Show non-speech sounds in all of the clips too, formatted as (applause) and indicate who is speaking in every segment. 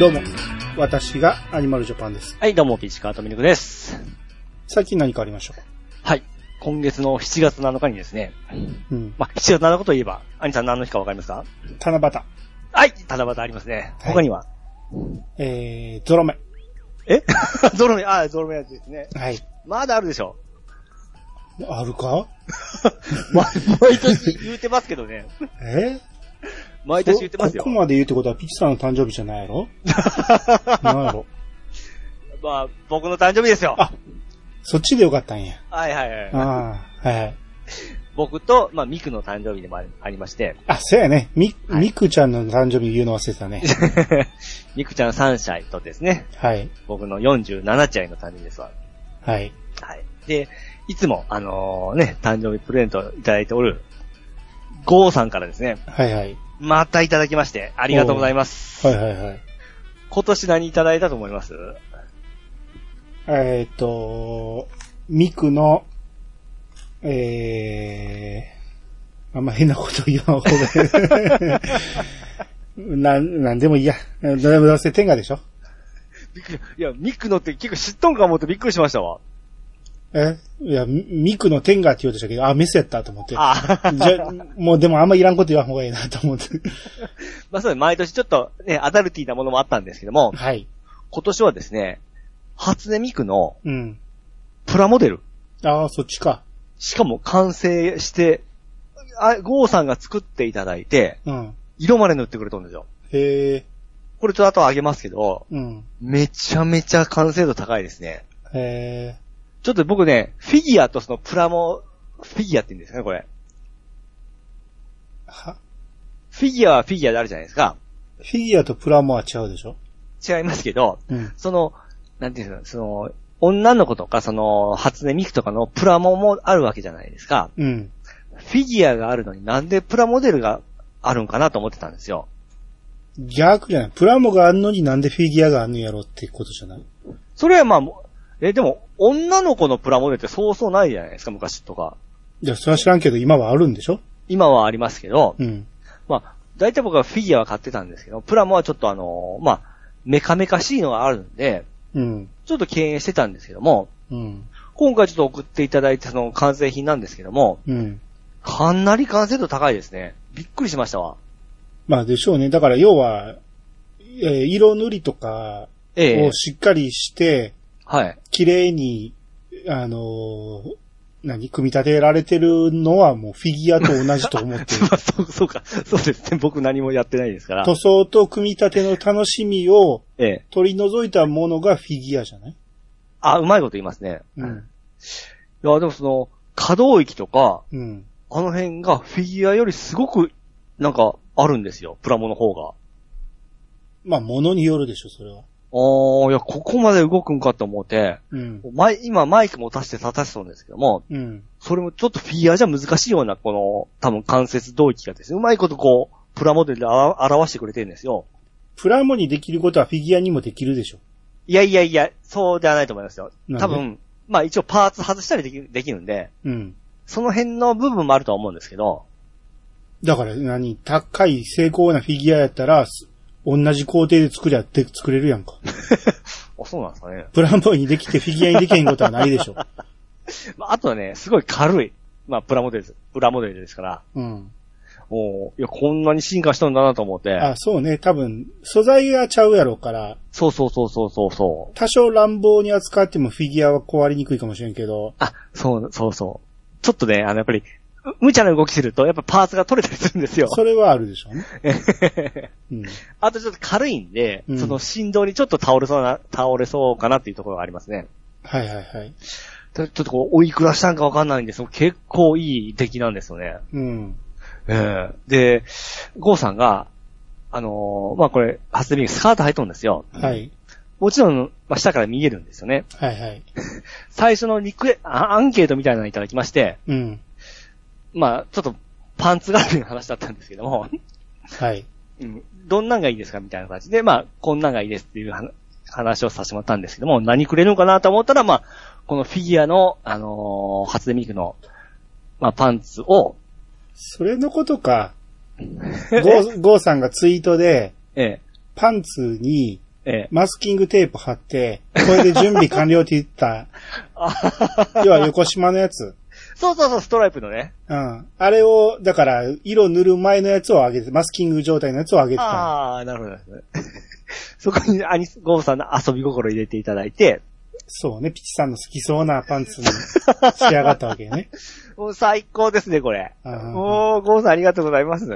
Speaker 1: どうも、私がアニマルジャパンです。
Speaker 2: はい、どうも、ピーチカートミルクです。
Speaker 1: 最近何かありましょ
Speaker 2: はい。今月の7月7日にですね、
Speaker 1: ううん。
Speaker 2: まあ、7月7日といえば、アニさん何の日かわかりますか
Speaker 1: 七夕、
Speaker 2: はい、七夕ありますね。
Speaker 1: はい
Speaker 2: 他には、
Speaker 1: えー、ゾロ目。
Speaker 2: え (laughs) ゾロ目、あゾロ目やつですね。
Speaker 1: はい。
Speaker 2: まだあるでしょ。
Speaker 1: あるか
Speaker 2: ま毎年言うてますけどね。
Speaker 1: え
Speaker 2: 毎年言ってますよ
Speaker 1: ここ。まで言うってことはピチさんの誕生日じゃないや
Speaker 2: (laughs)
Speaker 1: ろなんやろ
Speaker 2: まあ、僕の誕生日ですよ。
Speaker 1: あそっちでよかったんや。
Speaker 2: はいはいはい。
Speaker 1: ああ、はいはい。
Speaker 2: 僕と、まあ、ミクの誕生日でもありありま (laughs) して、
Speaker 1: あ、そうやね。み、
Speaker 2: はい
Speaker 1: みくちゃんの誕生日言うの忘れてた
Speaker 2: (laughs)
Speaker 1: ね。
Speaker 2: ミクちゃん3歳とですね、
Speaker 1: はい。
Speaker 2: 僕の47歳の誕生日ですわ。
Speaker 1: はい。
Speaker 2: はい。で、いつも、あのね、誕生日プレゼントをいただいておる、ゴーさんからですね、
Speaker 1: はいはい。
Speaker 2: またいただきまして、ありがとうございます。
Speaker 1: はいはいはい。
Speaker 2: 今年何いただいたと思います
Speaker 1: えーっと、ミクの、えー、あんま変なこと言わん方が (laughs) なん、なんでもいいや。なんでも出せ、天下でしょ
Speaker 2: びっくりいや、ミクのって結構知っとんか思ってびっくりしましたわ。
Speaker 1: えいや、ミミクの天下って言おうとしたけど、あ、ミスやったと思って。
Speaker 2: あ (laughs)
Speaker 1: じゃ、もうでもあんまいらんこと言わん方がいいなと思って。
Speaker 2: まあそうです毎年ちょっとね、アダルティーなものもあったんですけども、
Speaker 1: はい。
Speaker 2: 今年はですね、初音ミクの
Speaker 1: うん。
Speaker 2: プラモデル、
Speaker 1: ああ、そっちか。
Speaker 2: しかも完成して、あゴーさんが作っていただいて、
Speaker 1: うん。
Speaker 2: 色まで塗ってくれたんですよ。
Speaker 1: へえ、
Speaker 2: これちょっと後あげますけど、
Speaker 1: うん。
Speaker 2: めちゃめちゃ完成度高いですね。
Speaker 1: へえ、
Speaker 2: ちょっと僕ね、フィギュアとそのプラモ、フィギュアって言うんですかね、これ。
Speaker 1: は、
Speaker 2: フィギュアはフィギュアであるじゃないですか。
Speaker 1: フィギュアとプラモは違うでしょ
Speaker 2: 違いますけど、
Speaker 1: うん。
Speaker 2: その、なんていうんですか、その、女の子とか、その、初音ミクとかのプラモもあるわけじゃないですか。
Speaker 1: うん。
Speaker 2: フィギュアがあるのになんでプラモデルがあるんかなと思ってたんですよ。
Speaker 1: 逆じゃない。プラモがあんのになんでフィギュアがあんのやろってことじゃない
Speaker 2: それはまあ、もうえ、でも、女の子のプラモデルってそうそうないじゃないですか、昔とか。
Speaker 1: いや、それは知らんけど今はあるんでしょ
Speaker 2: 今はありますけど、
Speaker 1: うん。
Speaker 2: まあ、大体僕はフィギュアは買ってたんですけど、プラモはちょっとあのーまあ、メカメカしいのがあるんで、
Speaker 1: うん。
Speaker 2: ちょっと敬遠してたんですけども、
Speaker 1: うん。
Speaker 2: 今回ちょっと送っていただいたその完成品なんですけども、
Speaker 1: うん。
Speaker 2: かなり完成度高いですね。びっくりしましたわ。
Speaker 1: まあでしょうね。だから要は、えー色塗りとか
Speaker 2: ええ
Speaker 1: をしっかりして、
Speaker 2: はい。
Speaker 1: 綺麗に、あのー何、組み立てられてるのはもうフィギュアと同じと思ってる。
Speaker 2: (laughs) そう、そうか。そうですね。僕何もやってないですから。
Speaker 1: 塗装と組み立ての楽しみを
Speaker 2: ええ
Speaker 1: 取り除いたものがフィギュアじゃない
Speaker 2: あ、うまいこと言いますね。
Speaker 1: う
Speaker 2: い
Speaker 1: ん。
Speaker 2: や、でもその、可動域とか、
Speaker 1: うん。
Speaker 2: あの辺がフィギュアよりすごく、なんか、あるんですよ。プラモの方が。
Speaker 1: まあ、ものによるでしょ、それは。
Speaker 2: あー、いや、ここまで動くんかと思って、
Speaker 1: うん。
Speaker 2: マイ今マイクも足して立たせそうですけども、
Speaker 1: うん。
Speaker 2: それもちょっとフィギュアじゃ難しいような、この、多分関節動域がですね、うまいことこう、プラモデルであら表してくれてるんですよ。
Speaker 1: プラモにできることはフィギュアにもできるでしょ。
Speaker 2: いやいやいや、そうではないと思いますよ。
Speaker 1: なんで
Speaker 2: 多分、まあ一応パーツ外したりできるできるんで、
Speaker 1: うん。
Speaker 2: その辺の部分もあるとは思うんですけど、
Speaker 1: だから何、高い成功なフィギュアやったら、す同じ工程で作りゃって作れるやんか。
Speaker 2: あ、そうなんですかね。
Speaker 1: プラモにできてフィギュアにできへんことはないでしょ。
Speaker 2: まああとはね、すごい軽い。まあプラモデルです、プラモデルですから、
Speaker 1: うん。
Speaker 2: もう、いや、こんなに進化したんだなと思って、
Speaker 1: あ、そうね。多分、素材がちゃうやろうから、
Speaker 2: そうそうそうそうそうそう。
Speaker 1: 多少乱暴に扱ってもフィギュアは壊れにくいかもしれんけど、
Speaker 2: あ、そう、そうそう。ちょっとね、あの、やっぱり、う無茶な動きすると、やっぱパーツが取れたりするんですよ。
Speaker 1: それはあるでしょうね。うん。
Speaker 2: (laughs) あとちょっと軽いんで、
Speaker 1: うん
Speaker 2: その振動にちょっと倒れそうな、倒れそうかなっていうところがありますね。
Speaker 1: はいはいはい。
Speaker 2: ただちょっとこう、おいくらしたんかわかんないんですけど、結構いい出来なんですよね。
Speaker 1: うん。
Speaker 2: ええで、ゴーさんが、あのーまあ、これ、初音ミクスカート履いとるんですよ。
Speaker 1: はい。
Speaker 2: もちろん、まあ、下から見えるんですよね。
Speaker 1: はいはい。
Speaker 2: 最初のリクエ、あアンケートみたいなのいただきまして、
Speaker 1: うん。
Speaker 2: まあ、ちょっと、パンツ絡みの話だったんですけども、
Speaker 1: はい。
Speaker 2: うんどんなんがいいですかみたいな感じで、まあ、こんなんがいいですっていう話話をさせてもらったんですけども、何くれるのかなと思ったら、まあ、このフィギュアの、あのー初音ミクの、まあ、パンツを、
Speaker 1: それのこと (laughs) か。ゴー、ゴーさんがツイートで、
Speaker 2: ええ、
Speaker 1: パンツに
Speaker 2: ええ。
Speaker 1: マスキングテープ貼って、これで準備完了って言
Speaker 2: (laughs)
Speaker 1: った、
Speaker 2: あははは
Speaker 1: 要は横島のやつ。
Speaker 2: そうそうそう、ストライプのね。
Speaker 1: うん。あれを、だから、色塗る前のやつを上げて、マスキング状態のやつを上げてた。
Speaker 2: ああ、なるほど (laughs) ですね。そこにアニス、ゴーさんの遊び心入れていただいて、
Speaker 1: そうね、ピチさんの好きそうなパンツに仕上がったわけ
Speaker 2: (laughs)
Speaker 1: ね。
Speaker 2: もう最高ですね、これ。
Speaker 1: あー
Speaker 2: おー、ゴーさんありがとうございます。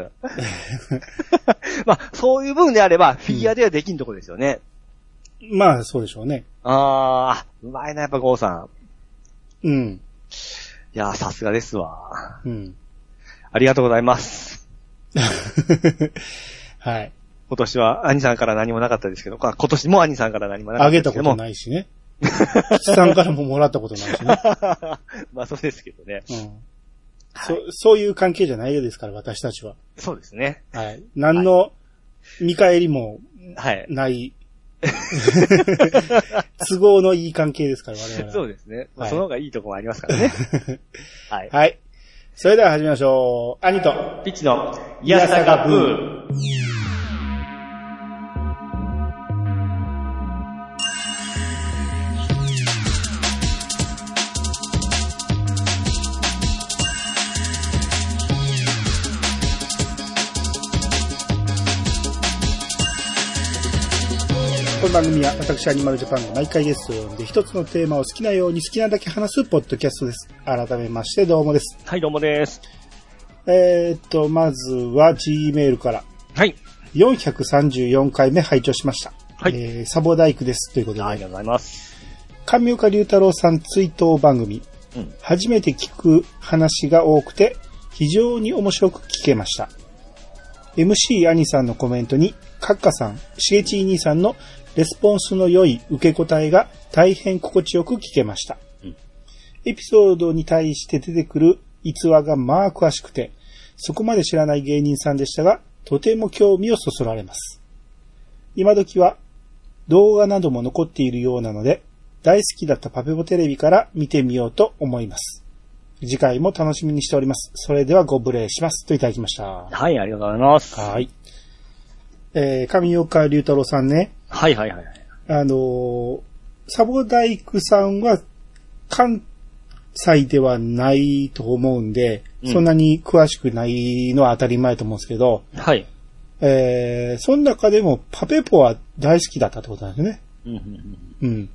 Speaker 2: まあ、そういう部分であれば、フィギュアではできんとこですよね。
Speaker 1: まあ、そうでしょうね。
Speaker 2: あー、うまいな、やっぱゴーさん。
Speaker 1: うん。
Speaker 2: いやー、さすがですわ。
Speaker 1: うん。 (laughs)
Speaker 2: ありがとうございます。
Speaker 1: はい。
Speaker 2: 今年は、兄さんから何もなかったですけど、あ今年も兄さんから何もな
Speaker 1: 上
Speaker 2: かった
Speaker 1: げ
Speaker 2: で
Speaker 1: た
Speaker 2: すけ
Speaker 1: こ
Speaker 2: ども。
Speaker 1: とないしね。ピチさんからももらったことないしね。
Speaker 2: (laughs) まあ、そうですけどね。 (laughs)
Speaker 1: うん。そそういう関係じゃないですから、私たちは。
Speaker 2: そうですね。
Speaker 1: はい。何の見返りも
Speaker 2: はい。
Speaker 1: (laughs) ない。都合のいい関係ですから、我々は。
Speaker 2: そうですね。ま
Speaker 1: は
Speaker 2: あ
Speaker 1: い
Speaker 2: その方がいいとこもありますから (laughs) ね。はい。
Speaker 1: はい。それでは始めましょう。兄と。
Speaker 2: ピッチの、いやさがブー。
Speaker 1: この番組は私アニマルジャパンが毎回ゲストを呼んで一つのテーマを好きなように好きなだけ話すポッドキャストです。改めましてどうもです。
Speaker 2: はい、どうもです。
Speaker 1: えー、っと、まずは Gmail から
Speaker 2: はい。
Speaker 1: 434回目拝聴しました。
Speaker 2: はい
Speaker 1: えーサボダイクです。ということで、
Speaker 2: ありがとうございます。
Speaker 1: 神岡龍太郎さん追悼番組、
Speaker 2: うん
Speaker 1: 初めて聞く話が多くて、非常に面白く聞けました。MC 兄さんのコメントに、カッカさん、しげちい兄さんのレスポンスの良い受け答えが大変心地よく聞けました。
Speaker 2: うん
Speaker 1: エピソードに対して出てくる逸話がまあ詳しくて、そこまで知らない芸人さんでしたが、とても興味をそそられます。今時は動画なども残っているようなので、大好きだったパペボテレビから見てみようと思います。次回も楽しみにしております。それではご無礼します。といただきました。は。
Speaker 2: はい、ありがとうございます。はい
Speaker 1: えー、上岡龍太郎さんね、
Speaker 2: い、はい、はい。
Speaker 1: あのーサボダイクさんは関西ではないと思うんで、
Speaker 2: うん
Speaker 1: そんなに詳しくないのは当たり前と思うんですけど、
Speaker 2: はい。
Speaker 1: えー、その中でもパペポは大好きだったってことなんですね。
Speaker 2: うんうんうん
Speaker 1: うん。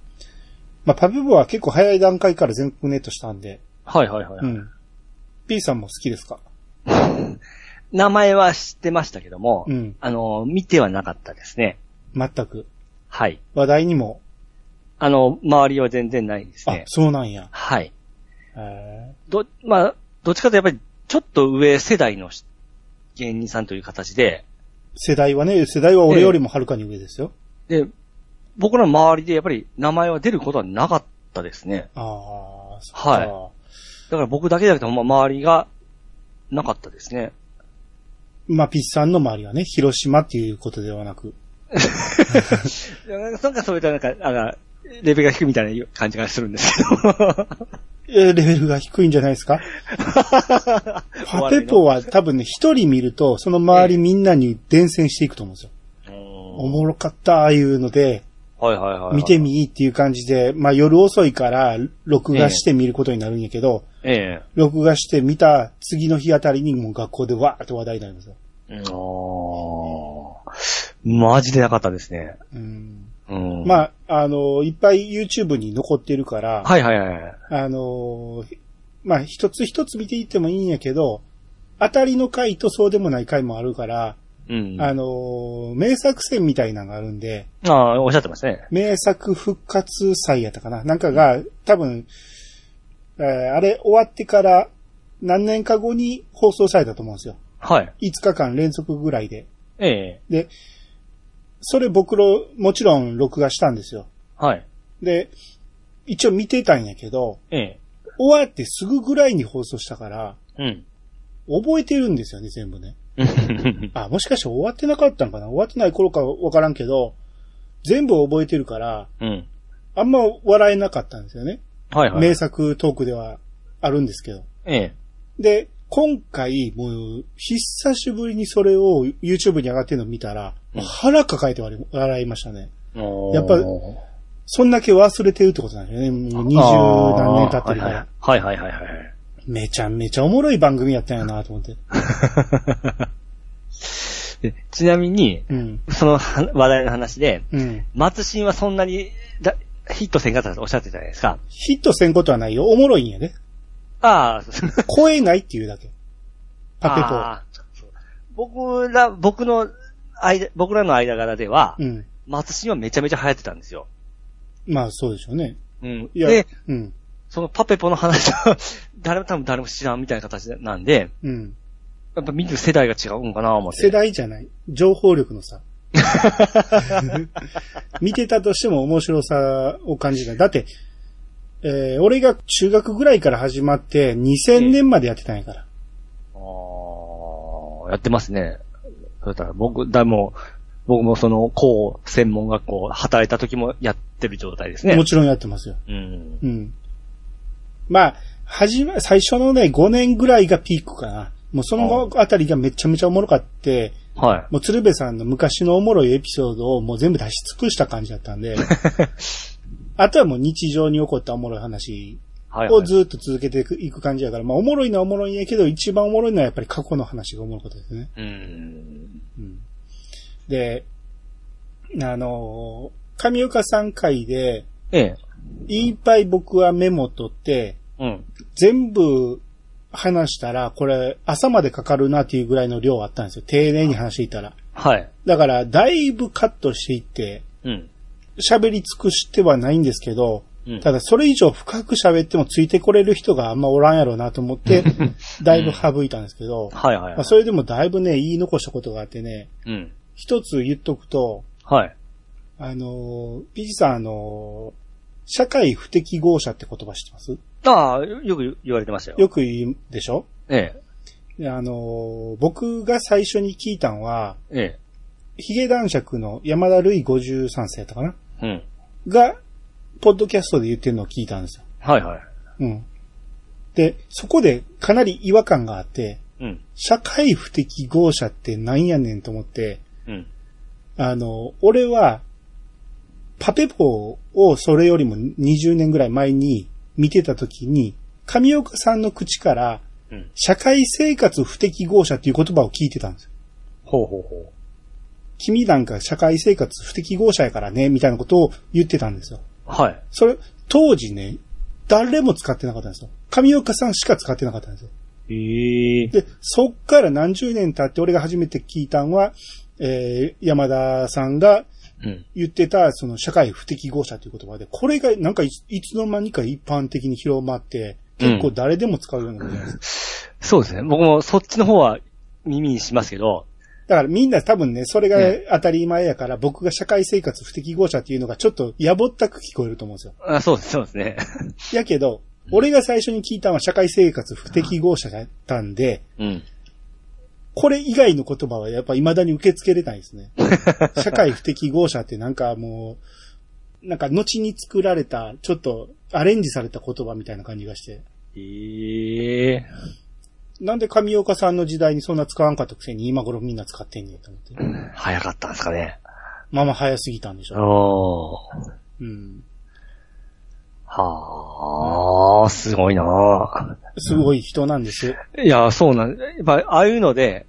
Speaker 1: まあ、パペボは結構早い段階から全国ネットしたんで。
Speaker 2: はい、はい、はい。
Speaker 1: うん。P さんも好きですか
Speaker 2: 名前は知ってましたけども、
Speaker 1: うん
Speaker 2: あの、見てはなかったですね。
Speaker 1: 全く。
Speaker 2: はい。
Speaker 1: 話題にも。
Speaker 2: あの、周りは全然ないです
Speaker 1: あ
Speaker 2: ね、。
Speaker 1: そうなんや。
Speaker 2: はい。
Speaker 1: へ
Speaker 2: ど、まあ、どっちかというとやっぱり、ちょっと上世代の芸人さんという形で、
Speaker 1: ー世代はね、世代は俺よりもはるかに上ですよ。
Speaker 2: で、僕らの周りでやっぱり名前は出ることはなかったですね。
Speaker 1: ああ、そっか。
Speaker 2: はだから僕だけじゃなくて、ほんま周りがなかったで
Speaker 1: (laughs)
Speaker 2: すね。
Speaker 1: まあ、ピッチさんの周りはね、広島っていうことではなく。
Speaker 2: いやなんかそういったなんか、あの、レベルが低いみたいな感じがするんです
Speaker 1: (laughs)
Speaker 2: けど。
Speaker 1: えーレベルが低いんじゃないですかパペポは多分ね、一人見ると、その周りみんなに伝染していくと思うんですよ。お
Speaker 2: お
Speaker 1: もろかった、ああいうので、
Speaker 2: はいはいはいはい。
Speaker 1: 見て。みいいっていう感じで、まあ夜遅いから録画して見ることになるんやけど、
Speaker 2: え
Speaker 1: 録画して見た次の日あたりにもう学校でわーって話題になりますよ。
Speaker 2: え。おーマジでなかったですね。
Speaker 1: うん
Speaker 2: うん。あ。
Speaker 1: まあ、あの、いっぱい YouTube に残ってるから、
Speaker 2: はいはいはい。
Speaker 1: あの、まあ一つ一つ見ていってもいいんやけど、当たりの回とそうでもない回もあるから、
Speaker 2: うん。
Speaker 1: あ
Speaker 2: あ
Speaker 1: の、名作戦みたいなのがあるんで、
Speaker 2: あ、おっしゃってますね。
Speaker 1: 名作復活祭やったかななんかが、多分、えーあれ終わってから何年か後に放送されたと思うんですよ。
Speaker 2: はい。
Speaker 1: 5日間連続ぐらいで。
Speaker 2: ええ。
Speaker 1: で、それ僕ら、もちろん録画したんですよ。
Speaker 2: はい。
Speaker 1: で、一応見てたんやけど、
Speaker 2: ええ。
Speaker 1: 終わってすぐぐらいに放送したから、
Speaker 2: うん。 (laughs)
Speaker 1: 覚えてるんですよね、全部ね。
Speaker 2: うん
Speaker 1: あ、もしかして終わってなかったんかな終わってない頃かわからんけど、全部覚えてるから、
Speaker 2: うん。
Speaker 1: あんま笑えなかったんですよね。
Speaker 2: はいはい。
Speaker 1: 名作トークではあるんですけど。
Speaker 2: ええ。
Speaker 1: で、今回、もう、久しぶりにそれを YouTube に上がってるのを見たら、
Speaker 2: うん
Speaker 1: 腹抱えて笑いましたね。やっぱそんだけ忘れてるってことなんだよね。もう二十何年経ってるから、
Speaker 2: あーはいはいはいはいはいはい。
Speaker 1: めちゃめちゃおもろい番組やったんやなと思って。
Speaker 2: で (laughs) ちなみに、
Speaker 1: うん。
Speaker 2: そのは話題の話で、
Speaker 1: うん。
Speaker 2: 松新はそんなにだヒットせんかったとおっしゃってたじゃないですか。
Speaker 1: ヒットせんことはないよ。おもろいんやね。
Speaker 2: ああ、
Speaker 1: 声ないっていうだけ。パ
Speaker 2: あーそう僕ら、僕の間、僕らの間柄では
Speaker 1: ペ、ポ。うん。
Speaker 2: 松新はめちゃめちゃ流行ってたんですよ。
Speaker 1: まあそうでしょうね。
Speaker 2: うん。
Speaker 1: いや
Speaker 2: で、、
Speaker 1: うん。
Speaker 2: そのパペポの話は、 (laughs) 誰も多分誰も知らんみたいな形なんで、
Speaker 1: うん。
Speaker 2: やっぱ見る世代が違うんかな思って。
Speaker 1: 世代じゃない。情報力の
Speaker 2: (laughs)
Speaker 1: 差。見てたとしても面白さを感じない。だって、えー俺が中学ぐらいから始まって2000年までやってたんやから。
Speaker 2: あーやってますね。そうだ、僕、だもう、僕もその、高専門学校、働いた時もやってる状態ですね
Speaker 1: も。ちろんやってますよ。
Speaker 2: うん。
Speaker 1: うん。まあ、始ま、最初のね、5年ぐらいがピークかな。もうその後あたりがめちゃめちゃおもろかって、
Speaker 2: はい。
Speaker 1: もう鶴瓶さんの昔のおもろいエピソードをもう全部出し尽くした感じだったん
Speaker 2: (laughs)
Speaker 1: で、あとはもう日常に起こったおもろい話
Speaker 2: はい、は
Speaker 1: を
Speaker 2: い。
Speaker 1: ずっと続けていくいく感じやから、まあおもろいのはおもろいんやけど、一番おもろいのはやっぱり過去の話がおもろいことですね。
Speaker 2: うん。
Speaker 1: うんで、あのー上岡さん会で、
Speaker 2: ええ。
Speaker 1: いっぱい僕はメモ取って、
Speaker 2: うん。
Speaker 1: 全部話したら、これ朝までかかるなっていうぐらいの量あったんですよ。丁寧に話していたら。
Speaker 2: はい。
Speaker 1: だから、だいぶカットしていって、
Speaker 2: うん。
Speaker 1: 喋り尽くしてはないんですけど、
Speaker 2: うん
Speaker 1: ただそれ以上深く喋ってもついてこれる人があんまおらんやろうなと思
Speaker 2: (laughs)
Speaker 1: って、だいぶ省いたんですけど、
Speaker 2: はいはい
Speaker 1: ま
Speaker 2: は
Speaker 1: あ、
Speaker 2: い。
Speaker 1: それでもだいぶね、言い残したことがあってね、
Speaker 2: うん。
Speaker 1: 一つ言っとくと、
Speaker 2: はい。
Speaker 1: あのー、ピジさんあのー、社会不適合者って言葉知ってます
Speaker 2: ああ、よく言われてましたよ。
Speaker 1: よく言うでしょ
Speaker 2: ええ。
Speaker 1: であのー、僕が最初に聞いたのは、
Speaker 2: ええ。
Speaker 1: ヒゲ男爵の山田るい53世とかな
Speaker 2: うん。
Speaker 1: が、ポッドキャストで言ってるのを聞いたんですよ。
Speaker 2: はいはい。
Speaker 1: うん。で、そこでかなり違和感があって、
Speaker 2: うん。
Speaker 1: 社会不適合者ってなんやねんと思って、
Speaker 2: うん。
Speaker 1: あの、俺は、パペポをそれよりも20年ぐらい前に見てた時に、上岡さんの口から、
Speaker 2: うん。
Speaker 1: 社会生活不適合者っていう言葉を聞いてたんですよ。
Speaker 2: ほうほうほ
Speaker 1: 君なんか社会生活不適合者やからね、みたいなことを言ってたんですよ。
Speaker 2: う。はい。
Speaker 1: それ、当時ね、誰も使ってなかったんですよ。上岡さんしか使ってなかったんですよ。
Speaker 2: ええ。
Speaker 1: で、そっから何十年経って俺が初めて聞いたんは、えー、山田さんが
Speaker 2: うん。
Speaker 1: 言ってた、その社会不適合者という言葉で、これがなんかいいつの間にか一般的に広まって、結構誰でも使うようになったんです、
Speaker 2: そうですね。僕もそっちの方は耳にしますけど、
Speaker 1: だからみんな多分ね、それが当たり前やから、僕が社会生活不適合者っていうのがちょっとやぼったく聞こえると思うんですよ。
Speaker 2: あそうです、そうですね。
Speaker 1: やけど、俺が最初に聞いたのは社会生活不適合者だったんで、
Speaker 2: (laughs) うん。
Speaker 1: これ以外の言葉はやっぱ未だに受け付けれないです (laughs) ね。社会不適合者ってなんかもう、なんか後に作られた、ちょっとアレンジされた言葉みたいな感じがして。
Speaker 2: ええ。
Speaker 1: なんで上岡さんの時代にそんな使わんかったくせに今頃みんな使ってんねんと思って。
Speaker 2: 早かったんですかね。
Speaker 1: まあまあ早すぎたんでしょ
Speaker 2: おー。
Speaker 1: う。うん。
Speaker 2: はあ、すごいな
Speaker 1: すごい人なんです。
Speaker 2: いや、そうなん、やっぱ、ああいうので、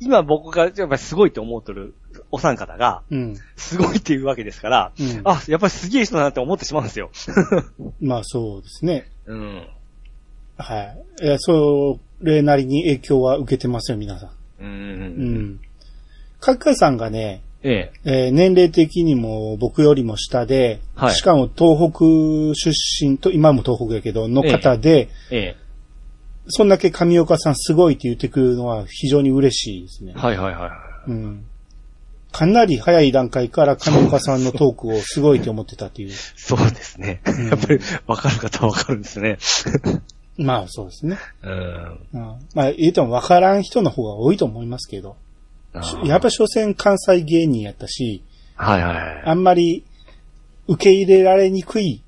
Speaker 2: 今僕が、やっぱりすごいと思うとるお三方が、
Speaker 1: うん。
Speaker 2: すごいっていうわけですから、
Speaker 1: うん
Speaker 2: あ、やっぱりすげえ人だなって思ってしまうんですよ。
Speaker 1: まあそうですね。
Speaker 2: うん。
Speaker 1: はい。えそれなりに影響は受けてますよ、皆さん。
Speaker 2: う。
Speaker 1: うんん。カッカさんがね、
Speaker 2: ええ。
Speaker 1: えー年齢的にも僕よりも下で、
Speaker 2: はい
Speaker 1: しかも東北出身と、今も東北やけど、の方で、
Speaker 2: え
Speaker 1: そんだけ上岡さんすごいって言ってくるのは非常に嬉しいですね
Speaker 2: え。。はいはいはい。
Speaker 1: うん。かなり早い段階から上岡さんのトークをすごいと思ってたっていう。
Speaker 2: そうですね。やっぱり、わかる方はわかるんですね。
Speaker 1: まあそうですね。
Speaker 2: うん。
Speaker 1: うん、まあ言うても分からん人の方が多いと思いますけど。やっぱ所詮関西芸人やったし、
Speaker 2: はいはいはい。
Speaker 1: あんまり受け入れられにくい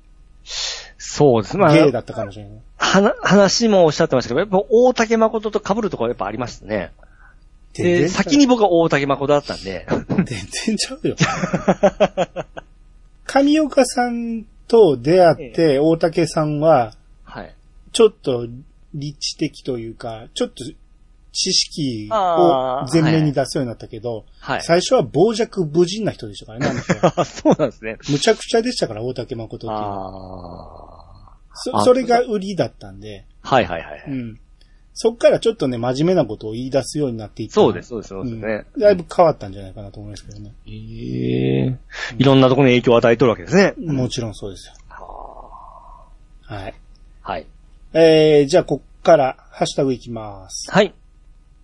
Speaker 2: そうです。まあ、
Speaker 1: 芸だったかもしれない。
Speaker 2: はな話もおっしゃってましたけど、やっぱ大竹誠と被るところやっぱありましたね。
Speaker 1: 全然
Speaker 2: で、先に僕は大竹誠だったんで、
Speaker 1: 全然ちゃうよ。 (laughs) 神岡さんと出会って、大竹さんは、
Speaker 2: はい。
Speaker 1: ちょっと、立地的というか、ちょっと、知識
Speaker 2: あ
Speaker 1: を
Speaker 2: ー
Speaker 1: 前面に出すようになったけど、
Speaker 2: はい。
Speaker 1: 最初は傍若無人な人でしたからね、あの
Speaker 2: (laughs)
Speaker 1: 人は
Speaker 2: あ (laughs) そうなんですね。
Speaker 1: むちゃくちゃでしたから、大竹誠っていうのは
Speaker 2: あ
Speaker 1: そ、
Speaker 2: あ
Speaker 1: それが売りだったんで、
Speaker 2: あ。はいはいは
Speaker 1: う
Speaker 2: い。
Speaker 1: ん。そっからちょっとね、真面目なことを言い出すようになっていった。
Speaker 2: そうです、。そうです、そう
Speaker 1: う
Speaker 2: です
Speaker 1: ん、
Speaker 2: ね。
Speaker 1: だいぶ変わったんじゃないかなと思いますけどね。
Speaker 2: ええいろんなところに影響を与えとるわけですね。
Speaker 1: もちろんそうですよ。はい。
Speaker 2: はい。
Speaker 1: えー、じゃあ、こっから、ハッシュタグいきます。
Speaker 2: はい。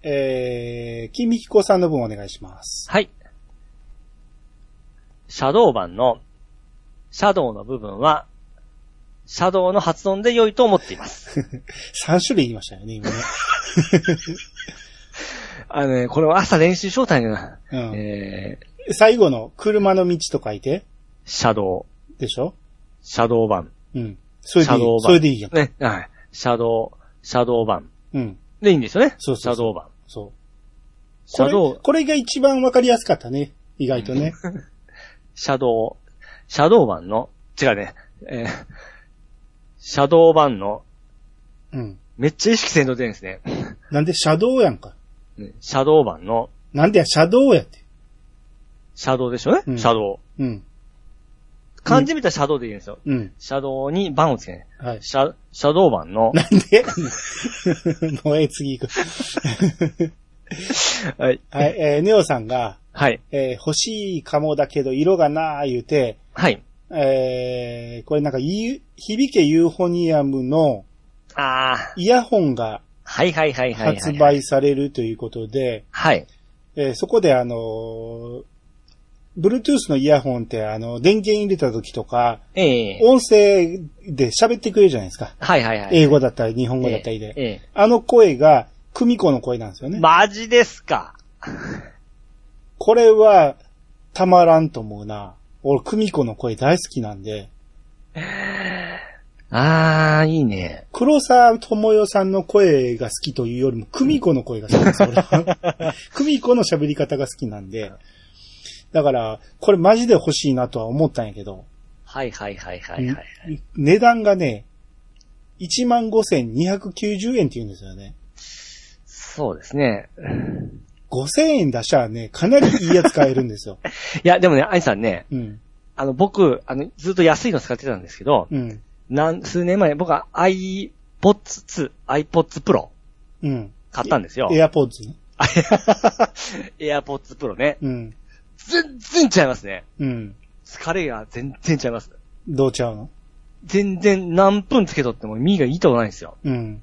Speaker 1: えー、金美彦さんの分お願いします。
Speaker 2: はい。シャドウ版の、シャドウの部分は、シャドウの発音で良いと思っています。
Speaker 1: 3種類言いましたよね、今ね。
Speaker 2: (laughs) あのね、これは朝練習しようたんやな。
Speaker 1: うん。
Speaker 2: えー、
Speaker 1: 最後の、車の道と書いて、
Speaker 2: シャドウ、
Speaker 1: でしょ
Speaker 2: シャドウ版。
Speaker 1: うん。それでい
Speaker 2: シャ
Speaker 1: い。
Speaker 2: ドー版
Speaker 1: それでいいやん。
Speaker 2: ね、はい。シャドウ、シャドウ版。
Speaker 1: うん。
Speaker 2: でいいんですよね。
Speaker 1: そうそうそう
Speaker 2: シャドウ版。
Speaker 1: そう。
Speaker 2: シ
Speaker 1: こ
Speaker 2: ャド
Speaker 1: れ
Speaker 2: ウ、
Speaker 1: これが一番わかりやすかったね。意外と
Speaker 2: (laughs)
Speaker 1: ね。
Speaker 2: シャドウ、シャドウ版の、違うね、えー、シャドウ版の、
Speaker 1: うん。
Speaker 2: めっちゃ意識せんと出るんですね。
Speaker 1: なんでシャドウやんか。
Speaker 2: ねシャドウ版の、
Speaker 1: なんでや、シャドウやって。
Speaker 2: シャドウでしょね、
Speaker 1: うん
Speaker 2: シャド
Speaker 1: うん。
Speaker 2: ウ。漢字見たらシャドウで言うんですよ。
Speaker 1: うん。
Speaker 2: シャドウに版をつけない。
Speaker 1: はい。
Speaker 2: シャ、シャドウ版の、
Speaker 1: なんで (laughs) もうええ、次行く。
Speaker 2: (laughs) はい。
Speaker 1: はい、えー、ネオさんが、
Speaker 2: はい。
Speaker 1: えー欲しいかもだけど色がなー言うて、
Speaker 2: はい。
Speaker 1: えーこれなんかゆ、響けユーフォニアムの
Speaker 2: あー。
Speaker 1: イヤホンが
Speaker 2: はいはいはいはいはい。
Speaker 1: 発。売されるということで、
Speaker 2: はい。
Speaker 1: えーそこであのー、Bluetooth のイヤホンってあの、電源入れた時とか、
Speaker 2: ええ
Speaker 1: 音声で喋ってくれるじゃないですか。
Speaker 2: はいはいはい。
Speaker 1: 英語だったり日本語だったりで。
Speaker 2: ええ
Speaker 1: あの声が、クミコの声なんですよね。
Speaker 2: マジですか。
Speaker 1: これは、たまらんと思うな。俺、クミコの声大好きなんで、
Speaker 2: あー、いいね。
Speaker 1: 黒沢智代さんの声が好きというよりも、クミコの声が好きなんです、俺はクミコの喋り方が好きなんで、だから、これマジで欲しいなとは思ったんやけど、
Speaker 2: はいはいはいはいはい。
Speaker 1: 値段がね、15,290円って言うんですよね。
Speaker 2: そうですね。
Speaker 1: 5000円出しゃあね、かなりいいやつ買えるんですよ。
Speaker 2: いや、でもね、アイさんね、
Speaker 1: うん。
Speaker 2: あの、僕、あの、ずっと安いの使ってたんですけど、
Speaker 1: うん。
Speaker 2: なん、数年前、僕は iPods 2、iPods Pro
Speaker 1: うん。
Speaker 2: 買ったんですよ。
Speaker 1: エアポーズね。
Speaker 2: (laughs) AirPods Pro ね。
Speaker 1: うん。
Speaker 2: 全然違いますね。
Speaker 1: うん。
Speaker 2: 疲れが全然違います。
Speaker 1: どうちゃうの
Speaker 2: 全然何分つけとっても耳がいいとこないんですよ。
Speaker 1: うん。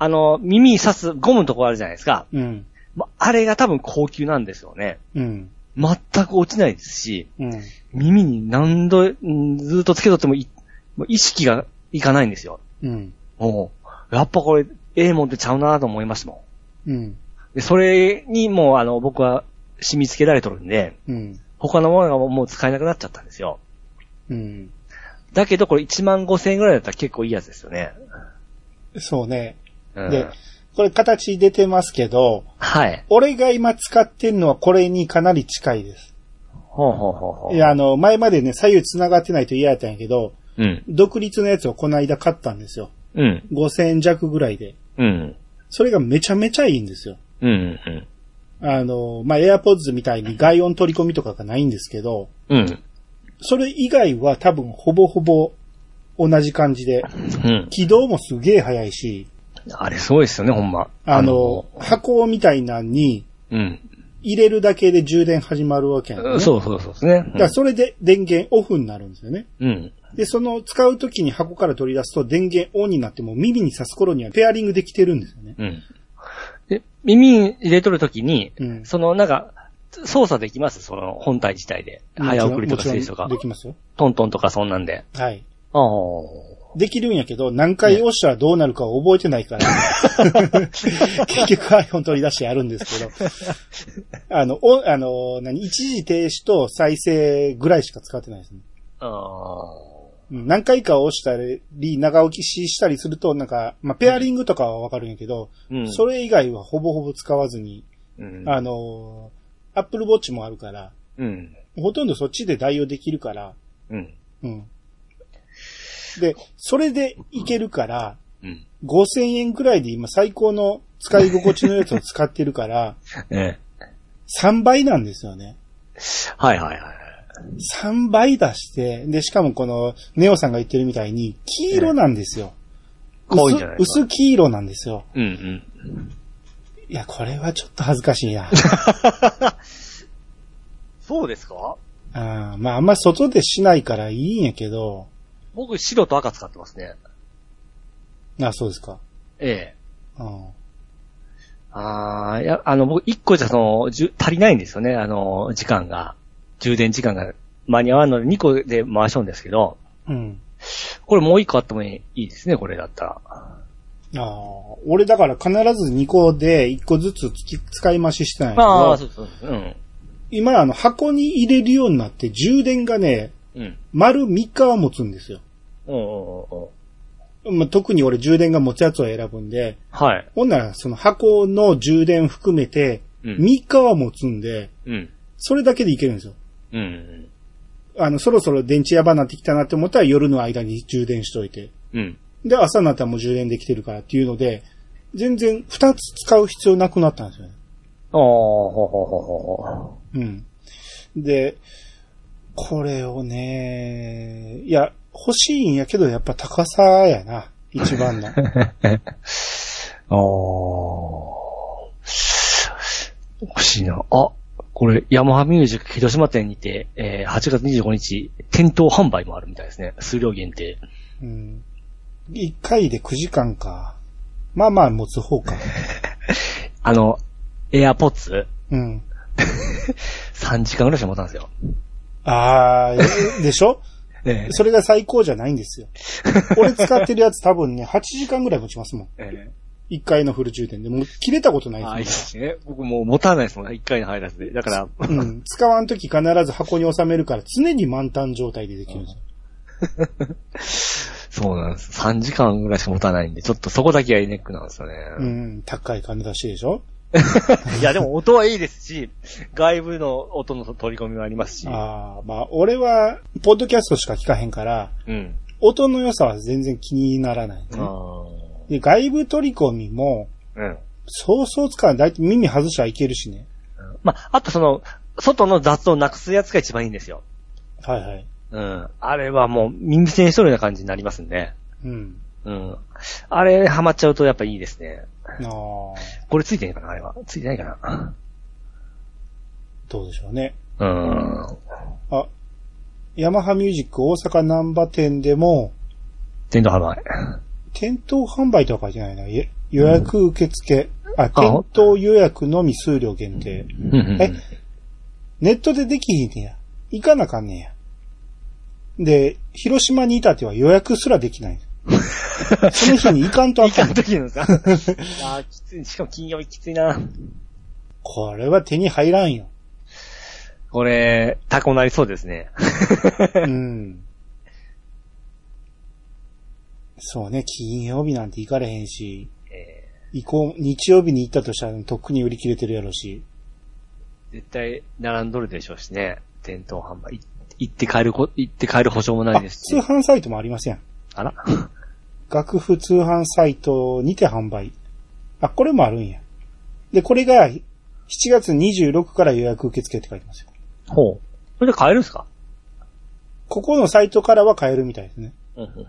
Speaker 2: あの、耳に刺すゴムのとこあるじゃないですか。
Speaker 1: うん。
Speaker 2: まあれが多分高級なんですよね。
Speaker 1: うん。
Speaker 2: 全く落ちないですし、
Speaker 1: うん。
Speaker 2: 耳に何度、んずっとつけとってもいもう意識がいかないんですよ。
Speaker 1: うん。
Speaker 2: もう、やっぱこれ、ええもんってちゃうなと思いましたも
Speaker 1: うん。
Speaker 2: ん。で、それにもう、あの、僕は染み付けられとるんで、
Speaker 1: うん。
Speaker 2: 他のものがもう使えなくなっちゃったんですよ。
Speaker 1: うん。
Speaker 2: だけど、これ1万5千円ぐらいだったら結構いいやつですよね。
Speaker 1: そうね。
Speaker 2: うん、
Speaker 1: で、これ形出てますけど、
Speaker 2: はい。
Speaker 1: 俺が今使ってんのはこれにかなり近いです。
Speaker 2: ほうほうほうほう。
Speaker 1: いや、あの、前までね、左右繋がってないと嫌やったんやけど、
Speaker 2: うん。
Speaker 1: 独立のやつをこの間買ったんですよ。
Speaker 2: うん。
Speaker 1: 5000円弱ぐらいで。
Speaker 2: うん。
Speaker 1: それがめちゃめちゃいいんですよ。
Speaker 2: うん。うん。
Speaker 1: あの、まあ、AirPods みたいに外音取り込みとかがないんですけど、
Speaker 2: うん。
Speaker 1: それ以外は多分ほぼほぼ同じ感じ (laughs) で、
Speaker 2: うん。
Speaker 1: 起動もすげえ早いし、
Speaker 2: あれ、すごいですよね、ほんま。
Speaker 1: あの、箱みたいなのに
Speaker 2: うん。
Speaker 1: 入れるだけで充電始まるわけやん、ね。う。
Speaker 2: そうそうそうですね
Speaker 1: だ。からそれで電源オフになるんですよね。
Speaker 2: うん。
Speaker 1: で、その使う時に箱から取り出すと電源オンになっても耳に刺す頃にはペアリングできてるんですよね。
Speaker 2: うん。で、耳に入れとるときに、
Speaker 1: うん
Speaker 2: その、なんか、操作できますその本体自体で。早送りとか整理と
Speaker 1: も
Speaker 2: か
Speaker 1: ちろんで。きますよ。
Speaker 2: トントンとかそんなんで。
Speaker 1: はい。
Speaker 2: ああ。
Speaker 1: できるんやけど、何回押したらどうなるかは覚えてないから、 (laughs) 結局 iPhone 取り出してやるんです
Speaker 2: (laughs)
Speaker 1: けど、あの、お、あの、何、一時停止と再生ぐらいしか使ってないですね。
Speaker 2: あ
Speaker 1: うん何回か押したり、長置きししたりすると、なんか、まあ、ペアリングとかはわかるんやけど、
Speaker 2: うん。
Speaker 1: それ以外はほぼほぼ使わずに、
Speaker 2: うん。
Speaker 1: あのー、Apple Watch もあるから、
Speaker 2: うん。
Speaker 1: ほとんどそっちで代用できるから、
Speaker 2: うん。
Speaker 1: うん。で、それでいけるから、
Speaker 2: うん。
Speaker 1: 5000円くらいで今最高の使い心地のやつを使ってる
Speaker 2: (laughs)
Speaker 1: から、
Speaker 2: ええ。
Speaker 1: 3倍なんですよね。
Speaker 2: はいはいはい。
Speaker 1: 3倍出して、で、しかもこの、ネオさんが言ってるみたいに、黄色なんですよ。
Speaker 2: 濃いん
Speaker 1: 薄
Speaker 2: じゃないですか。
Speaker 1: 薄黄色なんですよ。
Speaker 2: うんうん。
Speaker 1: いや、これはちょっと恥ずかしい
Speaker 2: (laughs)
Speaker 1: な。
Speaker 2: そうですか
Speaker 1: あーまあ、あんま外でしないからいいんやけど、
Speaker 2: 僕白と赤使ってますね。
Speaker 1: あ、そうですか。
Speaker 2: え
Speaker 1: う
Speaker 2: え。
Speaker 1: ん。
Speaker 2: ああ、いや、あの、僕、一個じゃ、その、じゅ足りないんですよね、あの、時間が。充電時間が間に合わんので、二個で回しちゃうんですけど、
Speaker 1: うん。
Speaker 2: これもう一個あってもいいですね、これだったら。
Speaker 1: ああ、俺だから必ず2個で1個ずつつき使い増ししてないけ
Speaker 2: あ
Speaker 1: ど、
Speaker 2: あ、そうそうそう。うん。
Speaker 1: 今あの箱に入れるようになって充電がね、
Speaker 2: うん。
Speaker 1: 丸3日は持つんですよ。
Speaker 2: うんうんうんうん。
Speaker 1: まあ、特に俺充電が持つやつを選ぶんで、
Speaker 2: はい。
Speaker 1: ほんならその箱の充電含めて
Speaker 2: うん
Speaker 1: 3日は持つんで、
Speaker 2: うん。
Speaker 1: それだけでいけるんですよ。
Speaker 2: うん。
Speaker 1: あの、そろそろ電池やばなってきたなって思ったら夜の間に充電しといて。
Speaker 2: うん。
Speaker 1: で、朝になったらもう充電できてるからっていうので、全然2つ使う必要なくなったんですよね。
Speaker 2: ああ、ほうほうほうほうほ
Speaker 1: うん。で、これをね、いや、欲しいんやけど、やっぱ高さやな。一番の。 (laughs)
Speaker 2: う。おー。おかしいな。あ、これ、ヤマハミュージック広島店にて、えー、8月25日、店頭販売もあるみたいですね。数量限定。
Speaker 1: うん。一回で9時間か。まあまあ持つ方か。
Speaker 2: あの、エアポッツ
Speaker 1: うん。
Speaker 2: 3時間ぐらいしか持たんですよ。
Speaker 1: あー、でしょ
Speaker 2: え
Speaker 1: それが最高じゃないんですよ。俺使ってるやつ多分ね、8時間ぐらい持ちますもん。
Speaker 2: え
Speaker 1: 一回のフル充電で。もう切れたことない
Speaker 2: ああ、い
Speaker 1: で
Speaker 2: いですすね。僕もう持たないですもん。一回の配達で。だから、
Speaker 1: もん。うん。使わんとき必ず箱に収めるから常に満タン状態でできるんですよ。
Speaker 2: そうなんです。3時間ぐらいしか持たないんで、ちょっとそこだけがネックなんですよね。
Speaker 1: うん。高い金出しでしょ
Speaker 2: いや、でも音はいいですし、外部の音の取り込みもありますし。
Speaker 1: ああ、まあ、俺は、ポッドキャストしか聞かへんから、
Speaker 2: うん。
Speaker 1: 音の良さは全然気にならない、
Speaker 2: あ
Speaker 1: ね。
Speaker 2: ー
Speaker 1: で、外部取り込みも、
Speaker 2: うん。
Speaker 1: そうそう使わない。だいたい耳外しちゃいけるしね。
Speaker 2: まあ、あとその、外の雑音をなくすやつが一番いいんですよ。
Speaker 1: はいはい。
Speaker 2: うん。あれはもう耳栓しとるような感じになりますんで。
Speaker 1: うん。
Speaker 2: うん。あれ、ハマっちゃうとやっぱいいですね。
Speaker 1: ああ、ど
Speaker 2: これついてないかなあれは。ついてないかな
Speaker 1: うでしょうね。
Speaker 2: うん。
Speaker 1: あ、ヤマハミュージック大阪南波店でも、
Speaker 2: 電動販売。
Speaker 1: 店頭販売とは書いてないな。え予約受付。あ、
Speaker 2: ほ
Speaker 1: 店
Speaker 2: ん
Speaker 1: 頭予約のみ数量限定。
Speaker 2: うんうん
Speaker 1: えネットでできひんねや。行かなかんねや。で、広島にいたっては予約すらでき
Speaker 2: (laughs)
Speaker 1: ない。その日に行かんとあ
Speaker 2: (laughs) い
Speaker 1: か
Speaker 2: か
Speaker 1: ん
Speaker 2: ん。ときなんですか (laughs) あーきつい。しかも金曜日きついな。
Speaker 1: これは手に入らん
Speaker 2: (laughs)
Speaker 1: よ。
Speaker 2: これ、タコなりそうですね。 (laughs)
Speaker 1: うん。そうね、金曜日なんて行かれへんし、
Speaker 2: え
Speaker 1: 行こう、日曜日に行ったとしたらとっくに売り切れてるやろし。
Speaker 2: ー絶対、並んどるでしょうしね。店頭販売。い行って帰るこ、行って帰る保証もな
Speaker 1: あ、
Speaker 2: いです
Speaker 1: 通
Speaker 2: し。
Speaker 1: 販サイトもありません。
Speaker 2: あら
Speaker 1: 楽譜通販サイトにて販売。あ、これもあるんや。で、これが7月26から予約受付って書いてますよ。
Speaker 2: ほう。それで買えるんすか
Speaker 1: ここのサイトからは買えるみたいですね。
Speaker 2: うんうんうん。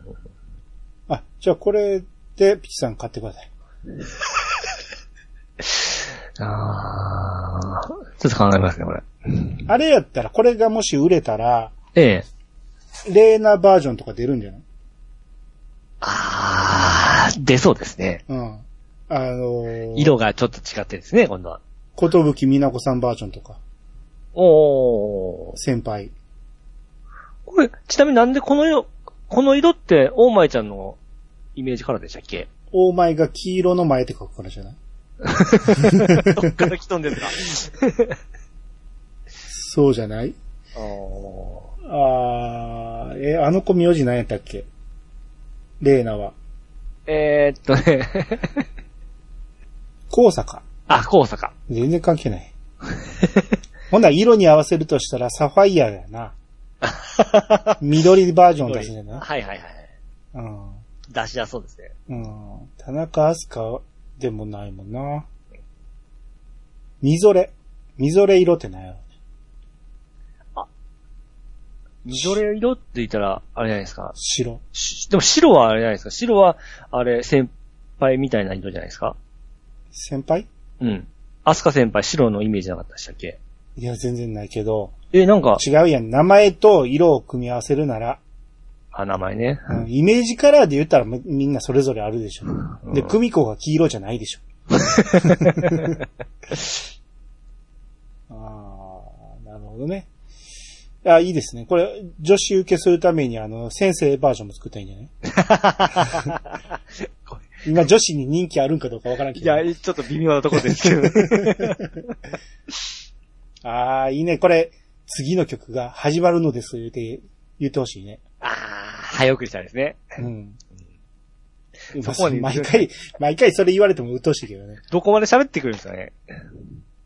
Speaker 1: あ、じゃあこれでピチさん買ってください。
Speaker 2: あーちょっと考えますね、これ。
Speaker 1: あれやったら、これがもし売れたら、
Speaker 2: ええ。
Speaker 1: レーナバージョンとか出るんじゃない
Speaker 2: あー出そうですね。
Speaker 1: うん。あのー、
Speaker 2: 色がちょっと違ってですね、今度は。
Speaker 1: ことぶきみなこさんバージョンとか、
Speaker 2: おー。
Speaker 1: 先輩。
Speaker 2: これ、ちなみになんでこの色、この色って、オーマイちゃんのイメージからでしたっけ
Speaker 1: 大前が黄色の前って書くからじゃない
Speaker 2: どっから来たんですか
Speaker 1: そうじゃない
Speaker 2: あー
Speaker 1: あー、え、あの子名字何やったっけレーナは。
Speaker 2: (laughs) えー、っとね。
Speaker 1: 高坂。
Speaker 2: (laughs) あ、高坂。
Speaker 1: 全然関係ない。ほんなら色に合わせるとしたらサファイアやな。緑バージョン出すんじゃない
Speaker 2: はいはいはい。
Speaker 1: うん。
Speaker 2: 出しやそうですね。
Speaker 1: うん。田中明日香でもないもんな。みぞれ。みぞれ色ってないやろ。
Speaker 2: 緑色って言ったら、あれじゃないですか。
Speaker 1: 白。
Speaker 2: しでも白はあれじゃないですか。白は、あれ、先輩みたいな色じゃないですか。
Speaker 1: 先輩
Speaker 2: うん。アスカ先輩、白のイメージなかったでしたっけ
Speaker 1: いや、全然ないけど。
Speaker 2: え、なんか、
Speaker 1: 違うやん。名前と色を組み合わせるなら、
Speaker 2: あ、名前ね。
Speaker 1: うんイメージカラーで言ったらみみんなそれぞれあるでしょ。で、久美子が黄色じゃないで
Speaker 2: (laughs)
Speaker 1: しょ。ああ、なるほどね。あいいですね。これ、女子受けするために、あの、先生バージョンも作ったらいいんじゃない
Speaker 2: (laughs)
Speaker 1: 今、女子に人気あるんかどうかわからんけ
Speaker 2: い
Speaker 1: ど。
Speaker 2: や、ちょっと微妙なところですけど。
Speaker 1: ああ、いいね。これ、次の曲が始まるのです、言って、言ってほしいね。
Speaker 2: (laughs) ああ、早送りしたいですね。
Speaker 1: うん。
Speaker 2: そこまで言
Speaker 1: 毎
Speaker 2: ってくれ
Speaker 1: 回、毎回それ言われても鬱陶しいけどね。
Speaker 2: どこまで喋ってくるんですかね。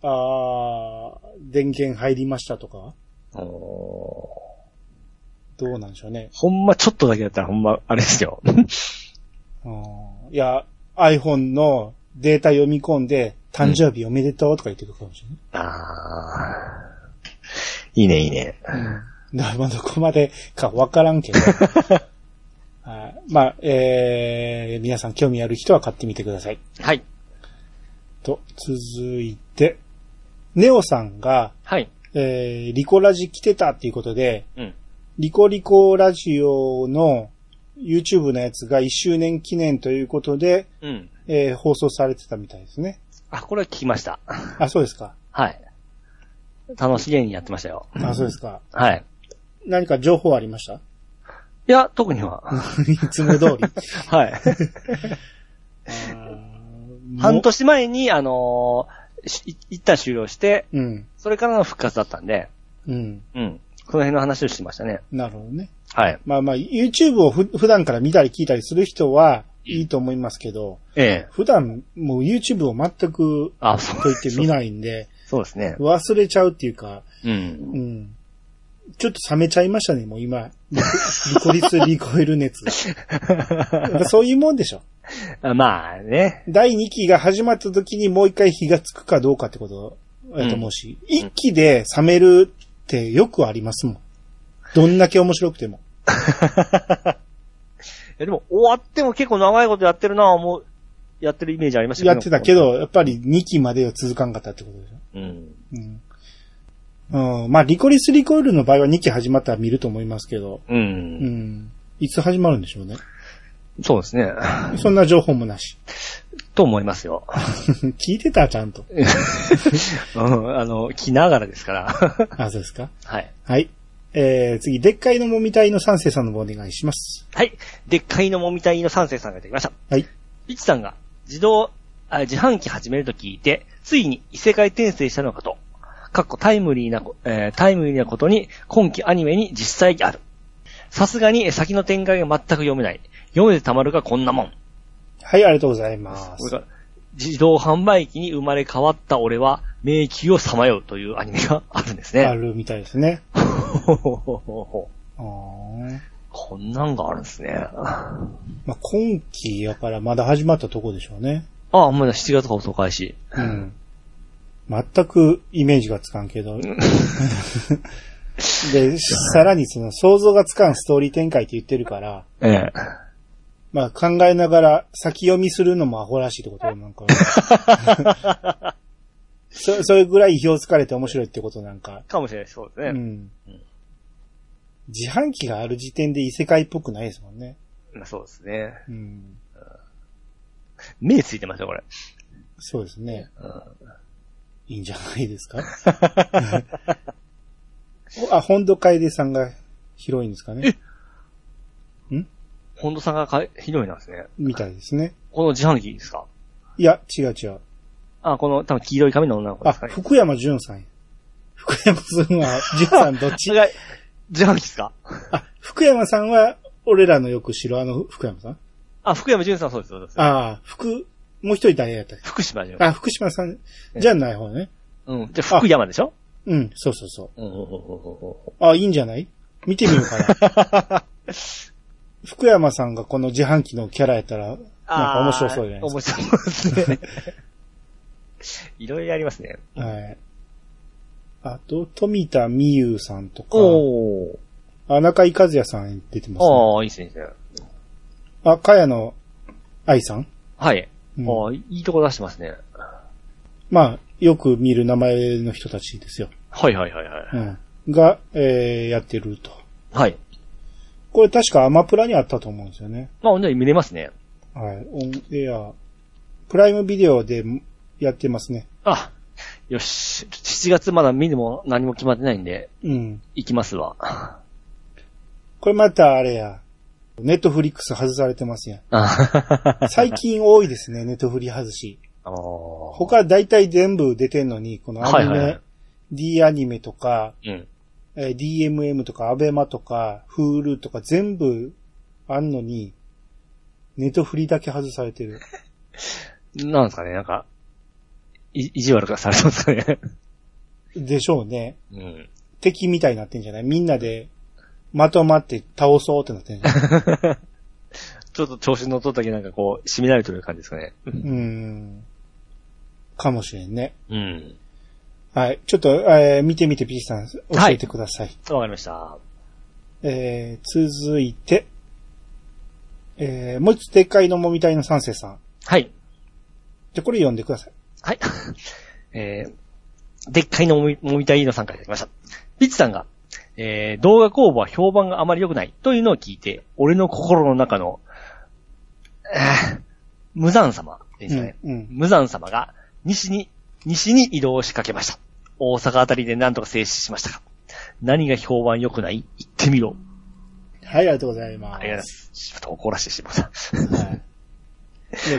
Speaker 1: あー、電源入りましたとか
Speaker 2: おー
Speaker 1: どうなんでしょうね。
Speaker 2: ほんまちょっとだけだったらほんま、あれですよ。 (laughs)
Speaker 1: うんいや、iPhone のデータ読み込んで、誕生日おめでとうとか言ってくるかもしれない。
Speaker 2: ああ。いいね、いいね。
Speaker 1: だからまあどこまでかわからんけど。はいまあ、えー、皆さん興味ある人は買ってみてください。
Speaker 2: はい。
Speaker 1: と、続いて、ネオさんが、
Speaker 2: はい。
Speaker 1: えー、リコラジ来てたっていうことで、
Speaker 2: うん。
Speaker 1: リコリコラジオの YouTube のやつが1周年記念ということで、
Speaker 2: うん。
Speaker 1: えー放送されてたみたいですね。
Speaker 2: あ、これは聞きました。
Speaker 1: あ、そうですか。
Speaker 2: はい。楽しげにやってましたよ。
Speaker 1: あ、そうですか。
Speaker 2: はい。
Speaker 1: 何か情報ありました
Speaker 2: いや、特には。
Speaker 1: (laughs) いつも通り。 (laughs)
Speaker 2: はい。半年前に、あのーしい一旦終了して、
Speaker 1: うん。
Speaker 2: それからの復活だったんで、
Speaker 1: うん。
Speaker 2: うん。その辺の話をしてましたね。
Speaker 1: なるほどね。
Speaker 2: はい。
Speaker 1: まあまあ、YouTube をふ普段から見たり聞いたりする人はいいと思いますけど、
Speaker 2: ええ。
Speaker 1: 普段もう YouTube を全く
Speaker 2: あ、そ
Speaker 1: と
Speaker 2: う
Speaker 1: いって見ないんで、
Speaker 2: そうですね。
Speaker 1: 忘れちゃうっていうか、
Speaker 2: うん。 (laughs)
Speaker 1: うん。ちょっと冷めちゃいましたね、もう今。 (laughs) リコリス、リコイル熱。やっぱそういうもんでしょ。
Speaker 2: あまあ (laughs) ね。
Speaker 1: 第2期が始まった時にもう一回火がつくかどうかってことだと思うし、一期で冷めるってよくありますもん。どんだけ面白くても。
Speaker 2: いやでも、終わっても結構長いことやってるなぁ、もう、やってるイメージありましたけど。
Speaker 1: やってたけ。ど、やっぱり2期までは続かんかったってことでしょ。
Speaker 2: うん。
Speaker 1: うん。うん、まあ、リコリス・リコイルの場合は2期始まったら見ると思いますけど、
Speaker 2: う。
Speaker 1: うんん。いつ始まるんでしょうね。
Speaker 2: そうですね。 (laughs)
Speaker 1: そんな情報もなし。 (laughs)
Speaker 2: と思いますよ。 (laughs)
Speaker 1: 聞いてたちゃんと。
Speaker 2: うん、あの、着ながらですから。
Speaker 1: あ、そうですか。
Speaker 2: (laughs) はい。
Speaker 1: はい。えー、次、でっかいのもみたいの三世さんの方お願いします。
Speaker 2: はい。でっかいのもみたいの三世さんがいただきました。
Speaker 1: はい。
Speaker 2: ピチさんが自動、あ自販機始めると聞いて、ついに異世界転生したのかと。かっこタイムリーなこ、えータイムリーなことに今期アニメに実際ある。さすがに先の展開が全く読めない。読めてたまるかこんなもん。
Speaker 1: はい、ありがとうございま
Speaker 2: こ
Speaker 1: す。
Speaker 2: れが自動販売機に生まれ変わった俺は迷宮をさまようというアニメがあるんです
Speaker 1: あ
Speaker 2: ね。
Speaker 1: るみたいですね。
Speaker 2: ほほほほほ
Speaker 1: あー
Speaker 2: こんなんがあるんですね。あ
Speaker 1: まあ、今期やからまだ始まったとこでしょうね。
Speaker 2: あ、まだ7月放送開始。
Speaker 1: うん。全くイメージがつかんけど。で、さらにその想像がつかんストーリー展開って言ってるから、
Speaker 2: ええ。
Speaker 1: まあ考えながら先読みするのもアホらしいってことなんか。そそれぐらい意表つかれて面白いってことなんか。
Speaker 2: かもしれないそうですね。
Speaker 1: うん。自販機がある時点で異世界っぽくないですもんね。
Speaker 2: まあそうですね。
Speaker 1: うん。
Speaker 2: 目ついてますよ、これ。
Speaker 1: そうですね。いいんじゃないですかあ、本土楓さんが広いんですかね
Speaker 2: 本土さんがかいひどいなんですね。
Speaker 1: みたいですね。
Speaker 2: この自販機ですか
Speaker 1: いや、違う違う。
Speaker 2: あ、この多分黄色い髪の女の子
Speaker 1: あ、
Speaker 2: ですかね。
Speaker 1: 福山潤さんや。福山さんは、潤さんどっち
Speaker 2: (laughs) 違う。自販機ですか
Speaker 1: あ、福山さんは、俺らのよく知るあの福山さん
Speaker 2: あ、福山潤さんそうです、そうです。
Speaker 1: ああ、福、もう一人誰やったっけ
Speaker 2: 福島潤。
Speaker 1: あ、福島さんじゃない方ね。
Speaker 2: うん。じゃあ、福山でしょ
Speaker 1: うん、そうそうそう。
Speaker 2: うんうんうんうんうん
Speaker 1: あ、いいんじゃない見てみようか (laughs)
Speaker 2: (laughs)
Speaker 1: な。福山さんがこの自販機のキャラやったら、なんか面白そうじゃないです
Speaker 2: 面白そうですね。 (laughs) いろいろありますね。
Speaker 1: か。はい。あと、富田美優さんとか、
Speaker 2: おー。
Speaker 1: あ中井和也さん出てます、ね。
Speaker 2: ああ、いいですね。いいですね
Speaker 1: あ、かやの愛さん、
Speaker 2: はい。
Speaker 1: うん
Speaker 2: ああ、いいとこ出してますね。
Speaker 1: まあ、よく見る名前の人たちですよ。
Speaker 2: はいはいはいはい。
Speaker 1: うん。が、えー、やってると。
Speaker 2: はい。
Speaker 1: これ確かアマプラにあったと思うんですよね。
Speaker 2: まあ、ほんなら見れますね。
Speaker 1: はい。オンエア、プライムビデオでやってますね。
Speaker 2: あ、よし。7月まだ見るも何も決まってないんで、
Speaker 1: うん。
Speaker 2: 行きますわ。あ
Speaker 1: これまたあれや、ネットフリックス外されてますやん。
Speaker 2: あ
Speaker 1: 最近多いですね、ネットフリ外し。
Speaker 2: の
Speaker 1: 他大体全部出てんのに、このアニメ、
Speaker 2: はいはいはい
Speaker 1: D アニメとか、
Speaker 2: ーうん。
Speaker 1: えー DMM とか、アベマとか、Hulu とか全部あんのに、ネットフリだけ外されてる。
Speaker 2: なんですかね、なんか、い意地悪がされてますかね。
Speaker 1: でしょうね。
Speaker 2: うん。
Speaker 1: 敵みたいになってんじゃないみんなで、まとまって倒そうってなってん
Speaker 2: (laughs)
Speaker 1: じゃない
Speaker 2: ちょっと調子乗っとったけなんかこう、しみられてる感じですかね。
Speaker 1: うーん。かもしれんね。
Speaker 2: うん。
Speaker 1: はい。ちょっと、えー見てみて、ピーさん、教えてください。
Speaker 2: わかりました。
Speaker 1: えー、続いて、えー、もう一つでっかいのもみたいの三世さん。
Speaker 2: はい。
Speaker 1: じゃ、これ読んでください。
Speaker 2: はい。 (laughs) えー、でっかいのもみ、もみたいの参加いただきました。ピッチさんが、えー、動画工房は評判があまり良くないというのを聞いて、俺の心の中の、えー、無惨様ですかね。
Speaker 1: うんうん
Speaker 2: 無惨様が、西に、西に移動を仕掛けました。大阪あたりで何とか静止しましたが。何が評判良くない言ってみろ。
Speaker 1: はい、ありがとうございます。
Speaker 2: ありがとうございます。ちょっと怒らせてしま (laughs) った。
Speaker 1: はいや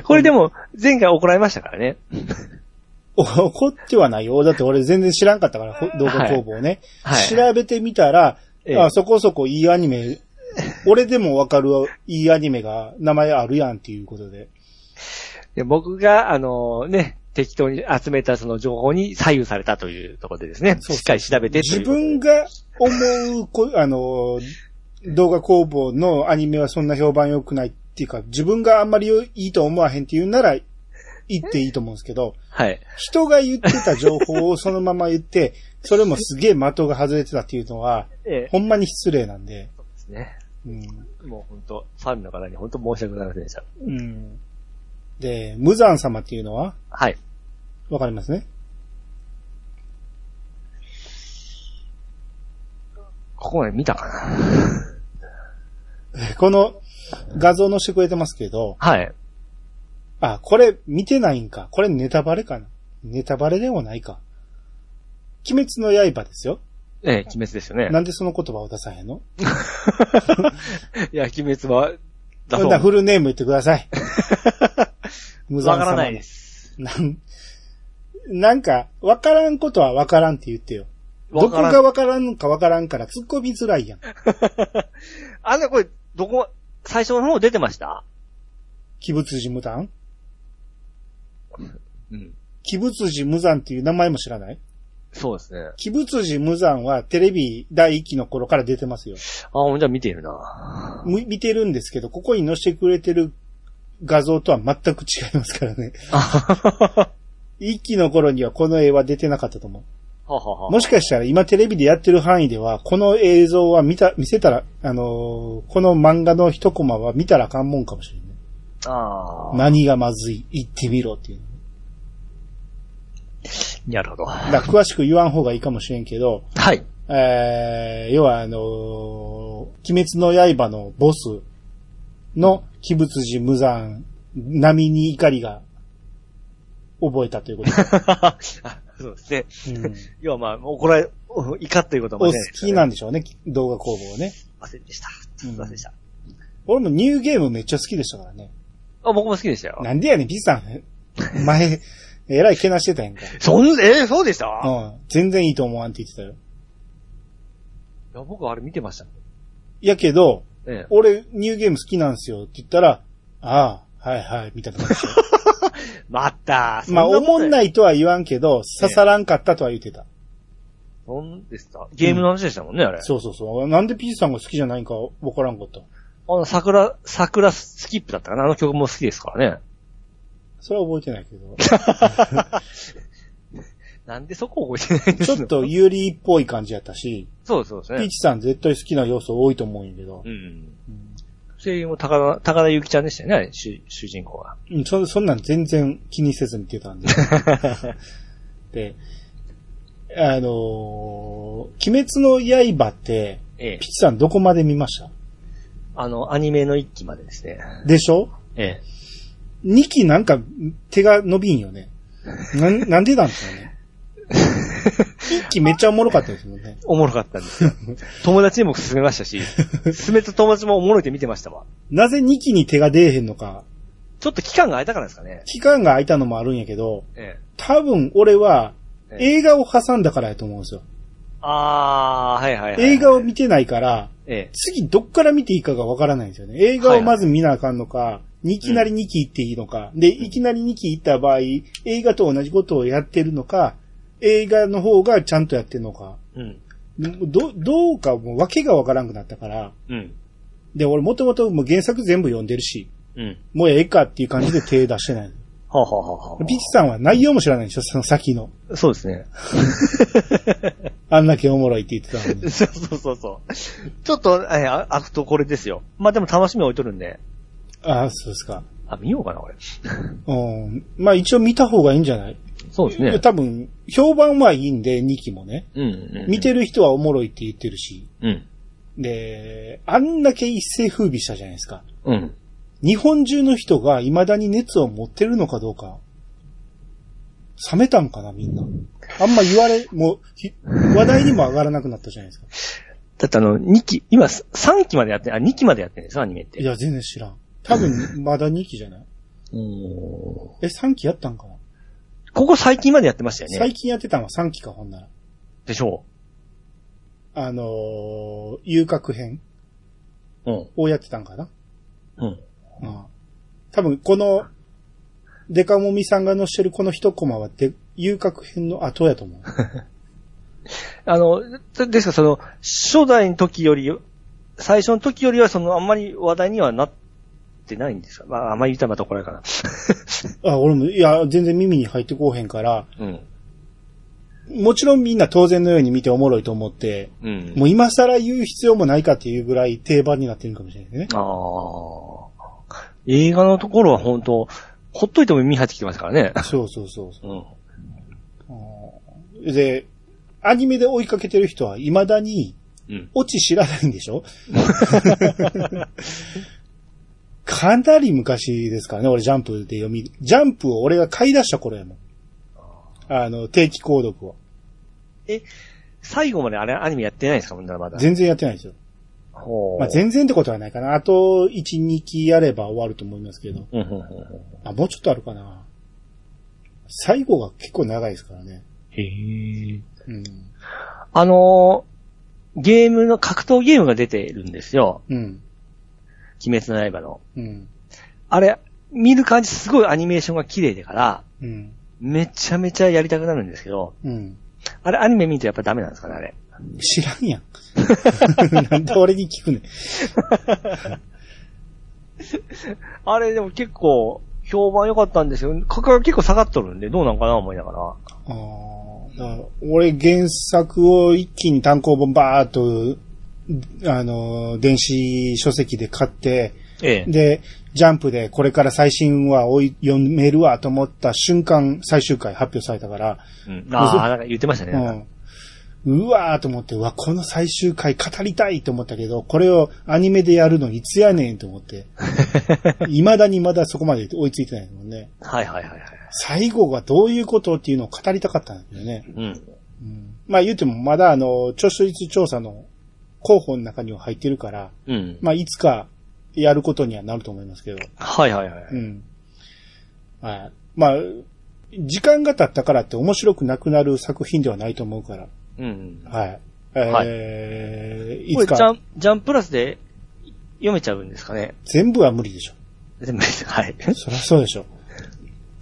Speaker 2: これでも、前回怒られましたからね。
Speaker 1: お怒ってはないよ。だって俺全然知らんかったから、ほ動画工房ね。
Speaker 2: はいはい
Speaker 1: 調べてみたら、
Speaker 2: ええ
Speaker 1: あ、そこそこいいアニメ、俺でもわかるいいアニメが名前あるやんっていうことで。
Speaker 2: で僕が、あのね、適当に集めたその情報に左右されたというところでですね、
Speaker 1: そうそう
Speaker 2: しっかり調べてとい
Speaker 1: 自
Speaker 2: うことで
Speaker 1: 分が思うこ、あの、動画工房のアニメはそんな評判良くないっていうか、自分があんまりいいと思わへんって言うなら、言っていいと思うんですけど、
Speaker 2: はい。
Speaker 1: 人が言ってた情報をそのまま言って、それもすげえ的が外れてたっていうのは、
Speaker 2: ええ、
Speaker 1: ほんまに失礼なんで。
Speaker 2: ですね。
Speaker 1: うん。
Speaker 2: もう本当ファンの方に本当申し訳ございませんでした。
Speaker 1: うん。で、無惨様っていうのは、
Speaker 2: はい。
Speaker 1: わかりますね。 (laughs)
Speaker 2: ここまで見たかな。
Speaker 1: この画像載せてくれてますけど、
Speaker 2: はい。
Speaker 1: あ、これ見てないんか。これネタバレかな。ネタバレでもないか。鬼滅の刃ですよ。
Speaker 2: ええ、鬼滅ですよね。
Speaker 1: なんでその言葉を出さへんの
Speaker 2: いや、鬼滅は、
Speaker 1: そ
Speaker 2: だそ
Speaker 1: ん
Speaker 2: う。
Speaker 1: なフルネーム言ってくださ
Speaker 2: (laughs)
Speaker 1: い。無。
Speaker 2: わからないですす。
Speaker 1: なん、なんか、わからんことはわからんって言ってよ。ど
Speaker 2: わ
Speaker 1: こ
Speaker 2: からん
Speaker 1: がわからんのかわからんから突っ込みづらいやん。
Speaker 2: (laughs) あの、これ、どこ、最初の方出てました
Speaker 1: 鬼物寺無断
Speaker 2: うん。
Speaker 1: 鬼物寺無惨っていう名前も知らない
Speaker 2: そうですね。あ
Speaker 1: 鬼物寺無惨はテレビ第一期の頃から出てますよ。
Speaker 2: あ、ほんじゃ見ているな。
Speaker 1: む見てるんですけど、ここに載せてくれてる画像とは全く違いますからね。
Speaker 2: あはは
Speaker 1: 一期の頃にはこの絵は出てなかったと思
Speaker 2: は
Speaker 1: う。
Speaker 2: は。 (laughs)
Speaker 1: もしかしたら今テレビでやってる範囲では、この映像は見た、見せたら、あのーこの漫画の一コマは見たらあかんもんかもしれない。
Speaker 2: ああ。
Speaker 1: 何がまずい言ってみろっていう。
Speaker 2: なるほど。は
Speaker 1: だから詳しく言わん方がいいかもしれんけど、
Speaker 2: い。
Speaker 1: えー、要はあのー鬼滅の刃のボスの鬼物寺無惨並みに怒りが覚えたということで
Speaker 2: (laughs) あそうですね。
Speaker 1: うん
Speaker 2: 要はまあ、怒られ、お怒っていうこと
Speaker 1: お
Speaker 2: も
Speaker 1: 好
Speaker 2: ね。
Speaker 1: きなんでしょうね、動画工房ね。
Speaker 2: 忘れでした。すいませんでした。
Speaker 1: 俺もニューゲームめっちゃ好きでしたからね。
Speaker 2: あ、僕も好きでしたよ。
Speaker 1: なんでやねん、ピさん。前、えらいけなしてたやんか。
Speaker 2: そん、えーそうでした、い
Speaker 1: うん。全然いいと思わんって言ってたよ。
Speaker 2: や、僕あれ見てました。
Speaker 1: やけど、
Speaker 2: ええ。
Speaker 1: 俺、ニューゲーム好きなんですよって言ったら、ああ、はいはい、みたいな感 (laughs) じで。
Speaker 2: また、。
Speaker 1: まあ、思んないいとは言わんけど、刺さらんかったとは言ってた。
Speaker 2: 何でしたゲームの話でしたもんね、あれ。
Speaker 1: そうそうそう。なんで P さんが好きじゃないんかわからんかった。
Speaker 2: あの、桜、桜スキップだったかなあの曲も好きですからね。
Speaker 1: それは覚えて (laughs) ないけど。
Speaker 2: なんでそこ覚えてないんです
Speaker 1: ち
Speaker 2: か
Speaker 1: ょっと有利っぽい感じやったし、
Speaker 2: そうそうです
Speaker 1: ピー
Speaker 2: ね。
Speaker 1: チさん絶対好きな要素多いと思うんやけど
Speaker 2: う。ん。
Speaker 1: うん
Speaker 2: 声優も高田、高田ゆきちゃんでしたよねあれ、主主人公が。
Speaker 1: うん、そ、そんなん全然気にせずに出たん (laughs) で。で、あのー鬼滅の刃って、
Speaker 2: ええ
Speaker 1: ピッ。チさんどこまで見ました
Speaker 2: あの、アニメの一期までですね。
Speaker 1: でしょ
Speaker 2: ええ。
Speaker 1: ?2 期なんか手が伸びんよね。なん、なんでなんですかね。1期めっちゃおもろかったですもんね。
Speaker 2: (laughs) おもろかった
Speaker 1: (laughs)
Speaker 2: んですよ。友達にも勧めましたし、勧めた友達もおもろいって見てましたわ。
Speaker 1: なぜ2期に手が出えへんのか。
Speaker 2: ちょっと期間が空いたからですかね。
Speaker 1: 期間が空いたのもあるんやけど、
Speaker 2: ええ。
Speaker 1: 多分俺は
Speaker 2: ええ
Speaker 1: 映画を挟んだからやと思うんですよ。
Speaker 2: あー、はいはいはい。
Speaker 1: 映画を見てないから、
Speaker 2: ええ。
Speaker 1: 次どっから見ていいかがわからないんですよね。映画をまず見なあかんのか、いきなり2期行っていいのか、で、いきなり2期行った場合、映画と同じことをやってるのか、映画の方がちゃんとやってるのか、
Speaker 2: うん。
Speaker 1: ど、どうかもう訳がわからんくなったから、
Speaker 2: うん。
Speaker 1: で、俺もともともう原作全部読んでるし、
Speaker 2: うん。
Speaker 1: もうええかっていう感じで手出してない。
Speaker 2: (laughs) はあ、はあはあは
Speaker 1: ピチさんは内容も知らないでしょその先の。
Speaker 2: あ、そうですね。
Speaker 1: あんだけおもろいって言ってたの
Speaker 2: (laughs)
Speaker 1: に。
Speaker 2: そうそうそうそう。ちょっと、えー、あ悪とこれですよ。まあでも楽しみ置いとるんで。
Speaker 1: ああ、そうですか。
Speaker 2: あ、見ようかな、これ。
Speaker 1: うん。まあ一応見た方がいいんじゃない
Speaker 2: そうですね。
Speaker 1: 多分、評判はいいんで、2期もね。
Speaker 2: うん、うんうん。
Speaker 1: 見てる人はおもろいって言ってるし、
Speaker 2: うん。
Speaker 1: で、あんだけ一世風靡したじゃないですか。
Speaker 2: うん。
Speaker 1: 日本中の人が未だに熱を持ってるのかどうか、冷めたんかな、みんな。あんま言われ、もうひ、話題にも上がらなくなったじゃないですか。
Speaker 2: だってあの、2期、今、3期までやって、あ、2期までやってるんですよ、アニメっ
Speaker 1: い
Speaker 2: て。
Speaker 1: や、全然知らん。多分、まだ2期じゃない
Speaker 2: こ
Speaker 1: え、3期やったんかな
Speaker 2: こ最近までやってましたよね。
Speaker 1: 最近やってたのは3期か、ほんなら。
Speaker 2: でしょ
Speaker 1: あのー、遊郭編
Speaker 2: う。うん。
Speaker 1: をやってたんかな
Speaker 2: うん。
Speaker 1: うん多分この、デカモミさんが載してるこの一コマは、で、遊郭編の後やと (laughs) 思う。
Speaker 2: あの、でですからその、初代の時より、最初の時よりは、その、あんまり話題にはなってないんですかまあ、あんまり言ったらまた怒られるか
Speaker 1: あ、俺も、いや、全然耳に入ってこうへんから、
Speaker 2: な。 (laughs) うん。
Speaker 1: もちろんみんな当然のように見ておもろいと思って、
Speaker 2: うん。
Speaker 1: もう今更言う必要もないかっていうぐらい定番になってるかもしれないね。
Speaker 2: ああ。映画のところは本当ほっといても耳入ってきてますからね。
Speaker 1: そうそうそうそ
Speaker 2: うん。
Speaker 1: うで、アニメで追いかけてる人は未だに、
Speaker 2: うん。
Speaker 1: オチ知らないんでし (laughs) ょかなり昔ですからね、俺ジャンプで読み、ジャンプを俺が買い出した頃やもん。あの、定期購読を。
Speaker 2: 最後まであれアニメやってないんですかみんなまだ。
Speaker 1: 全然やってないんですよ。
Speaker 2: ほう。
Speaker 1: まあ、全然ってことはないかな。あと、1、2期やれば終わると思いますけど。
Speaker 2: うんうんうんうん
Speaker 1: あ、もうちょっとあるかな。最後が結構長いですからね。
Speaker 2: へえ。
Speaker 1: うん。
Speaker 2: あのーゲームの、格闘ゲームが出てるんですよ。
Speaker 1: うん。
Speaker 2: 鬼滅の刃の。
Speaker 1: うん。
Speaker 2: あれ、見る感じすごいアニメーションが綺麗だから、
Speaker 1: うん。
Speaker 2: めちゃめちゃやりたくなるんですけど、
Speaker 1: うん。
Speaker 2: あれアニメ見るとやっぱダメなんですかね、あれ。
Speaker 1: 知らん (laughs) やん。なんで俺に聞くねん。
Speaker 2: あれでも結構、評判良かったんですよ。価格が結構下がっとるんで、どうなんかな思いながら。
Speaker 1: あーだから俺原作を一気に単行本バーっと、あの、電子書籍で買って、
Speaker 2: ええ。
Speaker 1: で、ジャンプでこれから最新話を読めるわと思った瞬間、最終回発表されたから、
Speaker 2: うん、 (laughs) ああ、なんか言ってましたね。なんか
Speaker 1: うん、うわーと思って、うわ、この最終回語りたいと思ったけど、これをアニメでやるのいつやねんと思って、未だにまだそこまで追いついてないもんね。
Speaker 2: (laughs) はいはいはいはい。
Speaker 1: 最後がどういうことっていうのを語りたかったんだけどね。
Speaker 2: うん。
Speaker 1: まあ言うてもまだあの、著書率調査の候補の中には入ってるから、
Speaker 2: うん。
Speaker 1: まあいつかやることにはなると思いますけど。
Speaker 2: はいはいはい。
Speaker 1: うん。はい。まあ、時間が経ったからって面白くなくなる作品ではないと思うから。
Speaker 2: うん。
Speaker 1: はい。えー、い
Speaker 2: これ
Speaker 1: つ
Speaker 2: ジャ
Speaker 1: か
Speaker 2: ン、ジャンプラスで読めちゃうんですかね。
Speaker 1: 全部は無理でしょ。
Speaker 2: 全部です。はい。
Speaker 1: そりゃそうでしょ。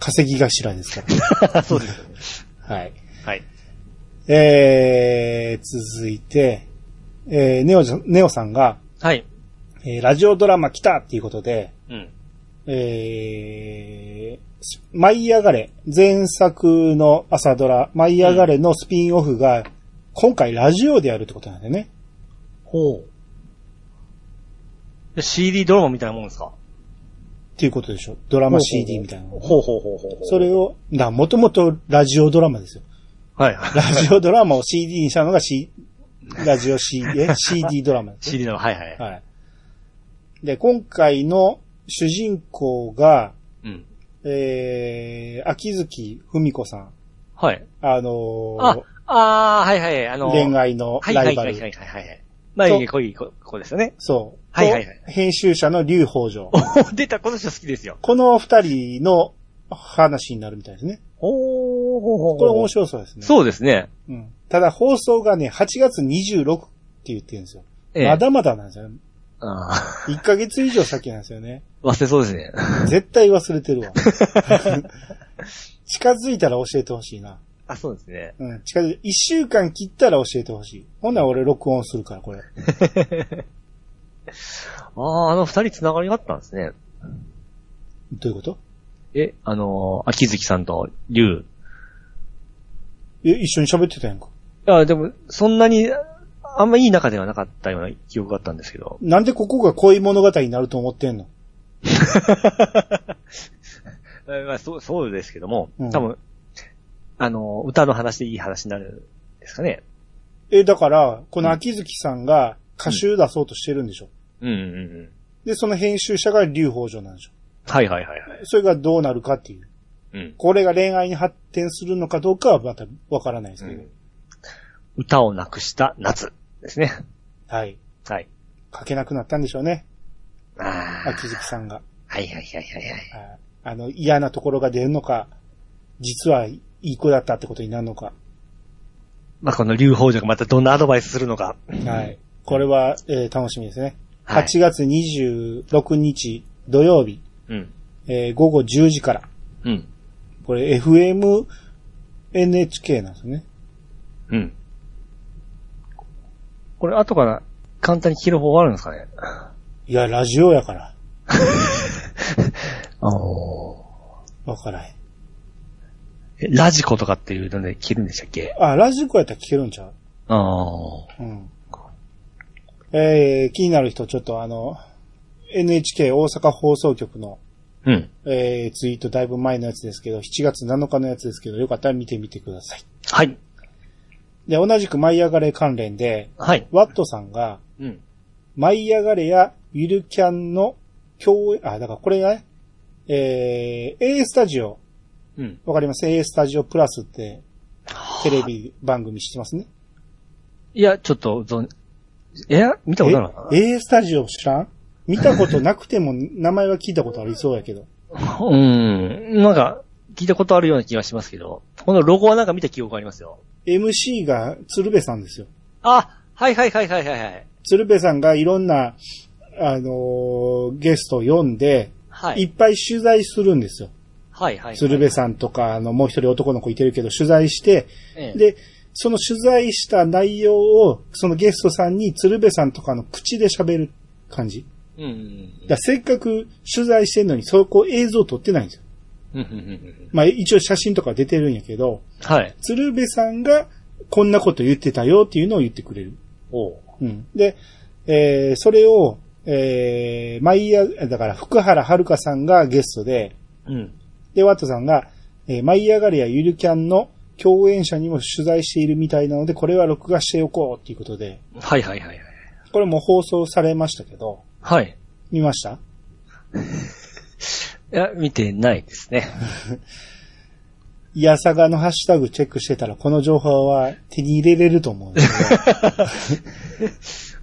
Speaker 1: 稼ぎ頭ですか
Speaker 2: (laughs) そうですよね。
Speaker 1: ら。はい。
Speaker 2: はい。
Speaker 1: えー、続いて、えー、ネオじゃ、ネオさんが、
Speaker 2: はい。
Speaker 1: えーラジオドラマ来たっていうことで、
Speaker 2: うん。
Speaker 1: えー、舞い上がれ、前作の朝ドラ、舞い上がれのスピンオフが、今回ラジオでやるってことなんだよね。
Speaker 2: ほう。CD ドラマみたいなもんですか
Speaker 1: っていうことでしょ。ドラマ CD みたいなの。
Speaker 2: ほうほうほうほうほう。
Speaker 1: それを、だ、もともとラジオドラマですよ。
Speaker 2: はい。
Speaker 1: ラ
Speaker 2: (laughs)
Speaker 1: ジオドラマを CD にしたのが C、ラジオ CD、え CD ドラマですね
Speaker 2: CD ドラマ、はいはい。
Speaker 1: はい。で、今回の主人公が、
Speaker 2: うん。
Speaker 1: えー、秋月文子さん。
Speaker 2: はい。
Speaker 1: あの
Speaker 2: あ
Speaker 1: ー、
Speaker 2: あー、はいはい。あの、
Speaker 1: 恋愛の
Speaker 2: はいは
Speaker 1: ライ
Speaker 2: い
Speaker 1: バ
Speaker 2: はい
Speaker 1: ル。
Speaker 2: はいはいはい。まあ、
Speaker 1: と
Speaker 2: いい子いい子子ですよね。 (laughs)
Speaker 1: そう。
Speaker 2: はいはいはい
Speaker 1: と編集者の劉宝城。
Speaker 2: お出た、この人好きですよ。
Speaker 1: この二人の話になるみたいですね。
Speaker 2: ほうほうほう
Speaker 1: これ面白そうですね。
Speaker 2: そうですね。
Speaker 1: う。ん。ただ放送がね、8月26って言ってるんですよ。
Speaker 2: ええ
Speaker 1: まだまだなんですよね。
Speaker 2: あ
Speaker 1: 1ヶ月以上先なんですよね。
Speaker 2: ー (laughs) 忘れそうですね。
Speaker 1: 絶対忘れてるわ。 (laughs) 近づいたら教えてほしいな。
Speaker 2: あ、そうですね。
Speaker 1: うん、近づい、一週間切ったら教えてほしい。ほんなら俺録音するから、これ。
Speaker 2: ああ、あの二人繋がりがあったんですね。
Speaker 1: どういうこと
Speaker 2: え、あのー、秋月さんと龍。
Speaker 1: え、一緒に喋ってたやんか。
Speaker 2: あでも、そんなに、あんまいい仲ではなかったような記憶があったんですけど。
Speaker 1: なんでここが恋物語になると思ってんの
Speaker 2: え (laughs) まあ、そう、そうですけども、
Speaker 1: うん
Speaker 2: 多分、あのー、歌の話でいい話になるんですかね。
Speaker 1: え、だから、この秋月さんが歌集出そうとしてるんでしょ。
Speaker 2: うんうんうん。
Speaker 1: で、その編集者が劉宝城なんでしょ。
Speaker 2: はいはいはいはい。
Speaker 1: それがどうなるかっていう。
Speaker 2: うん。
Speaker 1: これが恋愛に発展するのかどうかはまたわからないですけど。
Speaker 2: 歌をなくした夏ですね。
Speaker 1: はい。
Speaker 2: はい。
Speaker 1: 書けなくなったんでしょうね。
Speaker 2: ああ。
Speaker 1: 秋月さんが。
Speaker 2: はいはいはいはいはい。
Speaker 1: ああの、嫌なところが出るのか、実はいい子だったってことになるのか。
Speaker 2: まあ、この竜宝女がまたどんなアドバイスするのか。
Speaker 1: はい。これは、えー楽しみですね。
Speaker 2: はい
Speaker 1: 8月26日土曜日、
Speaker 2: うん。
Speaker 1: えー午後10時から。
Speaker 2: うん。
Speaker 1: これ FM NHK なんですね。
Speaker 2: うん。これ、後から簡単に聞ける方法あるんですかね
Speaker 1: いや、ラジオやから。
Speaker 2: あの
Speaker 1: わからへん。
Speaker 2: ー、えラジコとかっていうので聞けるんでしたっけ
Speaker 1: あ、ラジコやったら聞けるんちゃう
Speaker 2: あ
Speaker 1: う
Speaker 2: あ。
Speaker 1: ん。えー、気になる人、ちょっとあの、NHK 大阪放送局の、
Speaker 2: うん。
Speaker 1: えー、ツイートだいぶ前のやつですけど、7月7日のやつですけど、よかったら見てみてください。
Speaker 2: はい。
Speaker 1: で、同じく舞い上がれ関連で、
Speaker 2: はい。
Speaker 1: ワットさんが、
Speaker 2: うん。
Speaker 1: 舞い上がれやゆるキャンの共演、あ、だからこれがね、えー、A スタジオ、
Speaker 2: うん。
Speaker 1: わかります ?A スタジオプラスって、テレビ番組知ってますね。
Speaker 2: いや、ちょっと、ぞん、え、見たことあるのかな
Speaker 1: え A スタジオ知らん見たことなくても名前は聞いたことありそうやけど。
Speaker 2: うん。なんか、聞いたことあるような気がしますけど、このロゴはなんか見た記憶がありますよ。
Speaker 1: MC が鶴瓶さんですよ。
Speaker 2: あ、はいはいはいはいはいはい。
Speaker 1: 鶴瓶さんがいろんな、あのーゲストを呼んで、、
Speaker 2: はいい。
Speaker 1: っぱい取材するんですよ。
Speaker 2: はいはい。
Speaker 1: 鶴瓶さんとか、あの、もう一人男の子いてるけど、取材して、
Speaker 2: ええ、
Speaker 1: で、その取材した内容を、そのゲストさんに鶴瓶さんとかの口で喋る感じ。
Speaker 2: うんうん
Speaker 1: だからせっかく取材してんのに、そこ映像撮ってないんですよ。
Speaker 2: うん。うんうんうんうん
Speaker 1: まあ一応写真とか出てるんやけど、
Speaker 2: はい。
Speaker 1: 鶴瓶さんがこんなこと言ってたよっていうのを言ってくれる。
Speaker 2: おう
Speaker 1: うん。で、えー、それを、えー、毎夜、だから福原遥さんがゲストで、
Speaker 2: うん。
Speaker 1: で、ワットさんが、えー、舞い上がれやゆるキャンの共演者にも取材しているみたいなので、これは録画しておこうっていうことで、
Speaker 2: はいはいはいはい。
Speaker 1: これも放送されましたけど、
Speaker 2: はい。
Speaker 1: 見ました
Speaker 2: いや、見てないですね。
Speaker 1: いやさがのハッシュタグチェックしてたら、この情報は手に入れれると (laughs) 思うんです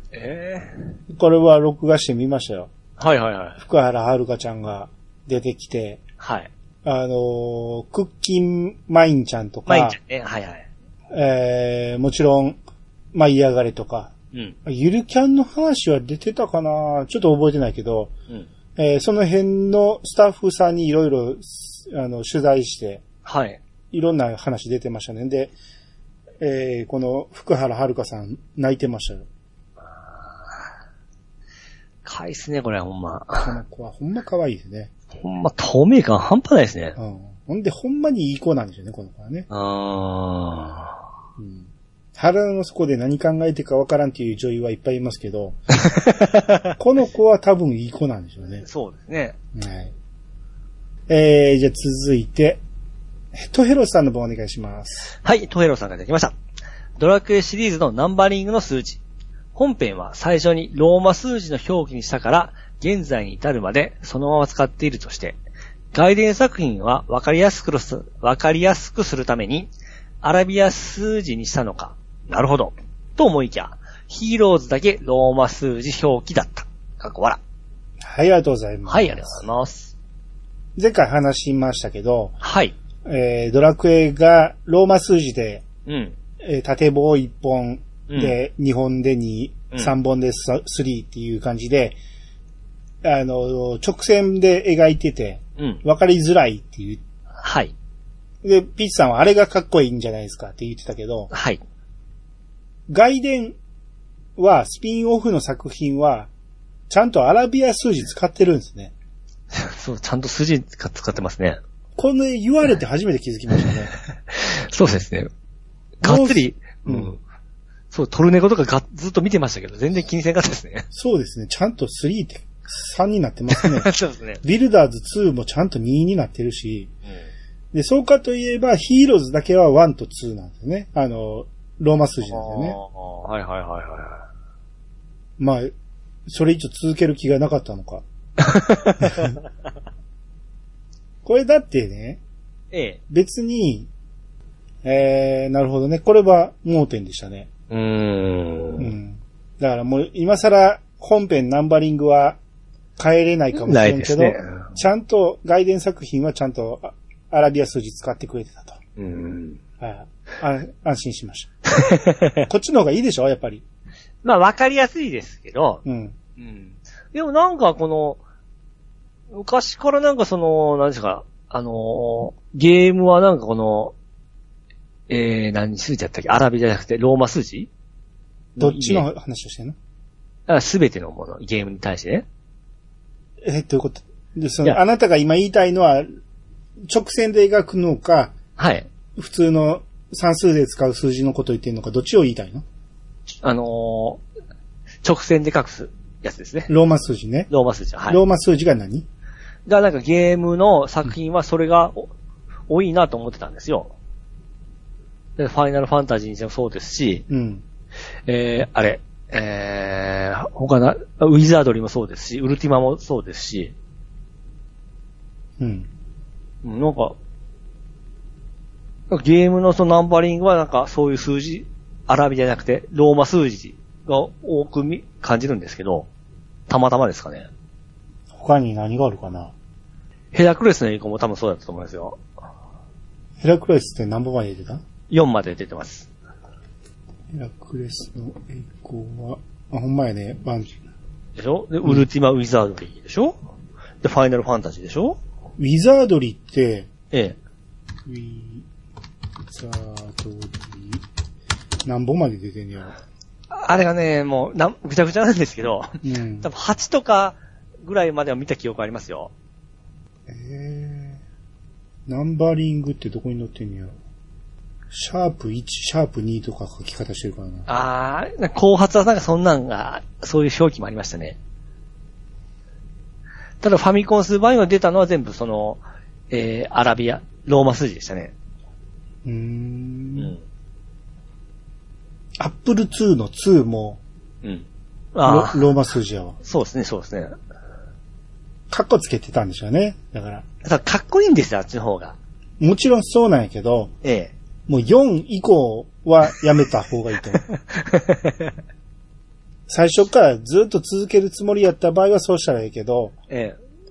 Speaker 1: け
Speaker 2: (laughs) ええ
Speaker 1: どこれは録画してみましたよ。
Speaker 2: はいはいはい。
Speaker 1: 福原遥ちゃんが出てきて、
Speaker 2: はい。
Speaker 1: あのークッキンマインちゃんと
Speaker 2: まあいいん
Speaker 1: か
Speaker 2: じ、ゃね。はいはい。
Speaker 1: えー、もちろん、舞い上がれとか、
Speaker 2: うん。
Speaker 1: ゆるキャンの話は出てたかなちょっと覚えてないけど、
Speaker 2: うん。
Speaker 1: えーその辺のスタッフさんにいろいろ、あの、取材して、
Speaker 2: はい。
Speaker 1: いろんな話出てましたね。で、えー、この福原遥さん泣いてましたよ。
Speaker 2: かいっすね、これ、ほんま。
Speaker 1: この子はほんま可愛いですね。
Speaker 2: ほんま、透明感半端ないですね。
Speaker 1: うん。ほんで、ほんまにいい子なんですよね、この子はね。
Speaker 2: あ
Speaker 1: うん。腹の底で何考えてかわからんっていう女優はいっぱいいますけど、この子は多分いい子なんでしょうね
Speaker 2: ー。。そうですね。
Speaker 1: はい。えー、じゃあ続いて、ヘトヘロスさんの方お願いします。
Speaker 2: はい、トヘロさんがいただきました。ドラクエシリーズのナンバリングの数字。本編は最初にローマ数字の表記にしたから、現在に至るまでそのまま使っているとして、外伝作品はわかりやすくす、わかりやすくするために、アラビア数字にしたのか。なるほど。と思いきや、ヒーローズだけローマ数字表記だった。かっこ笑。
Speaker 1: はい、ありがとうございます。
Speaker 2: はい、ありがとうございます。
Speaker 1: 前回話しましたけど、
Speaker 2: はい。
Speaker 1: えー、ドラクエがローマ数字で、
Speaker 2: うん。
Speaker 1: えー縦棒1本で、2本で2、
Speaker 2: うん
Speaker 1: 3本で3っていう感じで、あの、直線で描いてて、
Speaker 2: うん。
Speaker 1: 分かりづらいっていう。
Speaker 2: はい。
Speaker 1: で、ピッチさんはあれがかっこいいんじゃないですかって言ってたけど、
Speaker 2: はい。
Speaker 1: 外伝は、スピンオフの作品は、ちゃんとアラビア数字使ってるんですね。
Speaker 2: そう、ちゃんと数字使ってますね。
Speaker 1: この言われて初めて気づきましたね。
Speaker 2: そうですね。がっつり、
Speaker 1: う。
Speaker 2: うんん。そう、トルネコとかがずっと見てましたけど、全然気にせんかったですね
Speaker 1: そうですね。ちゃんと3って3になってますね。
Speaker 2: (laughs)
Speaker 1: (laughs)
Speaker 2: そうですね。
Speaker 1: ビルダーズ2もちゃんと2になってるし、で、そうかといえば、ヒーローズだけは1と2なんですね。あの、ローマ数字
Speaker 2: あ
Speaker 1: なんですよね。
Speaker 2: あはいはいはいは
Speaker 1: まあ、それ以上続ける気がなかったのか。これだってね、
Speaker 2: い。ええ。
Speaker 1: 別に、えー、なるほどね。これは盲点でしたね。
Speaker 2: う
Speaker 1: う
Speaker 2: ーん。
Speaker 1: ん。だからもう今更本編ナンバリングは変えれないかもしれんけど、
Speaker 2: ないですね
Speaker 1: ちゃんと外伝作品はちゃんとあアラビア数字使ってくれてたと。
Speaker 2: うん。
Speaker 1: はい。あ安心しま
Speaker 2: (laughs)
Speaker 1: した。こっちの方がいいでしょやっぱり。
Speaker 2: まあ、わかりやすいですけど、
Speaker 1: うん。
Speaker 2: うん。でもなんかこの、昔からなんかその、何ですか、あのー、ゲームはなんかこの、えー、何数字だったっけアラビじゃなくてローマ数字
Speaker 1: どっちの話をしてんの
Speaker 2: すべてのもの、ゲームに対してね。
Speaker 1: えー、どういうことでそ
Speaker 2: い
Speaker 1: の
Speaker 2: や
Speaker 1: あなたが今言いたいのは、直線で描くのか、
Speaker 2: はい。
Speaker 1: 普通の算数で使う数字のことを言ってるのか、どっちを言いたいの
Speaker 2: あのー直線で書くすやつですね。
Speaker 1: ローマ数字ね。
Speaker 2: ローマ数字は。はい。
Speaker 1: ローマ数字が何
Speaker 2: が、なんかゲームの作品はそれがお多いなと思ってたんですよ。でファイナルファンタジーにしてもそうですし、
Speaker 1: うん。
Speaker 2: えー、あれ、えー、他な、ウィザードリーもそうですし、ウルティマもそうですし、
Speaker 1: うん。
Speaker 2: うんなんか、なんかゲームのそのナンバリングはなんかそういう数字、アラビじゃなくて、ローマ数字が多くみ感じるんですけど、たまたまですかね。
Speaker 1: 他に何があるかな
Speaker 2: ヘラクレスの栄光も多分そうだったと思いますよ。
Speaker 1: ヘラクレスって何本まで出てた
Speaker 2: 4まで出てます。
Speaker 1: ヘラクレスの栄光は、あ、ほんまやね、ワン、ウ
Speaker 2: でしょで、ウルティマ・ウィザードリーでしょで、ファイナルファンタジーでしょ
Speaker 1: ィザードリーって、
Speaker 2: ええ。
Speaker 1: ウィザードリー、何本まで出てんねやろ。
Speaker 2: あれがね、もう、なん、ぐちゃぐちゃなんですけど、
Speaker 1: うん
Speaker 2: 多。分8とかぐらいまでは見た記憶ありますよ。
Speaker 1: えー、ナンバリングってどこに載ってんねやろ。シャープ1、シャープ2とか書き方してるからな。
Speaker 2: あー、後発はなんかそんなんが、そういう表記もありましたね。ただファミコンスーバイオに出たのは全部その、えー、アラビア、ローマ数字でしたね。
Speaker 1: うー。
Speaker 2: うんん。
Speaker 1: アップル2の2も
Speaker 2: うん。
Speaker 1: ロ
Speaker 2: あ、ー、
Speaker 1: ローマ数字やわ。
Speaker 2: そうですね、そうですね。
Speaker 1: カッコつけてたんでしょうね。だから。
Speaker 2: だからかっこいいんですよ、あっちの方が。
Speaker 1: もちろんそうなんやけど、
Speaker 2: ええ。
Speaker 1: もう4以降はやめた方がいいと思
Speaker 2: (laughs)
Speaker 1: う。最初からずっと続けるつもりやった場合はそうしたらいいけど、
Speaker 2: ええ。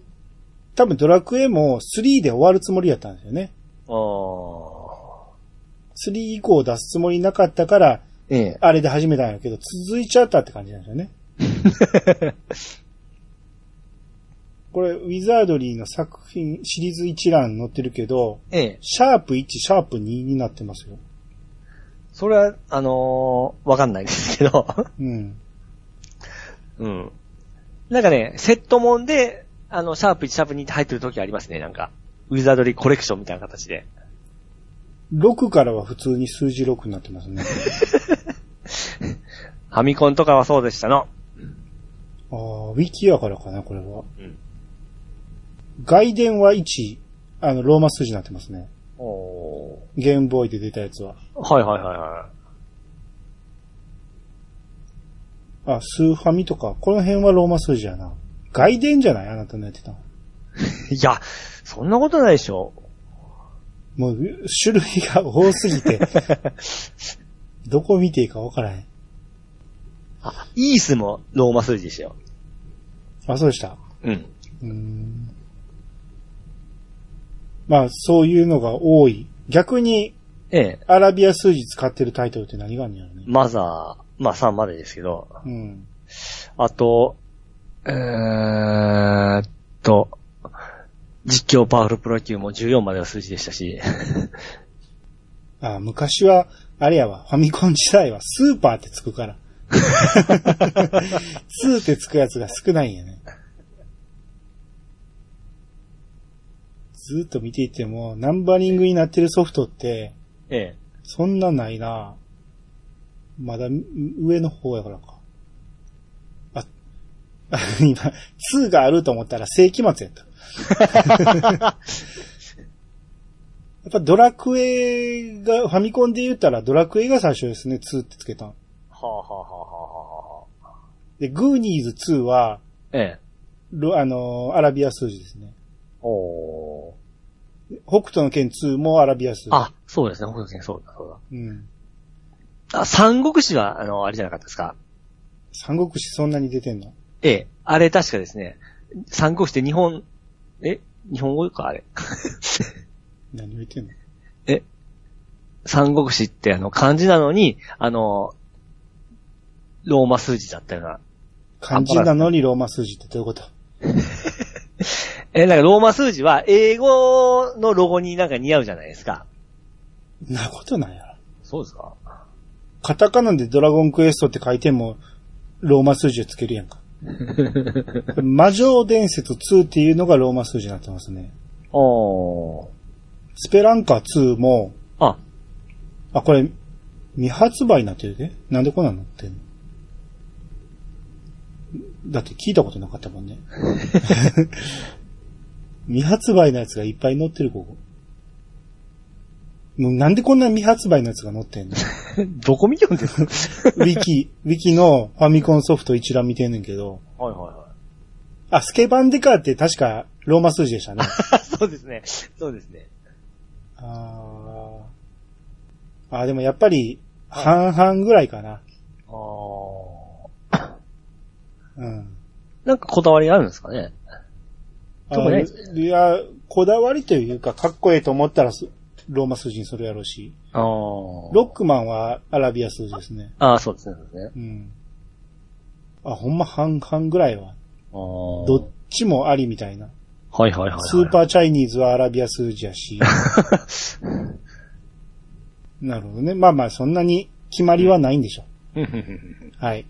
Speaker 1: 多分ドラクエも3で終わるつもりやったんですよね。
Speaker 2: あ
Speaker 1: 3以降出すつもりなかったから、
Speaker 2: ええ。
Speaker 1: あれで始めたんやけど、続いちゃったって感じなんですよね。これ、ウィザードリーの作品、シリーズ一覧載ってるけど、
Speaker 2: (laughs) ええ。
Speaker 1: シャープ1、シャープ2になってますよ。
Speaker 2: それは、あのーわかんないですけど。
Speaker 1: うん。
Speaker 2: うん。なんかね、セットもんで、あの、シャープ1、シャープ2って入ってる時ありますね、なんか。ウィザードリーコレクションみたいな形で。
Speaker 1: 6からは普通に数字6になってますね。
Speaker 2: ファミコンとかはそうでしたの。
Speaker 1: ああ、ウィキやからかな、これは。
Speaker 2: うん
Speaker 1: 外伝は1、あの、ローマ数字になってますね。
Speaker 2: おー。
Speaker 1: ゲームボーイで出たやつは。
Speaker 2: はいはいはいは
Speaker 1: あ、スーファミとか、この辺はローマ数字やな。外伝じゃないあなたのやってたの。
Speaker 2: い。いや、そんなことないでし (laughs) ょ。
Speaker 1: もう、種類が多す
Speaker 2: (laughs)
Speaker 1: ぎて、どこ見ていいかわからへん。
Speaker 2: あ、イースもローマ数字でしたよ。
Speaker 1: あ、そうでした。
Speaker 2: うん。
Speaker 1: うーんまあ、そういうのが多い。逆に、
Speaker 2: ええ。
Speaker 1: アラビア数字使ってるタイトルって何があるんやろね。
Speaker 2: マザー、まあ3までですけど。
Speaker 1: うん。
Speaker 2: あと、えーっと、実況パワフルプロ野球も14までの数字でした (laughs) し。
Speaker 1: あ昔は、あれやわ、ファミコン時代はスーパーってつくから。スーってつくやつが少ないんやね。ずーっと見ていても、ナンバリングになってるソフトって、
Speaker 2: ええ。
Speaker 1: そんなないなまだん上の方やからか。あ、あ (laughs) 今、2があると思ったら世紀末やった。 (laughs) やっぱドラクエが、ファミコンで言ったらドラクエが最初ですね、2ってつけたん。
Speaker 2: はあはあはあはあはあ。
Speaker 1: で、グーニーズ2は、
Speaker 2: ええ。
Speaker 1: ロあのーアラビア数字ですね。
Speaker 2: おー。
Speaker 1: 北斗の剣2もアラビア数字。
Speaker 2: あ、そうですね、北斗ですね、そうだ、そう
Speaker 1: うん。
Speaker 2: だ。あ、三国志は、あの、あれじゃなかったですか
Speaker 1: 三国志そんなに出てんの
Speaker 2: ええ。あれ確かですね、三国志って日本、え日本語か、あれ。 (laughs)
Speaker 1: 何を言ってんの
Speaker 2: 三国志ってあの、漢字なのに、あの、ローマ数字だったような。
Speaker 1: 漢字なのにローマ数字ってどういうこと
Speaker 2: え、なんかローマ数字は英語のロゴになんか似合うじゃないですか。
Speaker 1: なことないやろ。
Speaker 2: そうですか
Speaker 1: カタカナでドラゴンクエストって書いても、ローマ数字をつけるやんか。魔女伝説2っていうのがローマ数字になってますね。
Speaker 2: おー。
Speaker 1: スペランカ2も、
Speaker 2: あ、
Speaker 1: あ、これ、未発売になってるね。なんでこんなんなってんのだって聞いたことなかったもんね。未発売のやつがいっぱい載ってる、ここ。もうなんでこんな未発売のやつが載ってんの
Speaker 2: どこ見てるんです (laughs) か
Speaker 1: ウィキ、ウィキのファミコンソフト一覧見てんねんけど、
Speaker 2: はいはいは
Speaker 1: あ、スケバンデカって確かローマ数字でした
Speaker 2: (laughs)
Speaker 1: ね。
Speaker 2: い。そうですね。そうですね。
Speaker 1: あーあー、でもやっぱり半々ぐらいかな。
Speaker 2: あー。
Speaker 1: うん。
Speaker 2: なんかこだわりあるんですかね
Speaker 1: あ
Speaker 2: でもね
Speaker 1: ーいや、こだわりというか、かっこええと思ったらすローマ数字にするやろうし、
Speaker 2: あー。
Speaker 1: ロックマンはアラビア数字ですね。
Speaker 2: ああ、そうですね。そうですね
Speaker 1: うん。あ、ほんま半々ぐらいは。
Speaker 2: あー
Speaker 1: どっちもありみたいな。
Speaker 2: はいはいはい、はい。
Speaker 1: スーパーチャイニーズはアラビア数字や
Speaker 2: (laughs)
Speaker 1: し。なるほどね。まあまあ、そんなに決まりはないんでしょ
Speaker 2: ー。
Speaker 1: う。はい。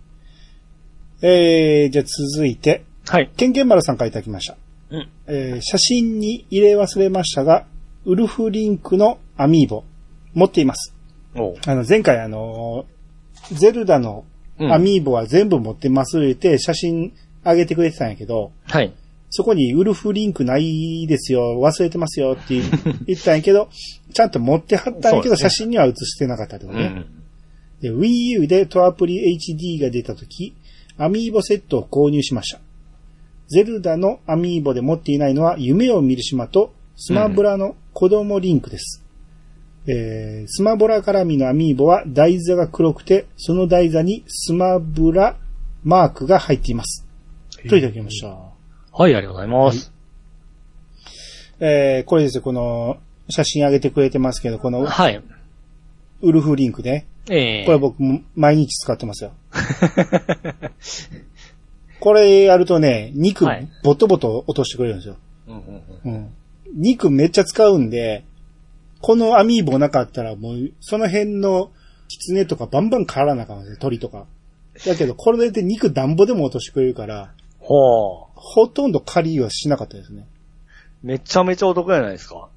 Speaker 1: えー、じゃあ続いて、
Speaker 2: (laughs) はい。
Speaker 1: ケンケンマルさんからいただきました。
Speaker 2: うん
Speaker 1: えー写真に入れ忘れましたが、ウルフリンクのアミーボ、持っています。
Speaker 2: おう。
Speaker 1: あの、前回あのーゼルダの
Speaker 2: うん
Speaker 1: アミーボは全部持ってます言って写真上げてくれてたんやけど、
Speaker 2: はい。
Speaker 1: そこにウルフリンクないですよ、忘れてますよって言ったんやけど、ちゃんと持ってはったんやけ
Speaker 2: そうで
Speaker 1: ど、
Speaker 2: す
Speaker 1: 写
Speaker 2: ね
Speaker 1: 真には写してなかったって
Speaker 2: う
Speaker 1: ことね。
Speaker 2: ん。
Speaker 1: で Wii U でトアプリ HD が出た時、アミーボセットを購入しました。ゼルダのアミーボで持っていないのは、夢を見る島とスマブラの子供リンクです。えー、スマブラ絡みのアミーボは台座が黒くて、その台座にスマブラマークが入っています。といただきました。
Speaker 2: はい、ありがとうございます。
Speaker 1: えー、これですよ、この、写真上げてくれてますけど、この
Speaker 2: はい。
Speaker 1: ウルフリンクね。
Speaker 2: ええ
Speaker 1: これ僕も毎日使ってますよ。これやるとね、肉
Speaker 2: はい
Speaker 1: ボトボト落としてくれるんですよ。
Speaker 2: (laughs) うんうんうん
Speaker 1: うん。肉めっちゃ使うんで、このアミーボなかったらもう、その辺の狐とかバンバン狩らなあかんわね、鳥とか。だけど、これで肉なんぼでも落としてくれるから、
Speaker 2: ほう。
Speaker 1: ほとんど狩りはしなかったですね。
Speaker 2: めちゃめちゃお得じゃないですか。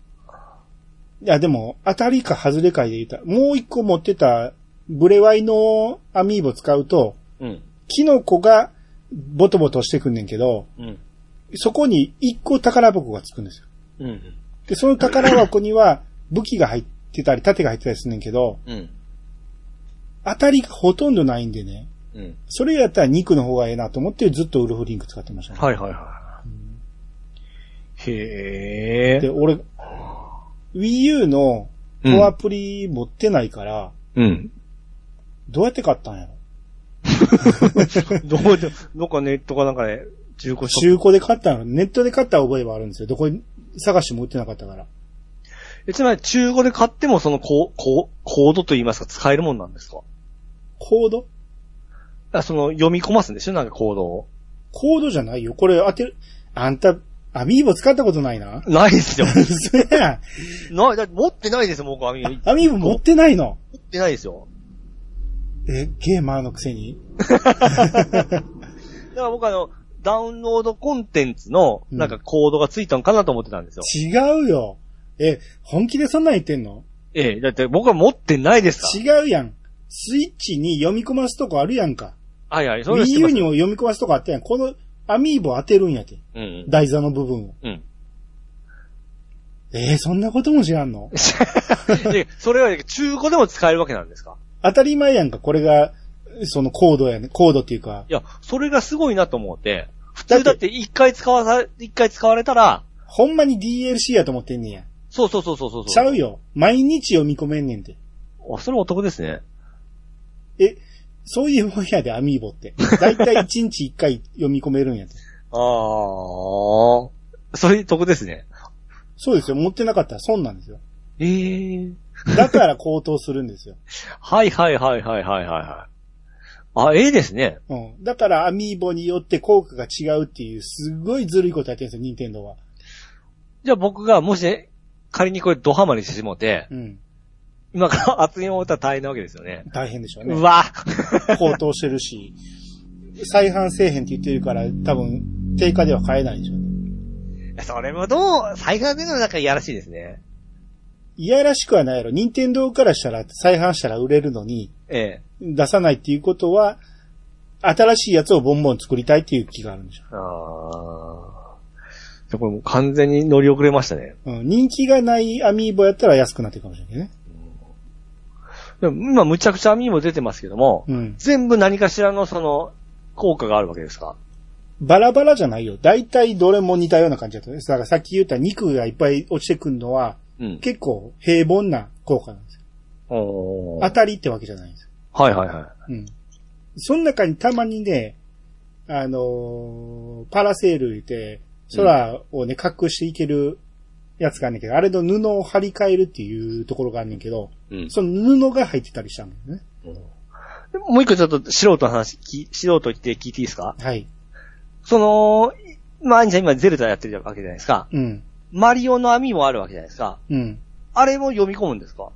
Speaker 1: いや、でも、当たりか外れかで言ったら、もう一個持ってた、ブレワイのアミーボ使うと、
Speaker 2: うん。
Speaker 1: キノコがボトボトしてくんねんけど、
Speaker 2: うん。
Speaker 1: そこに一個宝箱がつくんですよ。
Speaker 2: うん。
Speaker 1: で、その宝箱には武器が入ってたり、盾が入ってたりするねんけど、
Speaker 2: うん。
Speaker 1: 当たりがほとんどないんでね、
Speaker 2: うん。
Speaker 1: それやったら肉の方がええなと思ってずっとウルフリンク使ってましたね。
Speaker 2: はいはいはい。へ
Speaker 1: で、
Speaker 2: え。
Speaker 1: 俺、Wii U のコアプリ持ってないから、
Speaker 2: うん。
Speaker 1: どうやって買ったんやろ
Speaker 2: (laughs) どこで、どっかネットかなんかで、中古ショッ
Speaker 1: 中古で買ったのネットで買った覚えはあるんですよ。どこに探しても売ってなかったから。
Speaker 2: プ。えつまり中古で買ってもそのコココードといいますか使えるもんなんですか
Speaker 1: コード
Speaker 2: あその読み込ますんでしょなんかコードを。
Speaker 1: コードじゃないよ。これ当てる。あんた、アミーボ使ったことない
Speaker 2: (laughs)
Speaker 1: な
Speaker 2: ないですよ。
Speaker 1: 嘘やん
Speaker 2: ない、だって持ってないですよ、僕、アミーボ。
Speaker 1: アミーボ持ってないの
Speaker 2: 持ってないですよ。
Speaker 1: え、ゲーマーのくせに
Speaker 2: だから僕あの、ダウンロードコンテンツの、なんかコードがついたのかなと思ってたんですよ。
Speaker 1: 違うよ。え、本気でそんなん言ってんの
Speaker 2: ええ、だって僕は持ってないですか
Speaker 1: 違うやん。スイッチに読み込ますとこあるやんか。
Speaker 2: ら。はいはい、そ
Speaker 1: Wii
Speaker 2: れは知って
Speaker 1: U
Speaker 2: ます
Speaker 1: にも読み込ますとこあったやん。このアミーボ当てるんやて。
Speaker 2: うん (laughs) うん。
Speaker 1: 台座の部分を。
Speaker 2: うん。
Speaker 1: えー、そんなことも知らんの
Speaker 2: で、それは中古でも使えるわけなんですか
Speaker 1: 当たり前やんか、これが、そのコードやね。コードっていうか、
Speaker 2: いや、それがすごいなと思って、普通だって一回使わさ、一回使われたら、
Speaker 1: ほんまに DLC やと思ってんねや。
Speaker 2: そうそうそうそうそう。
Speaker 1: ちゃうよ。毎日読み込めんねんて。
Speaker 2: あ、それお得ですね。
Speaker 1: え、そういうもんやで、アミーボって。だいたい1日1回読み込めるんやて。
Speaker 2: ああ。それ得ですね。
Speaker 1: そうですよ。持ってなかったら損なんですよ。
Speaker 2: ええ
Speaker 1: だから高騰するんですよ。
Speaker 2: はいはいはいはいはいはいはい。あ、ええですね。
Speaker 1: うん。だからアミーボによって効果が違うっていう、すごいずるいことやってるんですよ、任天堂は。
Speaker 2: じゃあ僕がもしね、仮にこれドハマりしてしもうて、
Speaker 1: うん。
Speaker 2: 今から厚みを持ったら大変なわけですよね。
Speaker 1: 大変でしょうね
Speaker 2: う。わ
Speaker 1: 高騰してるし、再販せえへんって言ってるから、多分、定価では買えないでしょうね。
Speaker 2: (laughs) それもどう、最初でのなんかいやらしいですね。
Speaker 1: いやらしくはないやろ。任天堂からしたら、再販したら売れるのに、
Speaker 2: ええ。
Speaker 1: 出さないっていうことは、新しいやつをボンボン作りたいっていう気があるんでしょ
Speaker 2: ああ。これもう完全に乗り遅れましたね。
Speaker 1: う。うん。人気がないアミーボやったら安くなってるかもしれないけどね。
Speaker 2: でも今むちゃくちゃ網も出てますけども、
Speaker 1: うん。
Speaker 2: 全部何かしらのその、効果があるわけですか
Speaker 1: バラバラじゃないよ。大体どれも似たような感じだったね。だからさっき言った肉がいっぱい落ちてくるのは、
Speaker 2: うん。
Speaker 1: 結構平凡な効果なんですよ。
Speaker 2: お
Speaker 1: 当
Speaker 2: ー
Speaker 1: たりってわけじゃないんですよ。
Speaker 2: はいはいはい。
Speaker 1: うん。その中にたまにね、あのーパラセール言って、空をね、隠していけるやつがあんねんけど、あれの布を張り替えるっていうところがあんねんけど、
Speaker 2: うん
Speaker 1: その布が入ってたりしたんだよね。
Speaker 2: でもう一個ちょっと素人の話、き素人って聞いていいですか
Speaker 1: はい。
Speaker 2: その、まあ、兄ちゃん今ゼルダやってるわけじゃないですか。
Speaker 1: うん。
Speaker 2: マリオの網もあるわけじゃないですか。
Speaker 1: うん。
Speaker 2: あれも読み込むんですか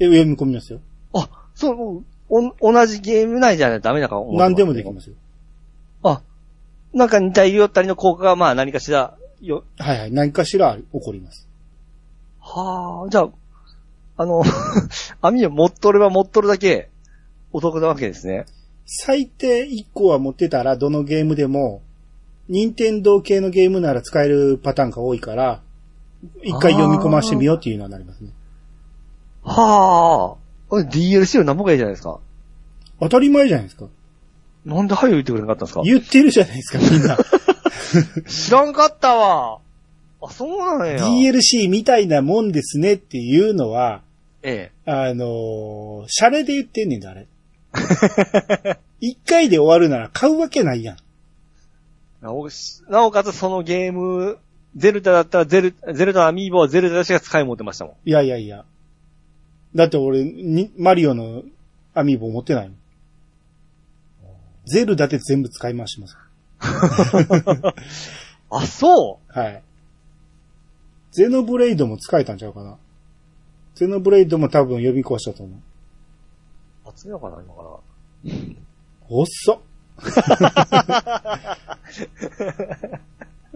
Speaker 1: え、読み込みますよ。
Speaker 2: あ、そうもう、お、同じゲーム内じゃダメだから。
Speaker 1: 何でもできますすよ。
Speaker 2: あ、なんか似たり寄ったりの効果がまあ何かしら、よ、
Speaker 1: はいはい。何かしら起こります。
Speaker 2: はあ、じゃあ、あの、 (laughs) 網を持っとれば持っとるだけ、お得なわけですね。
Speaker 1: 最低1個は持ってたら、どのゲームでも、任天堂系のゲームなら使えるパターンが多いから、一回読み込ましてみようっていうのはなりますね。
Speaker 2: はあ、これ DLC を何もがいいじゃないですか。
Speaker 1: 当たり前じゃないですか。
Speaker 2: なんで早く言ってくれなかったんですか
Speaker 1: 言ってるじゃないですか、みんな。
Speaker 2: 知らんかったわ。あ、そうなんや。
Speaker 1: DLC みたいなもんですねっていうのは、
Speaker 2: え
Speaker 1: あのー、シャレで言ってんねんだ、あれ。一回で終わるなら買うわけないやん。
Speaker 2: え。なおしなおかつそのゲーム、ゼルダだったらゼル、ゼルダのアミーボはゼルダしか使い持ってましたもん。
Speaker 1: いやいやいや。だって俺、にマリオのアミーボ持ってないもん。ゼルだって全部使い回してます。
Speaker 2: (laughs) あ、そ
Speaker 1: はい。ゼノブレイドも使えたんちゃうかな。ゼノブレイドも多分呼び壊したと思う。
Speaker 2: 暑いのかな、今から。 (laughs)
Speaker 1: 遅っ。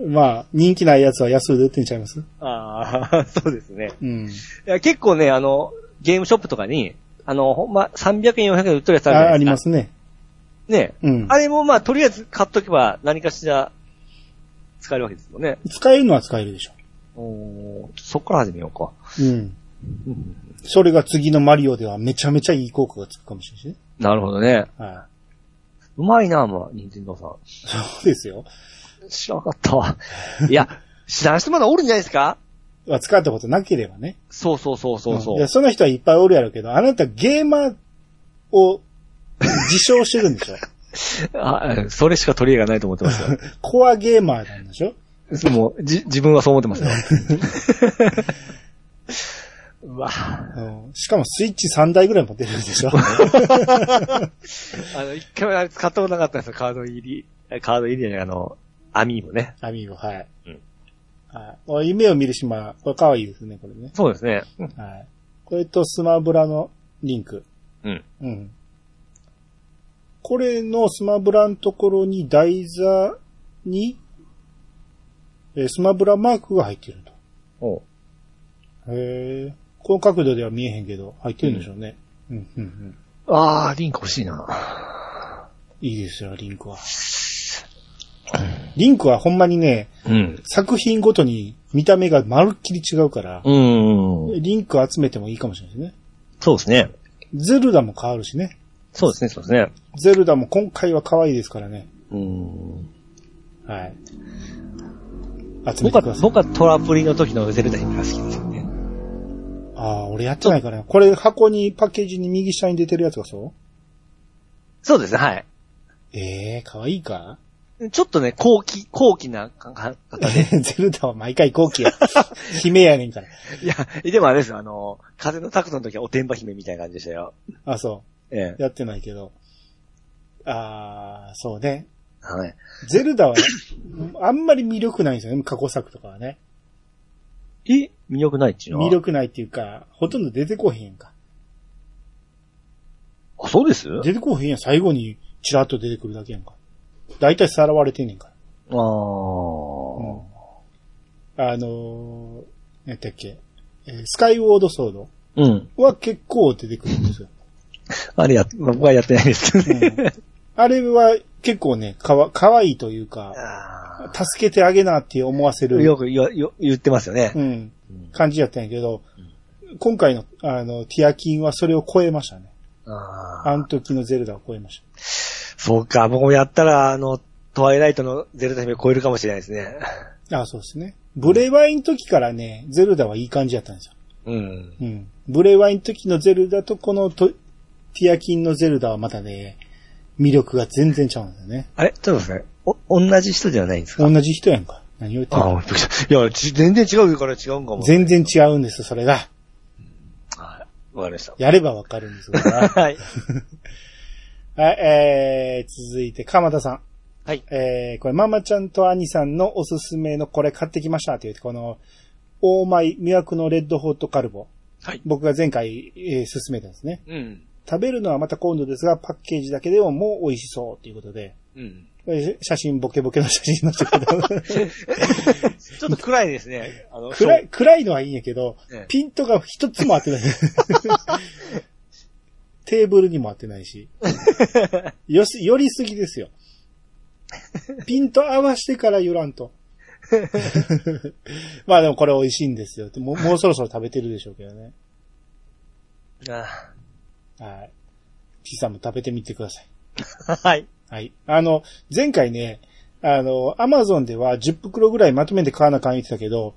Speaker 1: まあ、人気ないやつは安売で売ってんちゃいます
Speaker 2: ああ、 (laughs) そうですね。
Speaker 1: うん。
Speaker 2: いや結構ね、あの、ゲームショップとかに、あの、ほんま、300円、400円で売ってるやつあるじゃ
Speaker 1: あ
Speaker 2: な
Speaker 1: あ
Speaker 2: い
Speaker 1: り
Speaker 2: で
Speaker 1: ますすね。
Speaker 2: か。ね。
Speaker 1: うん
Speaker 2: あ。れもまあ、とりあえず買っとけば何かしら使えるわけですもんね。
Speaker 1: 使えるのは使えるでしょ。
Speaker 2: おーそっから始めようか。
Speaker 1: うん。それが次のマリオではめちゃめちゃいい効果がつくかもしれないしね。
Speaker 2: なるほどね。
Speaker 1: は
Speaker 2: うまいな、まあ、任天堂さん。
Speaker 1: い。そうですよ。
Speaker 2: 知らなかったわ。いや、知らん人まだおるんじゃないですか
Speaker 1: は使ったことなければね。
Speaker 2: そうそうそうそうそ
Speaker 1: ん
Speaker 2: う。
Speaker 1: いや、その人はいっぱいおるやろうけど、あなたゲーマーを自称してるんで
Speaker 2: (laughs)
Speaker 1: しょ
Speaker 2: あそれしか取り柄がないと思ってますよ。
Speaker 1: コアゲーマーなんでしょ
Speaker 2: そうもう、じ、自分はそう思ってますよ。 (laughs) うわ
Speaker 1: うんしかもスイッチ3台ぐらい持ってるんでしょ
Speaker 2: あの、一回もあれ使ったことなかったんですよ、カード入り。えカード入りじゃない、あの、アミーボね。
Speaker 1: アミーゴ、はい。
Speaker 2: うん
Speaker 1: はいお夢を見る島、これ可愛いですね、これね。
Speaker 2: そうですね。
Speaker 1: はい。これとスマブラのリンク。
Speaker 2: うん。
Speaker 1: うん。これのスマブラのところに台座に、えースマブラマークが入ってると。
Speaker 2: おう
Speaker 1: へえ。この角度では見えへんけど、入ってるんでしょうね。うん、うん、うん。
Speaker 2: あー、リンク欲しいな。
Speaker 1: いいですよ、リンクは。リンクはほんまにね、
Speaker 2: うん。
Speaker 1: 作品ごとに見た目がまるっきり違うから、
Speaker 2: うん。
Speaker 1: リンク集めてもいいかもしれないですね。
Speaker 2: そうですね。
Speaker 1: ゼルダも変わるしね。
Speaker 2: そうですね、そうですね。
Speaker 1: ゼルダも今回は可愛いですからね。
Speaker 2: うん。
Speaker 1: はい。集めて
Speaker 2: 僕
Speaker 1: くだ、
Speaker 2: は
Speaker 1: さい。
Speaker 2: 僕はトラプリの時のゼルダ姫が好きですよね。
Speaker 1: ああ、俺やってないからね。これ箱に、パッケージに右下に出てるやつがそ
Speaker 2: そうですね、はい。
Speaker 1: うええー、可愛いか (laughs)
Speaker 2: ちょっとね、後期、後期な感 (laughs) が、
Speaker 1: ゼルダは毎回後期 (laughs) や。姫やねんから。
Speaker 2: いや、でもあれですよ、あの、風のタクトの時はおてんば姫みたいな感じでしたよ。
Speaker 1: あ、そ
Speaker 2: ええ
Speaker 1: う。。やってないけど。ああ、そうね。
Speaker 2: はい。
Speaker 1: ゼルダは、あんまり魅力ないんですよね。過去作とかはね。
Speaker 2: え魅力ないっちゅうのは
Speaker 1: 魅。力ないっていうか、ほとんど出てこへんやんか。
Speaker 2: あ、そうです
Speaker 1: 出てこへんやん。最後にチラッと出てくるだけやんか。だいたいさらわれてんねんから。
Speaker 2: あー。
Speaker 1: あのー、やったっけ、えースカイウォードソード
Speaker 2: うん。
Speaker 1: は結構出てくるんですよ。
Speaker 2: あれや、僕はやってないですけどね。
Speaker 1: あれは結構ね、かわ、かわいいというか、
Speaker 2: (laughs) あ
Speaker 1: 助けてあげなって思わせ
Speaker 2: ーよ
Speaker 1: る、
Speaker 2: く言よ言ってますよね
Speaker 1: う。ん、感じやったんやけど、今回の、あの、ティアキンはそれを超えましたね。
Speaker 2: あー
Speaker 1: あの時のゼルダを超えまし
Speaker 2: そうか、僕もやったら、あの、トワイライトのゼルダ姫を超えるかもしれないですね。
Speaker 1: た。あ、そうですね。ブレワイの時からね、ゼルダはいい感じやったんですよ。
Speaker 2: うん。
Speaker 1: うん。ブレワイの時のゼルダとこのとティアキンのゼルダはまたね、魅力が全然ちゃうんだよね。
Speaker 2: あれちょっと待ってください。お、同じ人ではないんですか
Speaker 1: 同じ人やんか。何を言ってん
Speaker 2: あ
Speaker 1: の
Speaker 2: あ、びっくりした。いや、ち全然違うから違うんかも。
Speaker 1: 全然違うんです、それが。
Speaker 2: はい。わかりました。
Speaker 1: やればわかるんです
Speaker 2: (laughs)
Speaker 1: が。
Speaker 2: はい。
Speaker 1: はい、えー、続いて、鎌田さん。
Speaker 2: はい。
Speaker 1: えー、これ、ママちゃんと兄さんのおすすめのこれ買ってきましたっていう、この、オーマイ魅惑のレッドホットカルボ。
Speaker 2: はい。
Speaker 1: 僕が前回、えー、勧めたんですね。
Speaker 2: うん。
Speaker 1: 食べるのはまた今度ですが、パッケージだけでももう美味しそうということで、
Speaker 2: うん。 (laughs)
Speaker 1: これ写真、ボケボケの写真なんですけど、
Speaker 2: ちょっと暗いですね。あの
Speaker 1: 暗い、暗いのはいいんやけど、
Speaker 2: ええ
Speaker 1: ピントが一つも合って
Speaker 2: (laughs)
Speaker 1: ない。テーブルにも合ってない
Speaker 2: (laughs)
Speaker 1: し。よし、寄りすぎですよ。ピント合わしてから寄らん
Speaker 2: (laughs)
Speaker 1: と。まあでもこれ美味しいんですよ。もうもうそろそろ食べてるでしょうけどね。
Speaker 2: そうあ
Speaker 1: はい。T さんも食べてみてください。
Speaker 2: ーはい。
Speaker 1: はい。あの、前回ね、あの、アマゾンでは10袋ぐらいまとめて買わなあかん言ってたけど、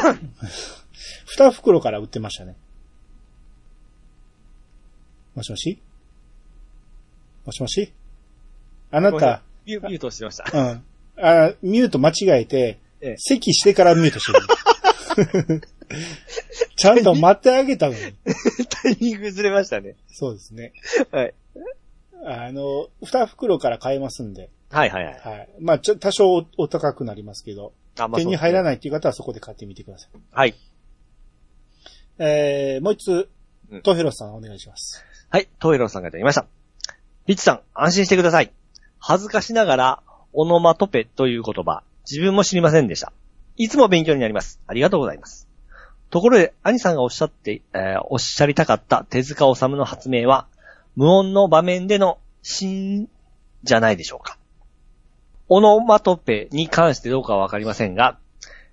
Speaker 1: ふ2袋から売ってましたね。もしもしもしもしあなた、
Speaker 2: ミュミュートしてました。 (laughs)
Speaker 1: うん。あ、ミュート間違えて、
Speaker 2: ええ
Speaker 1: 席してからミュートしてる。
Speaker 2: (laughs)
Speaker 1: ちゃんと待ってあげたのに。
Speaker 2: タイミングずれましたね。
Speaker 1: そうですね。
Speaker 2: はい。
Speaker 1: あの、2袋から買えますんで。
Speaker 2: はいはいはい。
Speaker 1: はい。まあ、ちょ、多少おお高くなりますけど、
Speaker 2: あん
Speaker 1: 手に入ら
Speaker 2: い。
Speaker 1: ないっていう方はそこで買ってみてください。
Speaker 2: はい。
Speaker 1: えー、もう一つ、
Speaker 2: うん
Speaker 1: トヘロさんお願いし
Speaker 2: (laughs)
Speaker 1: ます。
Speaker 2: はい、トイロさんがいただきました。リッチさん、安心してください。恥ずかしながら、オノマトペという言葉、自分も知りませんでした。いつも勉強になります。ありがとうございます。ところで、兄さんがおっしゃって、えーおっしゃりたかった手塚治虫の発明は、無音の場面でのシーンじゃないでしょうか。オノマトペに関してどうかはわかりませんが、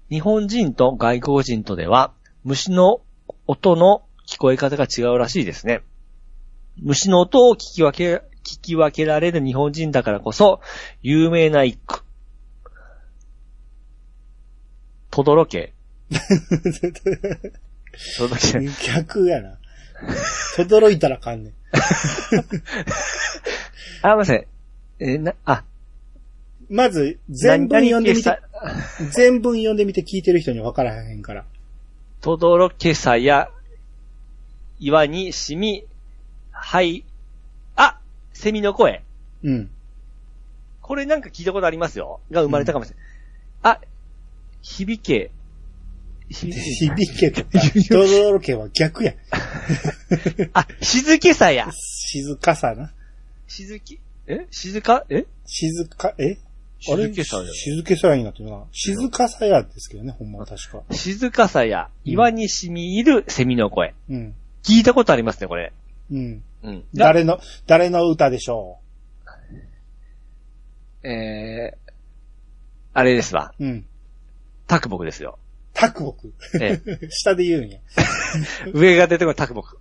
Speaker 2: 日本人と外国人とでは、虫の音の聞こえ方が違うらしいですね。虫の音を聞き分け、聞き分けられる日本人だからこそ、有名な一句。とどろけ。とどろけ。
Speaker 1: 逆やな。とどろいたらあかんねん。
Speaker 2: あ、ごめんなさい。えーな、あ、
Speaker 1: まず、全文
Speaker 2: 何
Speaker 1: 読んでみて
Speaker 2: 何、
Speaker 1: 全文読んでみて聞いてる人には分からへんから。
Speaker 2: とどろけさや、岩に染み、はい、あ、セミの声。
Speaker 1: うん。
Speaker 2: これなんか聞いたことありますよ。が生まれたかもしれない。あ、響け、響け、
Speaker 1: 響けとか、とどろけは逆や。
Speaker 2: あ、静けさや。
Speaker 1: 静かさな。
Speaker 2: 静き、え静か、え
Speaker 1: 静か、えあれ
Speaker 2: 静けさや。
Speaker 1: 静けさやになってるな。静かさやですけどね、ほんまは確か。
Speaker 2: 静かさや、岩に染み入るセミの声。
Speaker 1: うん。
Speaker 2: 聞いたことありますね、これ。
Speaker 1: うん。
Speaker 2: うん。
Speaker 1: 誰の、誰の歌でしょ
Speaker 2: えー、あれですわ。
Speaker 1: う。うん。
Speaker 2: タクボクですよ。
Speaker 1: タクボク。
Speaker 2: (laughs) ええ
Speaker 1: (laughs) 下で言うんや。
Speaker 2: 上が出てこるタクボク。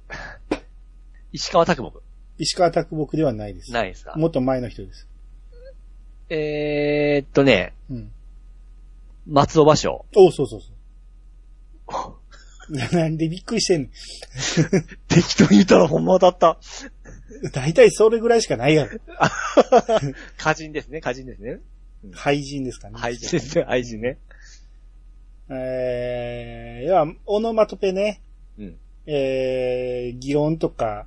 Speaker 2: 石川タクボク。
Speaker 1: 石川拓木ではないです。
Speaker 2: ないですか
Speaker 1: もっと前の人です。
Speaker 2: えーっとね、
Speaker 1: うん。
Speaker 2: 松尾芭蕉。
Speaker 1: おうそうそうそう。 (laughs) なんでびっくりしてんの
Speaker 2: 適当に言ったらほんまだった。
Speaker 1: 大体それぐらいしかないやろ。
Speaker 2: 歌人ですね、歌人ですね。
Speaker 1: 廃人ですかね。
Speaker 2: 愛人ですね、愛人ね。
Speaker 1: えー、要は、オノマトペね。
Speaker 2: うん。
Speaker 1: えー、擬音とか、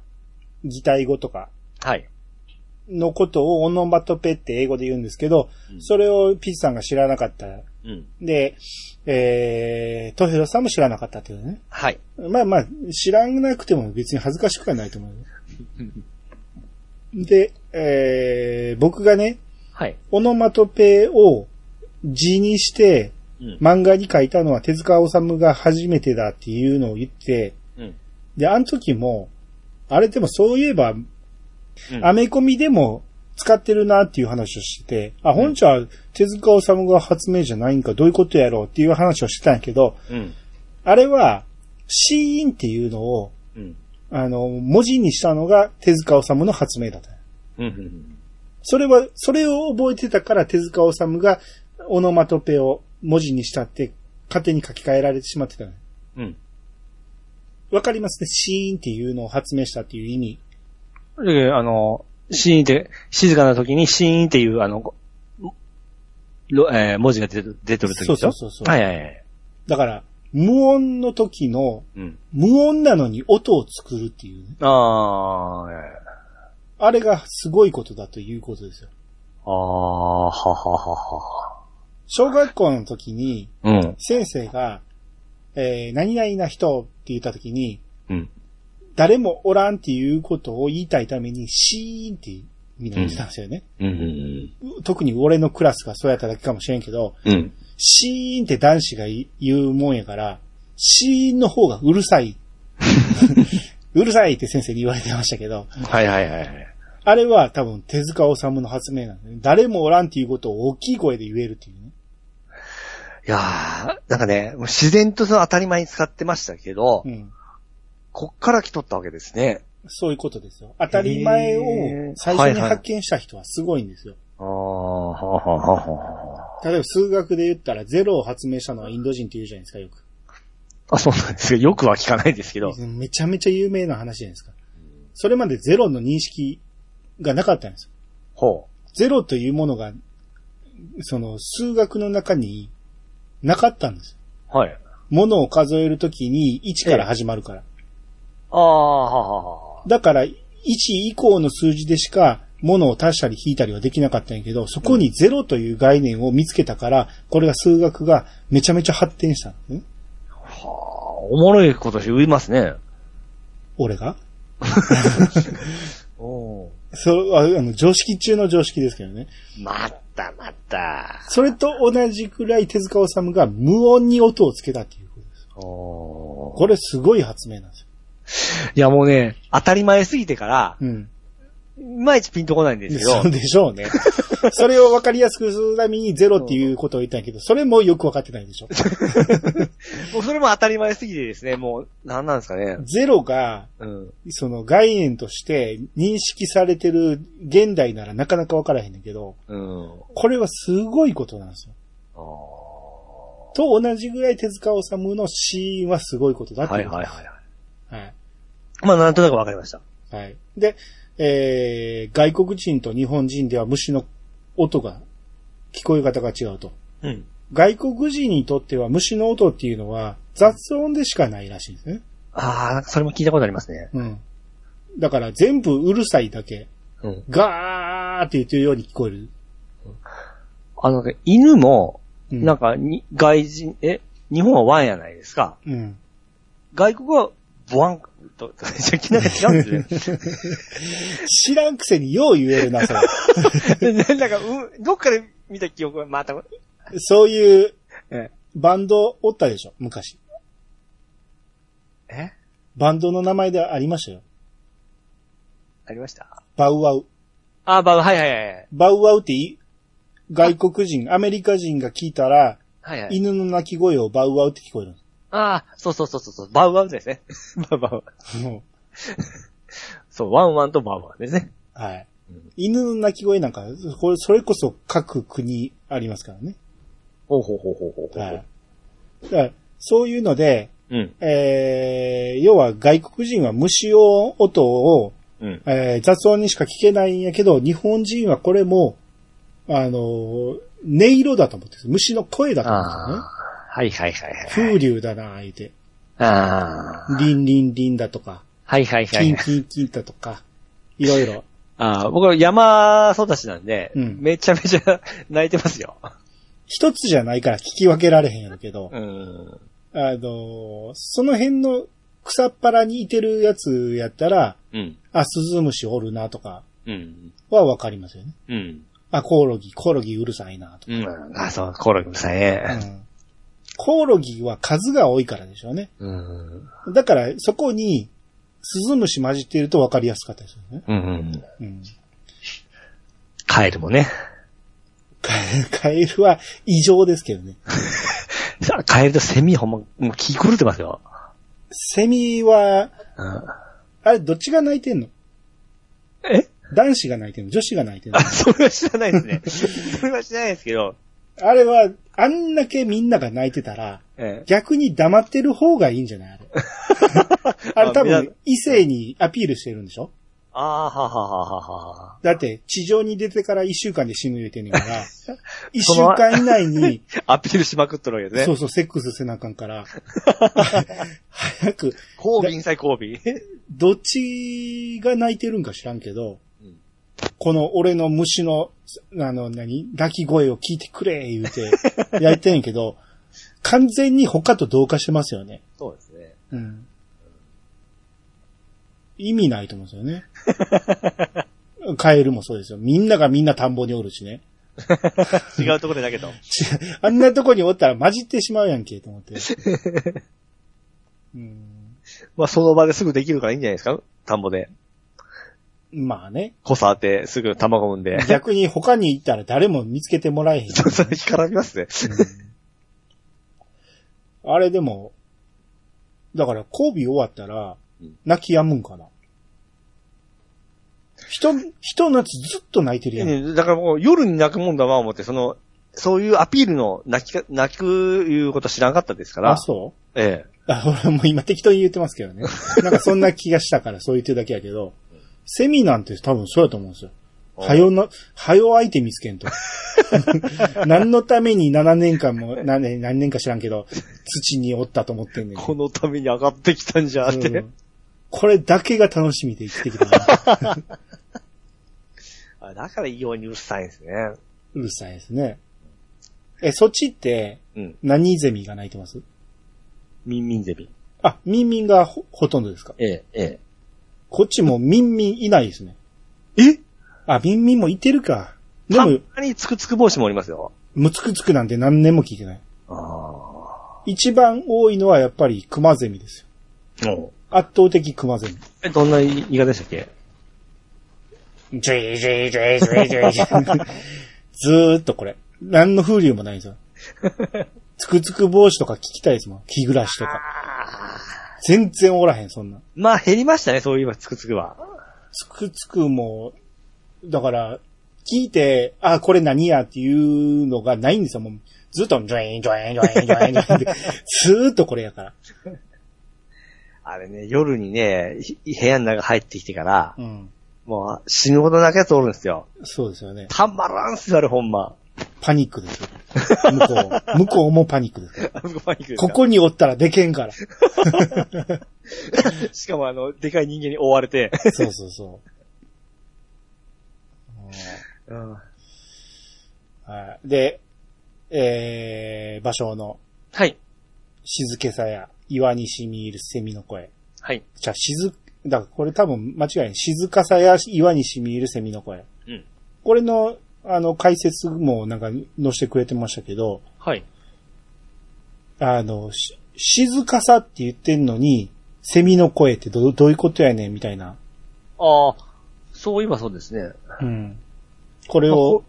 Speaker 1: 擬態語とか
Speaker 2: はい。
Speaker 1: のことをオノマトペって英語で言うんですけど、
Speaker 2: うん
Speaker 1: それをピッチさんが知らなかった。
Speaker 2: うん。
Speaker 1: で、えー、トヘロさんも知らなかったというね。
Speaker 2: はい。
Speaker 1: まあまあ、知らなくても別に恥ずかしくはないと思うよ。で、えー、僕がね、
Speaker 2: はい。
Speaker 1: オノマトペを字にして
Speaker 2: うん。
Speaker 1: 漫画に書いたのは手塚治虫が初めてだっていうのを言って、
Speaker 2: うん。
Speaker 1: で、あの時も、あれでもそういえば、
Speaker 2: うん
Speaker 1: アメコミでも使ってるなっていう話をしてて、あ、本社は手塚治虫が発明じゃないんか、どういうことやろうっていう話をしてたんやけど、
Speaker 2: うん。
Speaker 1: あれは、シーンっていうのを、
Speaker 2: うん。
Speaker 1: あの、文字にしたのが手塚治虫の発明だった。
Speaker 2: うん。
Speaker 1: それは、それを覚えてたから手塚治虫がオノマトペを文字にしたって勝手に書き換えられてしまってたのよ
Speaker 2: うん。
Speaker 1: わかりますね。シーンっていうのを発明したっていう意味。
Speaker 2: で、あの、シーンって、静かな時にシーンっていう、あの、ろえー文字が出て出てる時でしょ
Speaker 1: そうそうそうそう
Speaker 2: はいはいはい。
Speaker 1: だから、無音の時の、
Speaker 2: うん。
Speaker 1: 無音なのに音を作るっていうね。
Speaker 2: あー、
Speaker 1: あれがすごいことだということですよ。
Speaker 2: あー、はははは。
Speaker 1: 小学校の時に、
Speaker 2: うん。
Speaker 1: 先生が、えー、何々な人って言った時に、
Speaker 2: うん。
Speaker 1: 誰もおらんっていうことを言いたいために、シーンってみんな言ってたんですよね。
Speaker 2: うん。
Speaker 1: 特に俺のクラスがそうやっただけかもしれんけど、
Speaker 2: うん。
Speaker 1: シーンって男子がい言うもんやから、シーンの方がうる
Speaker 2: (laughs)
Speaker 1: さい。 (laughs) うるさいって先生に言われてましたけど、
Speaker 2: はいはいはいはい。
Speaker 1: あれは多分手塚治虫の発明なんで、ね、誰もおらんっていうことを大きい声で言えるっていうね。
Speaker 2: いやー、なんかね、もう自然とその当たり前に使ってましたけど、
Speaker 1: うん。
Speaker 2: こっから来とったわけですね。
Speaker 1: そういうことですよ。当たり前
Speaker 2: へ
Speaker 1: を
Speaker 2: ー
Speaker 1: 最初に
Speaker 2: はいはい
Speaker 1: 発見した人はすごいんですよ。
Speaker 2: あー、はははは。
Speaker 1: 例えば数学で言ったらゼロを発明したのはインド人って言うじゃないですか、よく。
Speaker 2: あ、そうなんですよ。よくは聞かないですけど。
Speaker 1: めちゃめちゃ有名な話じゃないですか。それまでゼロの認識がなかったんですよ
Speaker 2: ほ
Speaker 1: ゼロというものが、その数学の中になかったんですよ。
Speaker 2: う。はい。
Speaker 1: ものを数えるときに1から始まるから。
Speaker 2: あー、ははは。
Speaker 1: だから1以降の数字でしかものを足したり引いたりはできなかったんやけど、そこにゼロという概念を見つけたから、これが数学がめちゃめちゃ発展したんですね。
Speaker 2: はあ、おもろいこと言いますね。
Speaker 1: 俺が
Speaker 2: おー
Speaker 1: そう、ああの、常識中の常識ですけどね。
Speaker 2: またまた。
Speaker 1: それと同じくらい手塚治虫が無音に音をつけたっていうことです。
Speaker 2: おー
Speaker 1: これすごい発明なんですよ。
Speaker 2: いやもうね、当たり前すぎてから、
Speaker 1: うん。
Speaker 2: いまいちピンとこないんですけど
Speaker 1: そう、でしょうね。 (laughs) それを分かりやすくするためにゼロっていうことを言ったんやけど、それもよく分かってないでしょ。 (laughs)
Speaker 2: もうそれも当たり前すぎてですね、もう、なんなんですかね。
Speaker 1: ゼロが、
Speaker 2: うん。
Speaker 1: その概念として認識されてる現代ならなかなか分からへんねんけど、
Speaker 2: うん。
Speaker 1: これはすごいことなんですよ。
Speaker 2: あーは
Speaker 1: と同じぐらい手塚治虫のシーンはすごいことだ
Speaker 2: い
Speaker 1: って
Speaker 2: はいいうはい。
Speaker 1: はい。
Speaker 2: まあなんとなくわかりました。
Speaker 1: はい。で、えー、外国人と日本人では虫の音が、聞こえ方が違うと。
Speaker 2: うん。
Speaker 1: 外国人にとっては虫の音っていうのは雑音でしかないらしいんですね。
Speaker 2: ああ、なんかそれも聞いたことありますね。
Speaker 1: うん。だから全部うるさいだけ、
Speaker 2: うん。
Speaker 1: ガーって言ってるように聞こえる。
Speaker 2: あの、犬も、
Speaker 1: うん。
Speaker 2: なんかに、外人、え、日本はワンやないですか。
Speaker 1: うん。
Speaker 2: 外国は、ボワン、と、なんか違うんですよ
Speaker 1: 知らんくせによう言えるな、そ
Speaker 2: (laughs)
Speaker 1: れ。
Speaker 2: ね。なんか、うん、どっかで見た記憶がまた、
Speaker 1: そういう
Speaker 2: え、
Speaker 1: バンドおったでしょ、昔。
Speaker 2: え
Speaker 1: バンドの名前でありましたよ。
Speaker 2: ありました
Speaker 1: バウワウ。
Speaker 2: あー、ば、はいはいはいはい。
Speaker 1: バウワウってい外国人、アメリカ人が聞いたら、
Speaker 2: はいはい。
Speaker 1: 犬の鳴き声をバウワウって聞こえる
Speaker 2: ああ、そうそうそうそうそう、バウワウですね。 (laughs) バウワウ。
Speaker 1: も
Speaker 2: そう、ワンワンとバウワウですね。
Speaker 1: うはい
Speaker 2: うん。
Speaker 1: 犬の鳴き声なんか、これ、それこそ各国ありますからね。
Speaker 2: ほうほうほうほうほうほう。
Speaker 1: はい。だから、そういうので、
Speaker 2: うん。
Speaker 1: えー、要は外国人は虫を、音を、
Speaker 2: うん。
Speaker 1: えー雑音にしか聞けないんやけど、日本人はこれも、あのー音色だと思ってる虫の声だと思ってる
Speaker 2: ああ
Speaker 1: ね。。
Speaker 2: はいはいはいはい。
Speaker 1: 風流だな、相手。
Speaker 2: ああ。
Speaker 1: リンリンリンだとか、
Speaker 2: はいはいは
Speaker 1: キ
Speaker 2: い
Speaker 1: ン
Speaker 2: はい。
Speaker 1: キンキンだとか、いろいろ。
Speaker 2: ああ、僕は山育ちなんで、
Speaker 1: うん
Speaker 2: めちゃめちゃ (laughs) 泣いてますよ。
Speaker 1: 一つじゃないから聞き分けられへんやろけど、
Speaker 2: うん。
Speaker 1: あのーその辺の草っぱらにいてるやつやったら、
Speaker 2: うん。
Speaker 1: あ、スズムシおるなとか
Speaker 2: うん。
Speaker 1: はわかりますよね。
Speaker 2: うん。
Speaker 1: あ、コオロギ、コオロギうるさいなとか。
Speaker 2: うん。あ、そう、コオロギもさ
Speaker 1: う
Speaker 2: え。
Speaker 1: んコオロギは数が多いからでしょうね。
Speaker 2: うん。
Speaker 1: だから、そこに、スズムシ混じっていると分かりやすかったですよね。
Speaker 2: うんうん。
Speaker 1: うん。 (laughs)
Speaker 2: カエルもね。
Speaker 1: カエカエルは異常ですけどね。
Speaker 2: さあカエルとセミほんま、もう気狂ってますよ。
Speaker 1: セミは、
Speaker 2: うん。
Speaker 1: あれ、どっちが鳴いてんの
Speaker 2: え
Speaker 1: 男子が泣いてるの女子が泣いてる
Speaker 2: あ、それは知らないですね。それは知らないですけど、
Speaker 1: のあれは、あんだけみんなが泣いてたら、
Speaker 2: え
Speaker 1: 逆に黙ってる方がいいんじゃないあ
Speaker 2: (laughs)
Speaker 1: れ。あれ多
Speaker 2: あ目立
Speaker 1: 分、異性にアピールしてるんでしょ
Speaker 2: ああはははははは。
Speaker 1: だって、地上に出てから一週間で死ぬ言うてんねん
Speaker 2: (laughs)
Speaker 1: から、一週間以内に、
Speaker 2: アピールしまくっとるわけです
Speaker 1: そ
Speaker 2: ね。
Speaker 1: うそう、セックスせなあかんから、早く、
Speaker 2: 交尾、さえ交尾。
Speaker 1: どっちが泣いてるんか知らんけど、
Speaker 2: うん
Speaker 1: この俺の虫の、あの、何、鳴き声を聞いてくれ、言うて、やってんやけど、完全に他と同化してますよね。
Speaker 2: そうですね。
Speaker 1: うん。意味ないと思うんですよね。カエルもそうですよ。みんながみんな田んぼにおるしね。
Speaker 2: 違うところだけど。
Speaker 1: あんなとこにおったら混じってしまうやんけ、と思って。うん、
Speaker 2: まあ、その場ですぐできるからいいんじゃないですか田んぼで。
Speaker 1: まあね。
Speaker 2: こさって、すぐ卵産んで。 (laughs)
Speaker 1: 逆に他に行ったら誰も見つけてもらえへん。
Speaker 2: ちょっと干からびますね。
Speaker 1: あれでも、だから交尾終わったら
Speaker 2: うん、
Speaker 1: 泣き止むんかな。人、人のやつずっと泣いてるやん。
Speaker 2: ねだからもう夜に泣くもんだわ、思って、その、そういうアピールの泣きか、泣くいうこと知らなかったですから
Speaker 1: あ、。そう
Speaker 2: え
Speaker 1: あ、俺もう今適当に言ってますけどね。なんかそんな気がしたからそう言ってるだけやけど、セミなんて多分そうやと思うんですよ。
Speaker 2: お
Speaker 1: はよな、はよ相手見つけんと。 (laughs) 何のために7年間
Speaker 2: (laughs)
Speaker 1: も、何年、何年か知らんけど、土におったと思ってんね
Speaker 2: え。
Speaker 1: ん
Speaker 2: このために上がってきたんじゃ、っ
Speaker 1: う
Speaker 2: て。
Speaker 1: んこれだけが楽しみで生きてき
Speaker 2: (laughs)
Speaker 1: たな。
Speaker 2: あだから異様にうるさいんですね。
Speaker 1: うるさいですね。え、そっちって
Speaker 2: うん。
Speaker 1: 何ゼミが鳴いてます
Speaker 2: ミンミンゼミ。
Speaker 1: あ、ミンミンがほほとんどですか
Speaker 2: ええ、ええ。
Speaker 1: こっちもミンミンいないですね。
Speaker 2: え
Speaker 1: あ、ミンミンもいてるか。で
Speaker 2: たま
Speaker 1: も、
Speaker 2: につくつく帽子もおりますよ。
Speaker 1: ムツクツクなんて何年も聞いてない。
Speaker 2: ああ。
Speaker 1: 一番多いのはやっぱりクマゼミですよ。
Speaker 2: も
Speaker 1: 圧倒的クマゼミ。
Speaker 2: う。え、どんな言い方でしたっけ
Speaker 1: ジュイジュイジュイジュイジュイジュイ。ずーっとこれ。何の風流もないんですよ。つくつく帽子とか聞きたいですもん。木暮らしとか。全然おらへん、そんなん。
Speaker 2: まあ減りましたね、そういえばつくつくは。
Speaker 1: つくつくも、だから、聞いて、あ、これ何やっていうのがないんですよ。もうずっと、ジョイン、ジョイン、ジョイン、ジョイン、ジョインって、ずーっとこれやから。
Speaker 2: あれね、夜にね、ひ部屋の中入ってきてから、
Speaker 1: うん。
Speaker 2: もう死ぬほど泣くやつおるんですよ。
Speaker 1: そうですよね。
Speaker 2: たまらんっすよ、あれほんま。
Speaker 1: パニックですよ。向こう。向こうもパニックですよ。
Speaker 2: あそこパニックですか
Speaker 1: ここにおったらでけんから。
Speaker 2: しかもあの、でかい人間に追われて。
Speaker 1: そうそうそう。
Speaker 2: (laughs) うん
Speaker 1: はい。で、えー、芭蕉の
Speaker 2: はい。
Speaker 1: 静けさや岩に染み入る蝉の声。
Speaker 2: はい。
Speaker 1: じゃあ、静、だからこれ多分間違いない。静かさや岩に染み入る蝉の声。
Speaker 2: うん。
Speaker 1: これの、あの、解説もなんか載せてくれてましたけど、
Speaker 2: はい。
Speaker 1: あの、し静かさって言ってんのに、蝉の声ってど、どういうことやねんみたいな。
Speaker 2: ああ、そういえばそうですね。
Speaker 1: うん。これ
Speaker 2: まあ
Speaker 1: を
Speaker 2: こ、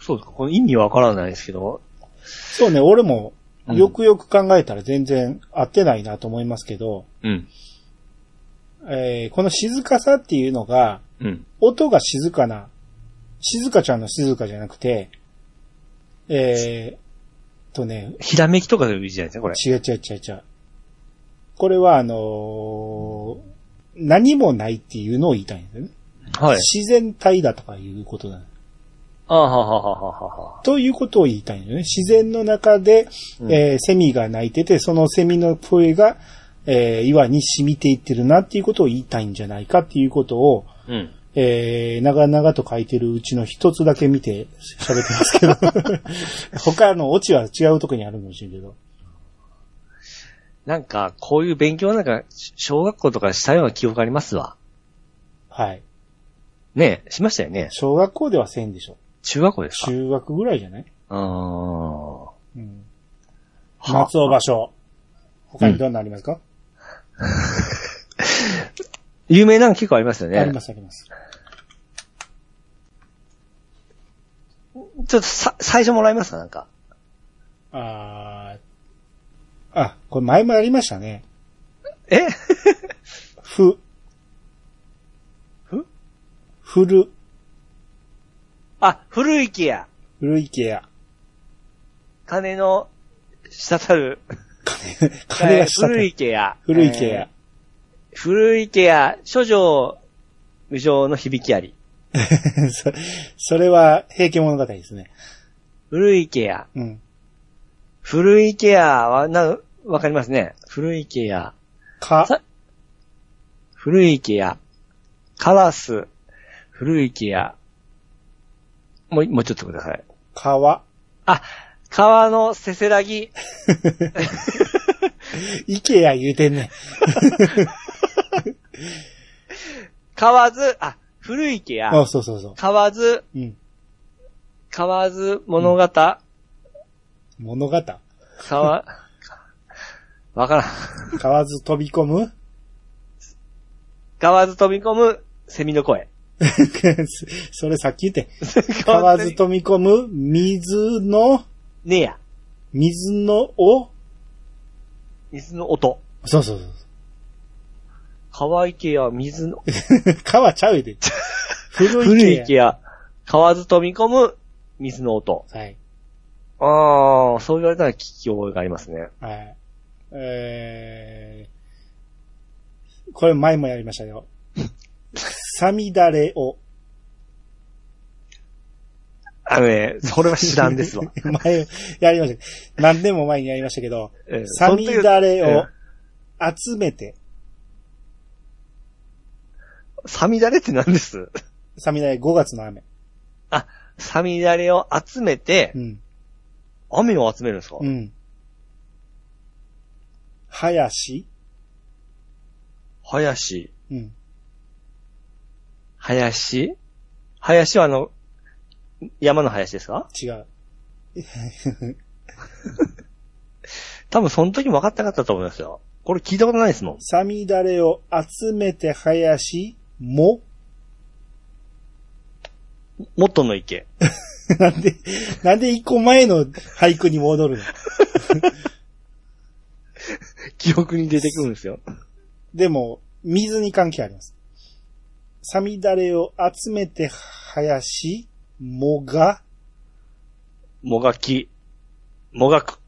Speaker 2: そうですか。この意味わからないですけど。
Speaker 1: そうね、俺も、
Speaker 2: うん
Speaker 1: よくよく考えたら全然合ってないなと思いますけど、
Speaker 2: うん。
Speaker 1: えーこの静かさっていうのが、
Speaker 2: うん。
Speaker 1: 音が静かな、静かちゃんの静かじゃなくて、えー、とね、
Speaker 2: ひらめきとかでいう字じゃないですか、これ。
Speaker 1: 違う違う違う違う。これはあのー何もないっていうのを言いたいんですよね。
Speaker 2: はい。
Speaker 1: 自然体だとかいうことだ、
Speaker 2: ああ、はははははは。
Speaker 1: ということを言いたいんですよね。自然の中で、
Speaker 2: うん
Speaker 1: えーセミが鳴いてて、そのセミの声が、えー岩に染みていってるなっていうことを言いたいんじゃないかっていうことを、
Speaker 2: うん。
Speaker 1: えー、長々と書いてるうちの一つだけ見て喋ってますけ (laughs) ど、他のオチは違うとこにあるかもしれんけど。
Speaker 2: なんか、こういう勉強なんか、し小学校とかしたような記憶ありますわ。
Speaker 1: はい。
Speaker 2: ねえ、しましたよね。
Speaker 1: 小学校ではせんでしょ。
Speaker 2: 中学校ですか
Speaker 1: 中学ぐらいじゃない
Speaker 2: あー
Speaker 1: うん。
Speaker 2: は
Speaker 1: 松尾芭蕉。他にどんなのありますか、
Speaker 2: 有名なの結構ありますよね。
Speaker 1: ありますあります。
Speaker 2: ちょっとさ、最初もらえますかなんか。
Speaker 1: あーあ、これ前もやりましたね。
Speaker 2: え
Speaker 1: ふ。
Speaker 2: ふ
Speaker 1: ふる、
Speaker 2: (laughs) あ、古池や。
Speaker 1: 古池や。
Speaker 2: 金の、滴る。
Speaker 1: 金がした
Speaker 2: 古池や。
Speaker 1: 古池や。
Speaker 2: えー。古池や、諸女、無常の響きあり。
Speaker 1: そそれは、平家物語ですね。
Speaker 2: 古池や。
Speaker 1: うん。
Speaker 2: 古池やは、な、わかりますね。古池や。
Speaker 1: か、
Speaker 2: さ古池や。カラス。古池や。もう、もうちょっとください。
Speaker 1: かわ。
Speaker 2: あ、川のせせらぎ。
Speaker 1: イケや言うてんねん。
Speaker 2: 河津、あ、古池や。
Speaker 1: あ、そうそうそう。
Speaker 2: 河津、
Speaker 1: うん。
Speaker 2: 河津物語、川
Speaker 1: 物語。
Speaker 2: わからん。
Speaker 1: 買わず飛び込む (laughs)
Speaker 2: 河津飛び込む、セミの声。
Speaker 1: それさっき言って。
Speaker 2: (laughs)
Speaker 1: 買わず飛び込む水の、
Speaker 2: ねえや。
Speaker 1: 水のを、
Speaker 2: 水の音。
Speaker 1: そうそうそう
Speaker 2: 川池や、水の、
Speaker 1: そう。川ちゃうで。古
Speaker 2: 古
Speaker 1: い池
Speaker 2: 池や、河津飛び込む、水の音。
Speaker 1: や。はい。
Speaker 2: ああ、そう言われたら聞き覚えがありますね。
Speaker 1: はい。えー、これ前もやりましたよ。さみだれを。
Speaker 2: あのね、それは知らんですわ。 (laughs)
Speaker 1: 前、やりました。何年も前にやりましたけど、
Speaker 2: えー
Speaker 1: さみだれ
Speaker 2: え
Speaker 1: を
Speaker 2: ー
Speaker 1: 集めて、
Speaker 2: さみだれって何です
Speaker 1: さみだれ5月の雨。
Speaker 2: あ、さみだれを集めて
Speaker 1: う、ん。
Speaker 2: 雨を集めるんですか
Speaker 1: うん。林
Speaker 2: 林、
Speaker 1: うん。
Speaker 2: 林林はあの、山の林ですか
Speaker 1: 違う。
Speaker 2: 多分その時も分かったかったと思いますよ。これ聞いたことないですもん。
Speaker 1: サミダレを集めて生やし、も、 (laughs)
Speaker 2: 元の池。
Speaker 1: なんで、なんで一個前の俳句に戻るの
Speaker 2: 記憶に出てくるんですよ。
Speaker 1: でも、水に関係あります。サミダレを集めて生やし、もが、
Speaker 2: もがき。もがく。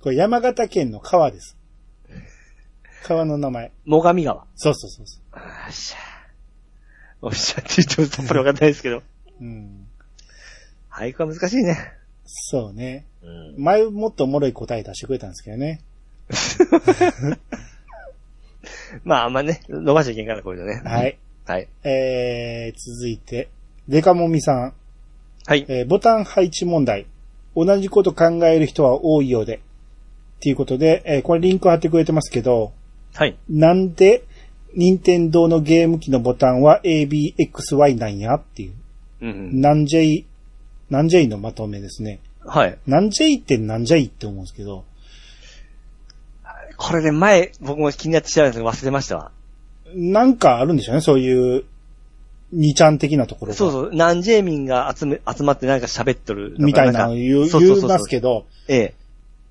Speaker 1: これ山形県の川です。川の名前。
Speaker 2: もがみ川。
Speaker 1: そうそうそうそ
Speaker 2: おっしゃ。おっしゃって言ってもさっぱり分かんないです (laughs) けど。
Speaker 1: う。うん。
Speaker 2: 俳句は難しいね。
Speaker 1: そうね。
Speaker 2: うん。
Speaker 1: 前もっとおもろい答え出してくれたんですけどね。
Speaker 2: まああんまね、伸ばしちゃいけんから、こういうのね。
Speaker 1: は。い。
Speaker 2: はい。
Speaker 1: えー、続いて、デカモミさん。
Speaker 2: はい。
Speaker 1: えーボタン配置問題。同じこと考える人は多いようで。っていうことで、えーこれリンク貼ってくれてますけど、
Speaker 2: はい。
Speaker 1: なんで、任天堂のゲーム機のボタンは ABXY なんやっていう。
Speaker 2: うんうん。
Speaker 1: なんじゃい、なんじゃいのまとめですね。
Speaker 2: はい。
Speaker 1: なんじゃいってなんじゃいって思うんですけど、
Speaker 2: これで前、僕も気になって調べたんですけど忘れましたわ。
Speaker 1: なんかあるんでしょうね、そういう、二ちゃん的なところが。
Speaker 2: そうそう、ナンジェーミンが集め、集まってなんか喋っとる
Speaker 1: みたいなの言う、言います
Speaker 2: ど。
Speaker 1: けど、
Speaker 2: ええ。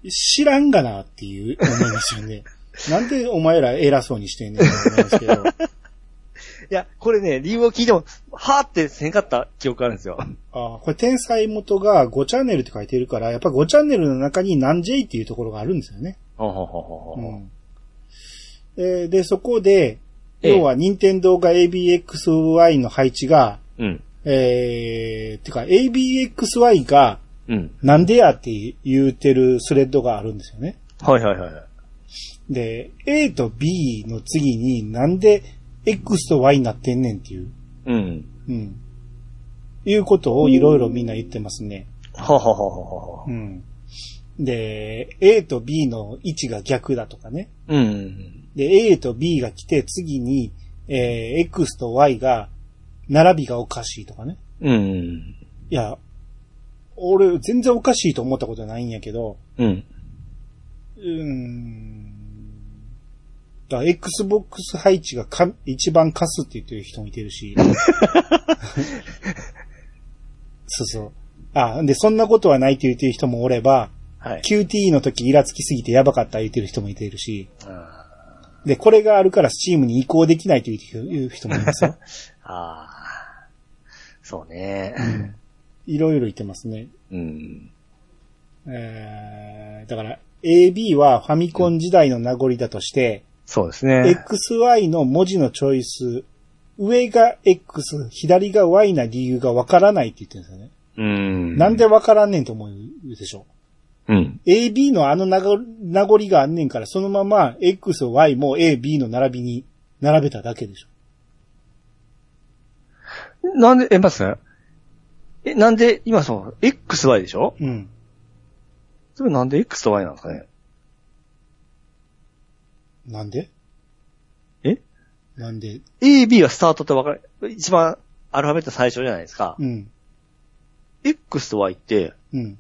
Speaker 1: 知らんがなっていう思いますよ (laughs) ね。なんでお前ら偉そうにしてんねんって思うんですけど。 (laughs)
Speaker 2: いや、これね、理由を聞いても、はーってせんかった記憶あるんですよ。
Speaker 1: ああ、これ天才元が5チャンネルって書いてるから、やっぱ5チャンネルの中に何 J っていうところがあるんですよね。
Speaker 2: ほうほうほうほう
Speaker 1: う
Speaker 2: ほ
Speaker 1: ん。えーで、そこで、
Speaker 2: ええ
Speaker 1: 要は任天堂が ABXY の配置が、
Speaker 2: う。うん。
Speaker 1: えー、てか ABXY が
Speaker 2: うん。
Speaker 1: なんでやって言うてるスレッドがあるんですよね。
Speaker 2: はいはいはいはい。
Speaker 1: で、A と B の次になんで X と Y になってんねんっていう、
Speaker 2: うん。
Speaker 1: うん。いうことをいろいろみんな言ってますね。
Speaker 2: ほうほうほうほうほ
Speaker 1: うん。で、A と B の位置が逆だとかね。
Speaker 2: う。うん。
Speaker 1: で、A と B が来て、次に、えー X と Y が、並びがおかしいとかね。
Speaker 2: うん。
Speaker 1: いや、俺、全然おかしいと思ったことないんやけど、
Speaker 2: うん。
Speaker 1: うーん。だから Xbox 配置がか一番カスって言ってる人もいてるし。そうそう。あ、で、そんなことはないって言ってる人もおれば、
Speaker 2: はい。
Speaker 1: QT の時イラつきすぎてやばかった言ってる人もいてるし、
Speaker 2: あ
Speaker 1: で、これがあるから Steam に移行できないという人もいます
Speaker 2: (laughs)
Speaker 1: よ。
Speaker 2: ーあー。そうね。
Speaker 1: いろいろ言ってますね。
Speaker 2: うん。
Speaker 1: えー、だから、AB はファミコン時代の名残だとして、
Speaker 2: そうですね。
Speaker 1: XY の文字のチョイス、上が X、左が Y な理由がわからないって言ってるんですよね。
Speaker 2: うん。
Speaker 1: なんでわからんねんと思うでしょ。
Speaker 2: うん。
Speaker 1: AB のあの名残名残があんねんから、そのまま X を Y も AB の並びに並べただけでしょ。
Speaker 2: なんで、え、まず、え、なんで、今そう、XY でしょ
Speaker 1: うん。
Speaker 2: それなんで X と Y なんですかね
Speaker 1: なんで
Speaker 2: え
Speaker 1: なんで
Speaker 2: ?A、B はスタートって分かれ、一番アルファベット最初じゃないですか。
Speaker 1: うん。
Speaker 2: X と Y って、
Speaker 1: うん。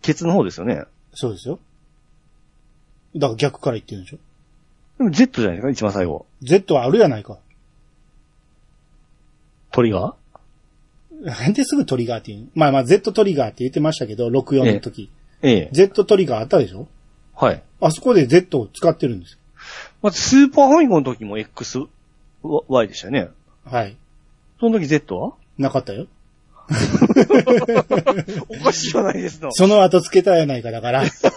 Speaker 2: ケツの方ですよね。
Speaker 1: そうですよ。だから逆から言ってるんでしょ
Speaker 2: でも Z じゃないですか、一番最後。
Speaker 1: ?Z はあるやないか。
Speaker 2: 鳥が
Speaker 1: なんですぐトリガーっていうのまあまあ Z トリガーって言ってましたけど、64の時。
Speaker 2: ええ。
Speaker 1: Z トリガーあったでしょ
Speaker 2: はい。
Speaker 1: あそこで Z を使ってるんですよ。
Speaker 2: まず、スーパーファミコンの時も X、Y でしたよね。
Speaker 1: はい。
Speaker 2: その時 Z は
Speaker 1: なかったよ。
Speaker 2: おかしいじゃないですの。
Speaker 1: その後つけたやないかだから、そ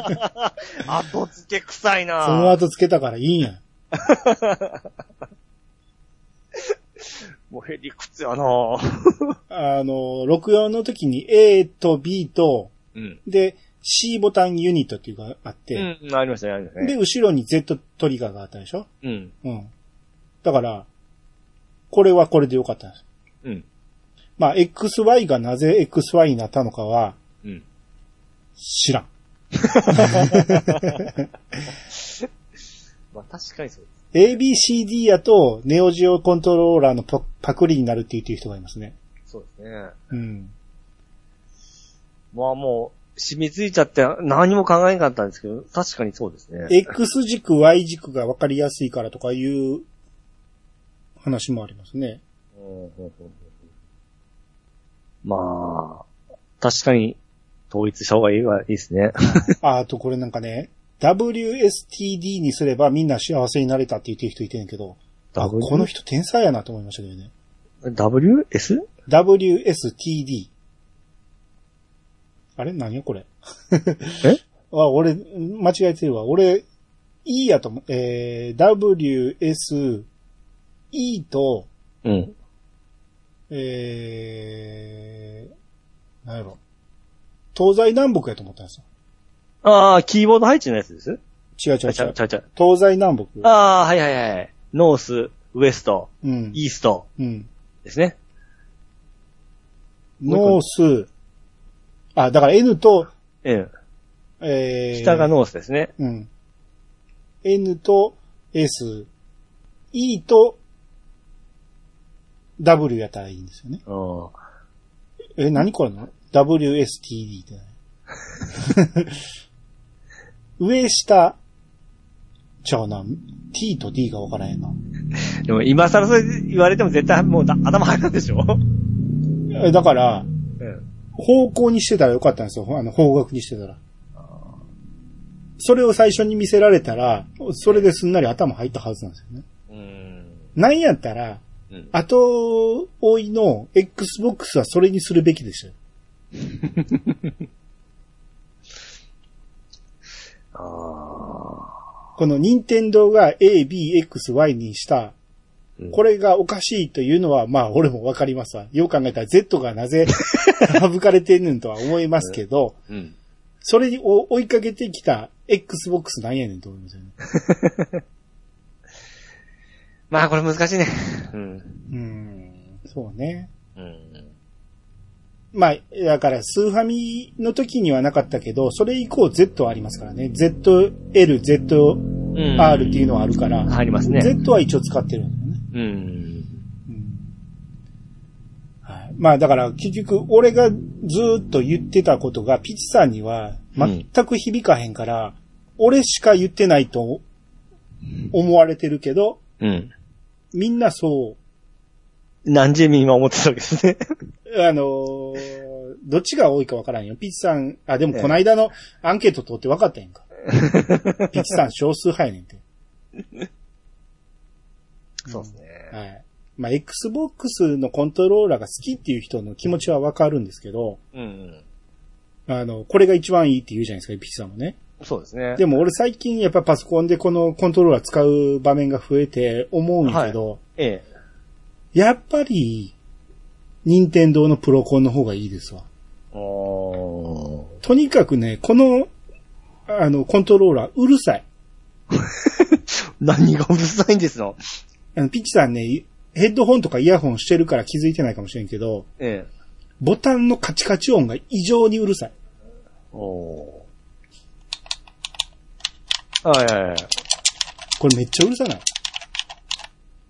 Speaker 2: (laughs) 後付け臭いな
Speaker 1: の後つけたからいいんや。
Speaker 2: もうへりくつやな
Speaker 1: あの、64の時に A と B と、
Speaker 2: うん。
Speaker 1: で、C ボタンユニットっていうのがあっ
Speaker 2: う
Speaker 1: て、
Speaker 2: ん、ありましたね、ありました
Speaker 1: で、
Speaker 2: ね。
Speaker 1: 後ろに Z トリガーがあったでしょ
Speaker 2: うん。
Speaker 1: うん。だから、これはこれでよかったんです。
Speaker 2: うん。
Speaker 1: まあ、XY がなぜ XY になったのかは
Speaker 2: うん。
Speaker 1: 知らん。
Speaker 2: まあ、確かにそうです。
Speaker 1: ABCD やと、ネオジオコントローラーのパパクリになるって言ってる人がいますね。
Speaker 2: そうですね。
Speaker 1: うん。
Speaker 2: まあもう、染みついちゃって何も考えなかったんですけど、確かにそうですね。
Speaker 1: X 軸、Y 軸が分かりやすいからとかいう話もありますね。
Speaker 2: うんうんうんうんまあ、確かに統一した方がいいはいいですね。
Speaker 1: あ、あとこれなんかね、WSTD にすればみんな幸せになれたって言ってる人いてんやけど、あ、
Speaker 2: W-
Speaker 1: この人天才やなと思いましたけどね。
Speaker 2: WS?
Speaker 1: WSTD。あれ何やこれ。
Speaker 2: え
Speaker 1: (laughs) あ、俺、間違えてるわ。俺、E やと思う。えー、WS、E と、
Speaker 2: うん。
Speaker 1: えー、何やろ。東西南北やと思ったんです
Speaker 2: ああ、キーボード配置のやつです
Speaker 1: よ。違う違
Speaker 2: ち
Speaker 1: う
Speaker 2: ゃ
Speaker 1: 違う。
Speaker 2: ちゃちゃちゃ。
Speaker 1: 東西南北。
Speaker 2: ああ、はいはいはい。ノース、ウエスト、
Speaker 1: うん。
Speaker 2: イースト
Speaker 1: うん。
Speaker 2: ですね。
Speaker 1: ノース、あ、だから N と、
Speaker 2: うん。
Speaker 1: えー、
Speaker 2: 下がノースですね。
Speaker 1: うん。N と S、E と W やったらいいんですよね。
Speaker 2: うん。
Speaker 1: え、何これの ?WSTD って何 (laughs) 上下、ちゃうな。T と D が分からへんな。
Speaker 2: でも今更それ言われても絶対もうだ頭入ったでしょ
Speaker 1: えだから、
Speaker 2: うん。
Speaker 1: 方向にしてたらよかったんですよ。あの、方角にしてたら。それを最初に見せられたら、それですんなり頭入ったはずなんですよね。
Speaker 2: うん。
Speaker 1: なんやったら、
Speaker 2: うん
Speaker 1: 後追いの Xbox はそれにするべきでしたよ。
Speaker 2: ああ。
Speaker 1: この任天堂が A, B, X, Y にした
Speaker 2: うん、
Speaker 1: これがおかしいというのは、まあ、俺もわかりますわ。よう考えたら Z がなぜ (laughs) 省かれてんねんとは思いますけど、
Speaker 2: うん。
Speaker 1: それに追追いかけてきた Xbox なんやねんと思いますよね。
Speaker 2: まあこれ難しいね。うん。
Speaker 1: うん、そうね。
Speaker 2: うん。
Speaker 1: まあ、だから、スーファミの時にはなかったけど、それ以降 Z はありますからね。ZL、ZR
Speaker 2: うん。
Speaker 1: っていうのはあるから、
Speaker 2: 入りますね。
Speaker 1: Z は一応使ってるんだよね。
Speaker 2: うん。
Speaker 1: はいまあだから結局俺がずーっと言ってたことがピチさんには全く響かへんから、俺しか言ってないと思われてるけど、
Speaker 2: うん。
Speaker 1: みんなそ
Speaker 2: 何十人今思ってたわけですね。
Speaker 1: う、あのーどっちが多いかわからんよ。ピチさん、あ、でもこの間のアンケート取って分かったやんか。ピチさん少数派やねんて。
Speaker 2: そうですね。
Speaker 1: はい。まあ Xbox のコントローラーが好きっていう人の気持ちはわかるんですけど、
Speaker 2: うん。
Speaker 1: あの、これが一番いいって言うじゃないですか、ピチさんもね。
Speaker 2: そうですね。
Speaker 1: でも俺最近やっぱパソコンでこのコントローラー使う場面が増えて思うんやけど、
Speaker 2: ええ。
Speaker 1: やっぱり、任天堂のプロコンの方がいいですわ。
Speaker 2: おー。
Speaker 1: とにかくね、この、あの、コントローラーうるさい。
Speaker 2: (laughs) 何がうるさいんですの
Speaker 1: あの、ピッチさんね、ヘッドホンとかイヤホンしてるから気づいてないかもしれんけど、
Speaker 2: ええ。
Speaker 1: ボタンのカチカチ音が異常にうるさい。
Speaker 2: おー。はいはいはい。
Speaker 1: これめっちゃうるさない。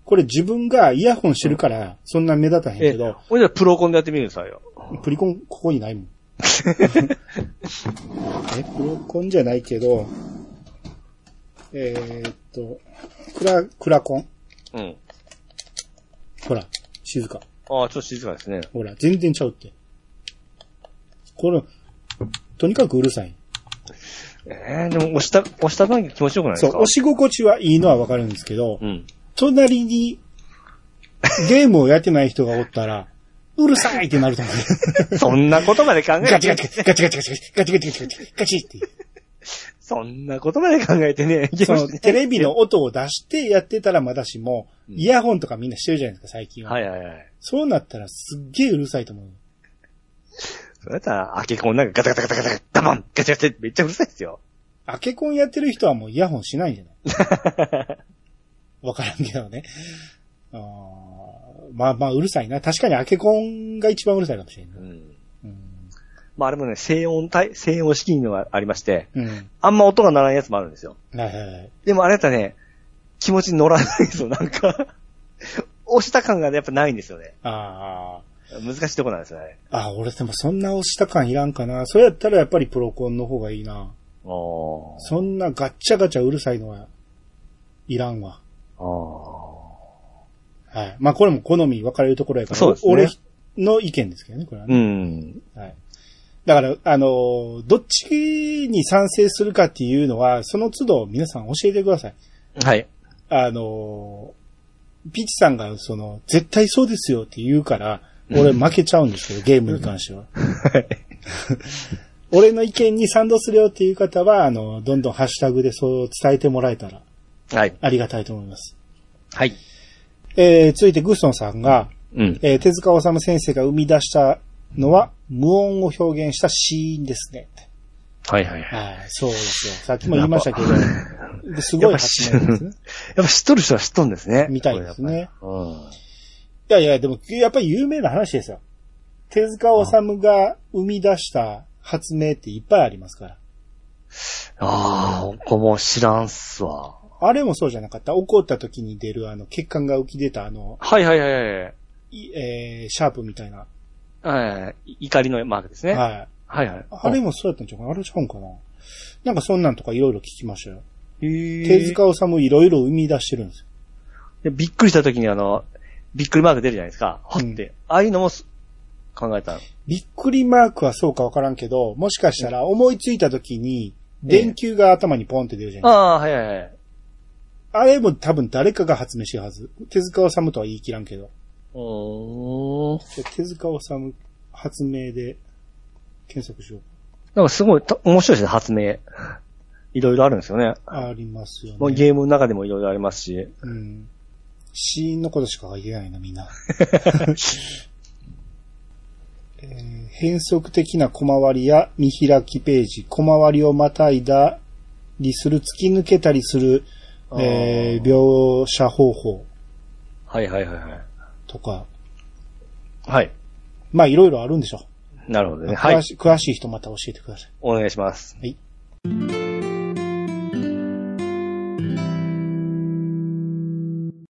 Speaker 1: これ自分がイヤホンしてるから、そんな目立たへん
Speaker 2: え
Speaker 1: け
Speaker 2: え
Speaker 1: ど、。
Speaker 2: ほいじゃあプロコンでやってみるんですよ。
Speaker 1: プリコン、ここに
Speaker 2: (laughs)
Speaker 1: ないもん。え、プロコンじゃないけど、えーっと、クラ、クラコン
Speaker 2: うん。
Speaker 1: ほら、静か。
Speaker 2: ああ、ちょっと静かですね。
Speaker 1: ほら、全然ちゃうって。この、とにかくうるさい。
Speaker 2: ええ、でも押した、押した時気持ちよくないで
Speaker 1: そう、
Speaker 2: すか
Speaker 1: 押し心地はいいのはわかるんですけど、
Speaker 2: うん。
Speaker 1: 隣にゲームをやってない人がおったら、うるさいってなると思
Speaker 2: (laughs)
Speaker 1: う。
Speaker 2: そんなことまで考え
Speaker 1: ガチガ
Speaker 2: て、
Speaker 1: チガチガチガチガチガチガチガチガチガチガチって。
Speaker 2: そんなことまで考えてね、いけ
Speaker 1: そ
Speaker 2: ま
Speaker 1: の (laughs)
Speaker 2: し
Speaker 1: テレビの音を出してやってたらまだしも、イヤホンとかみんなしてるじゃないですか、最近は。
Speaker 2: はいはいはい。
Speaker 1: そうなったらすっげえうるさいと思う。
Speaker 2: それだったら、開けこんなんかガタガタガタガタ、ダバンガチャガチャってめっちゃうるさいですよ。
Speaker 1: アケコンやってる人はもうイヤホンしないんじゃないわからんけどね。あーまあまあうるさいな。確かにアケコンが一番うるさいかもしれな
Speaker 2: う
Speaker 1: い。
Speaker 2: ん。
Speaker 1: うん。
Speaker 2: まああれもね、静音体、静音式のがありまして、
Speaker 1: うん。
Speaker 2: あんま音が鳴らないやつもあるんですよ。
Speaker 1: はいはいはい。
Speaker 2: でもあれだったらね、気持ちに乗らないですよ、なんか。押した感がやっぱないんですよね。
Speaker 1: ああ。
Speaker 2: 難しいとこなんですよね。
Speaker 1: あ、俺でもそんな押した感いらんかな。それやったらやっぱりプロコンの方がいいな。
Speaker 2: お
Speaker 1: そんなガッチャガチャうるさいのはいらんわ。
Speaker 2: あ
Speaker 1: はい。まあこれも好み分かれるところやから、
Speaker 2: そうですね
Speaker 1: 俺の意見ですけどね、これは
Speaker 2: う
Speaker 1: ね。
Speaker 2: ん。
Speaker 1: はい。だから、あのーどっちに賛成するかっていうのは、その都度皆さん教えてください。 (laughs)
Speaker 2: はい。
Speaker 1: あのーピッチさんが、その、絶対そうですよって言うから、俺負けちゃうんですよ、ゲームに関しては。俺の意見に賛同するよっていう方は、あの、どんどんハッシュタグでそう伝えてもらえたら
Speaker 2: はい。
Speaker 1: ありがたいと思います。
Speaker 2: はい。
Speaker 1: えー、続いてグッソンさんが、
Speaker 2: うん。
Speaker 1: えー手塚治虫先生が生み出したのは、無音を表現したシーンですね。
Speaker 2: はいはいはい。
Speaker 1: はい、そうですよ。さっきも言いましたけど、ですごい発明 (laughs) ですね。
Speaker 2: やっぱ知っとる人は知っとるんですね。
Speaker 1: みたいですね
Speaker 2: これやっぱり。
Speaker 1: いやいや、でも、やっぱり有名な話ですよ。手塚治虫が生み出した発明っていっぱいありますから。
Speaker 2: うん。ああ、こも知らんっすわ。
Speaker 1: あれもそうじゃなかった。怒った時に出る、あの、血管が浮き出た、あの、
Speaker 2: はいはいはいはい。
Speaker 1: いえー、シャープみたいな。
Speaker 2: えー、怒りのマークですね。はい
Speaker 1: はい。
Speaker 2: はい。
Speaker 1: あれもそうやったんちゃうかなあれちゃうんかななんかそんなんとかいろいろ聞きましたよ。手
Speaker 2: 手
Speaker 1: 塚治虫いろいろ生み出してるんですよ。
Speaker 2: でびっくりした時にあの、びっくりマーク出るじゃないですか。はって。
Speaker 1: うん
Speaker 2: ああいうのもす考えたの。
Speaker 1: びっくりマークはそうかわからんけど、もしかしたら思いついた時に、電球が頭にポンって出るじゃん。
Speaker 2: ああ、はいはいはい。
Speaker 1: あれも多分誰かが発明してるはず。手塚治虫とは言い切らんけど。
Speaker 2: おー
Speaker 1: じゃあ手塚治虫発明で検索しよう。
Speaker 2: なんかすごいた面白いですね、発明。いろいろあるんですよね。
Speaker 1: ありますよ
Speaker 2: もう
Speaker 1: ね。
Speaker 2: ゲームの中でもいろいろありますし。
Speaker 1: うん。死因のことしか言えないな、みんな。 (laughs) えー変則的な小回りや見開きページ、小回りをまたいだりする、突き抜けたりする、えー
Speaker 2: あー
Speaker 1: 描写方法
Speaker 2: はいはいはいはい。
Speaker 1: とか、
Speaker 2: はい。
Speaker 1: まあいろいろあるんでしょ
Speaker 2: なるほど
Speaker 1: う。
Speaker 2: ね。はい
Speaker 1: 詳。し詳しい人また教えてください。
Speaker 2: お願いします。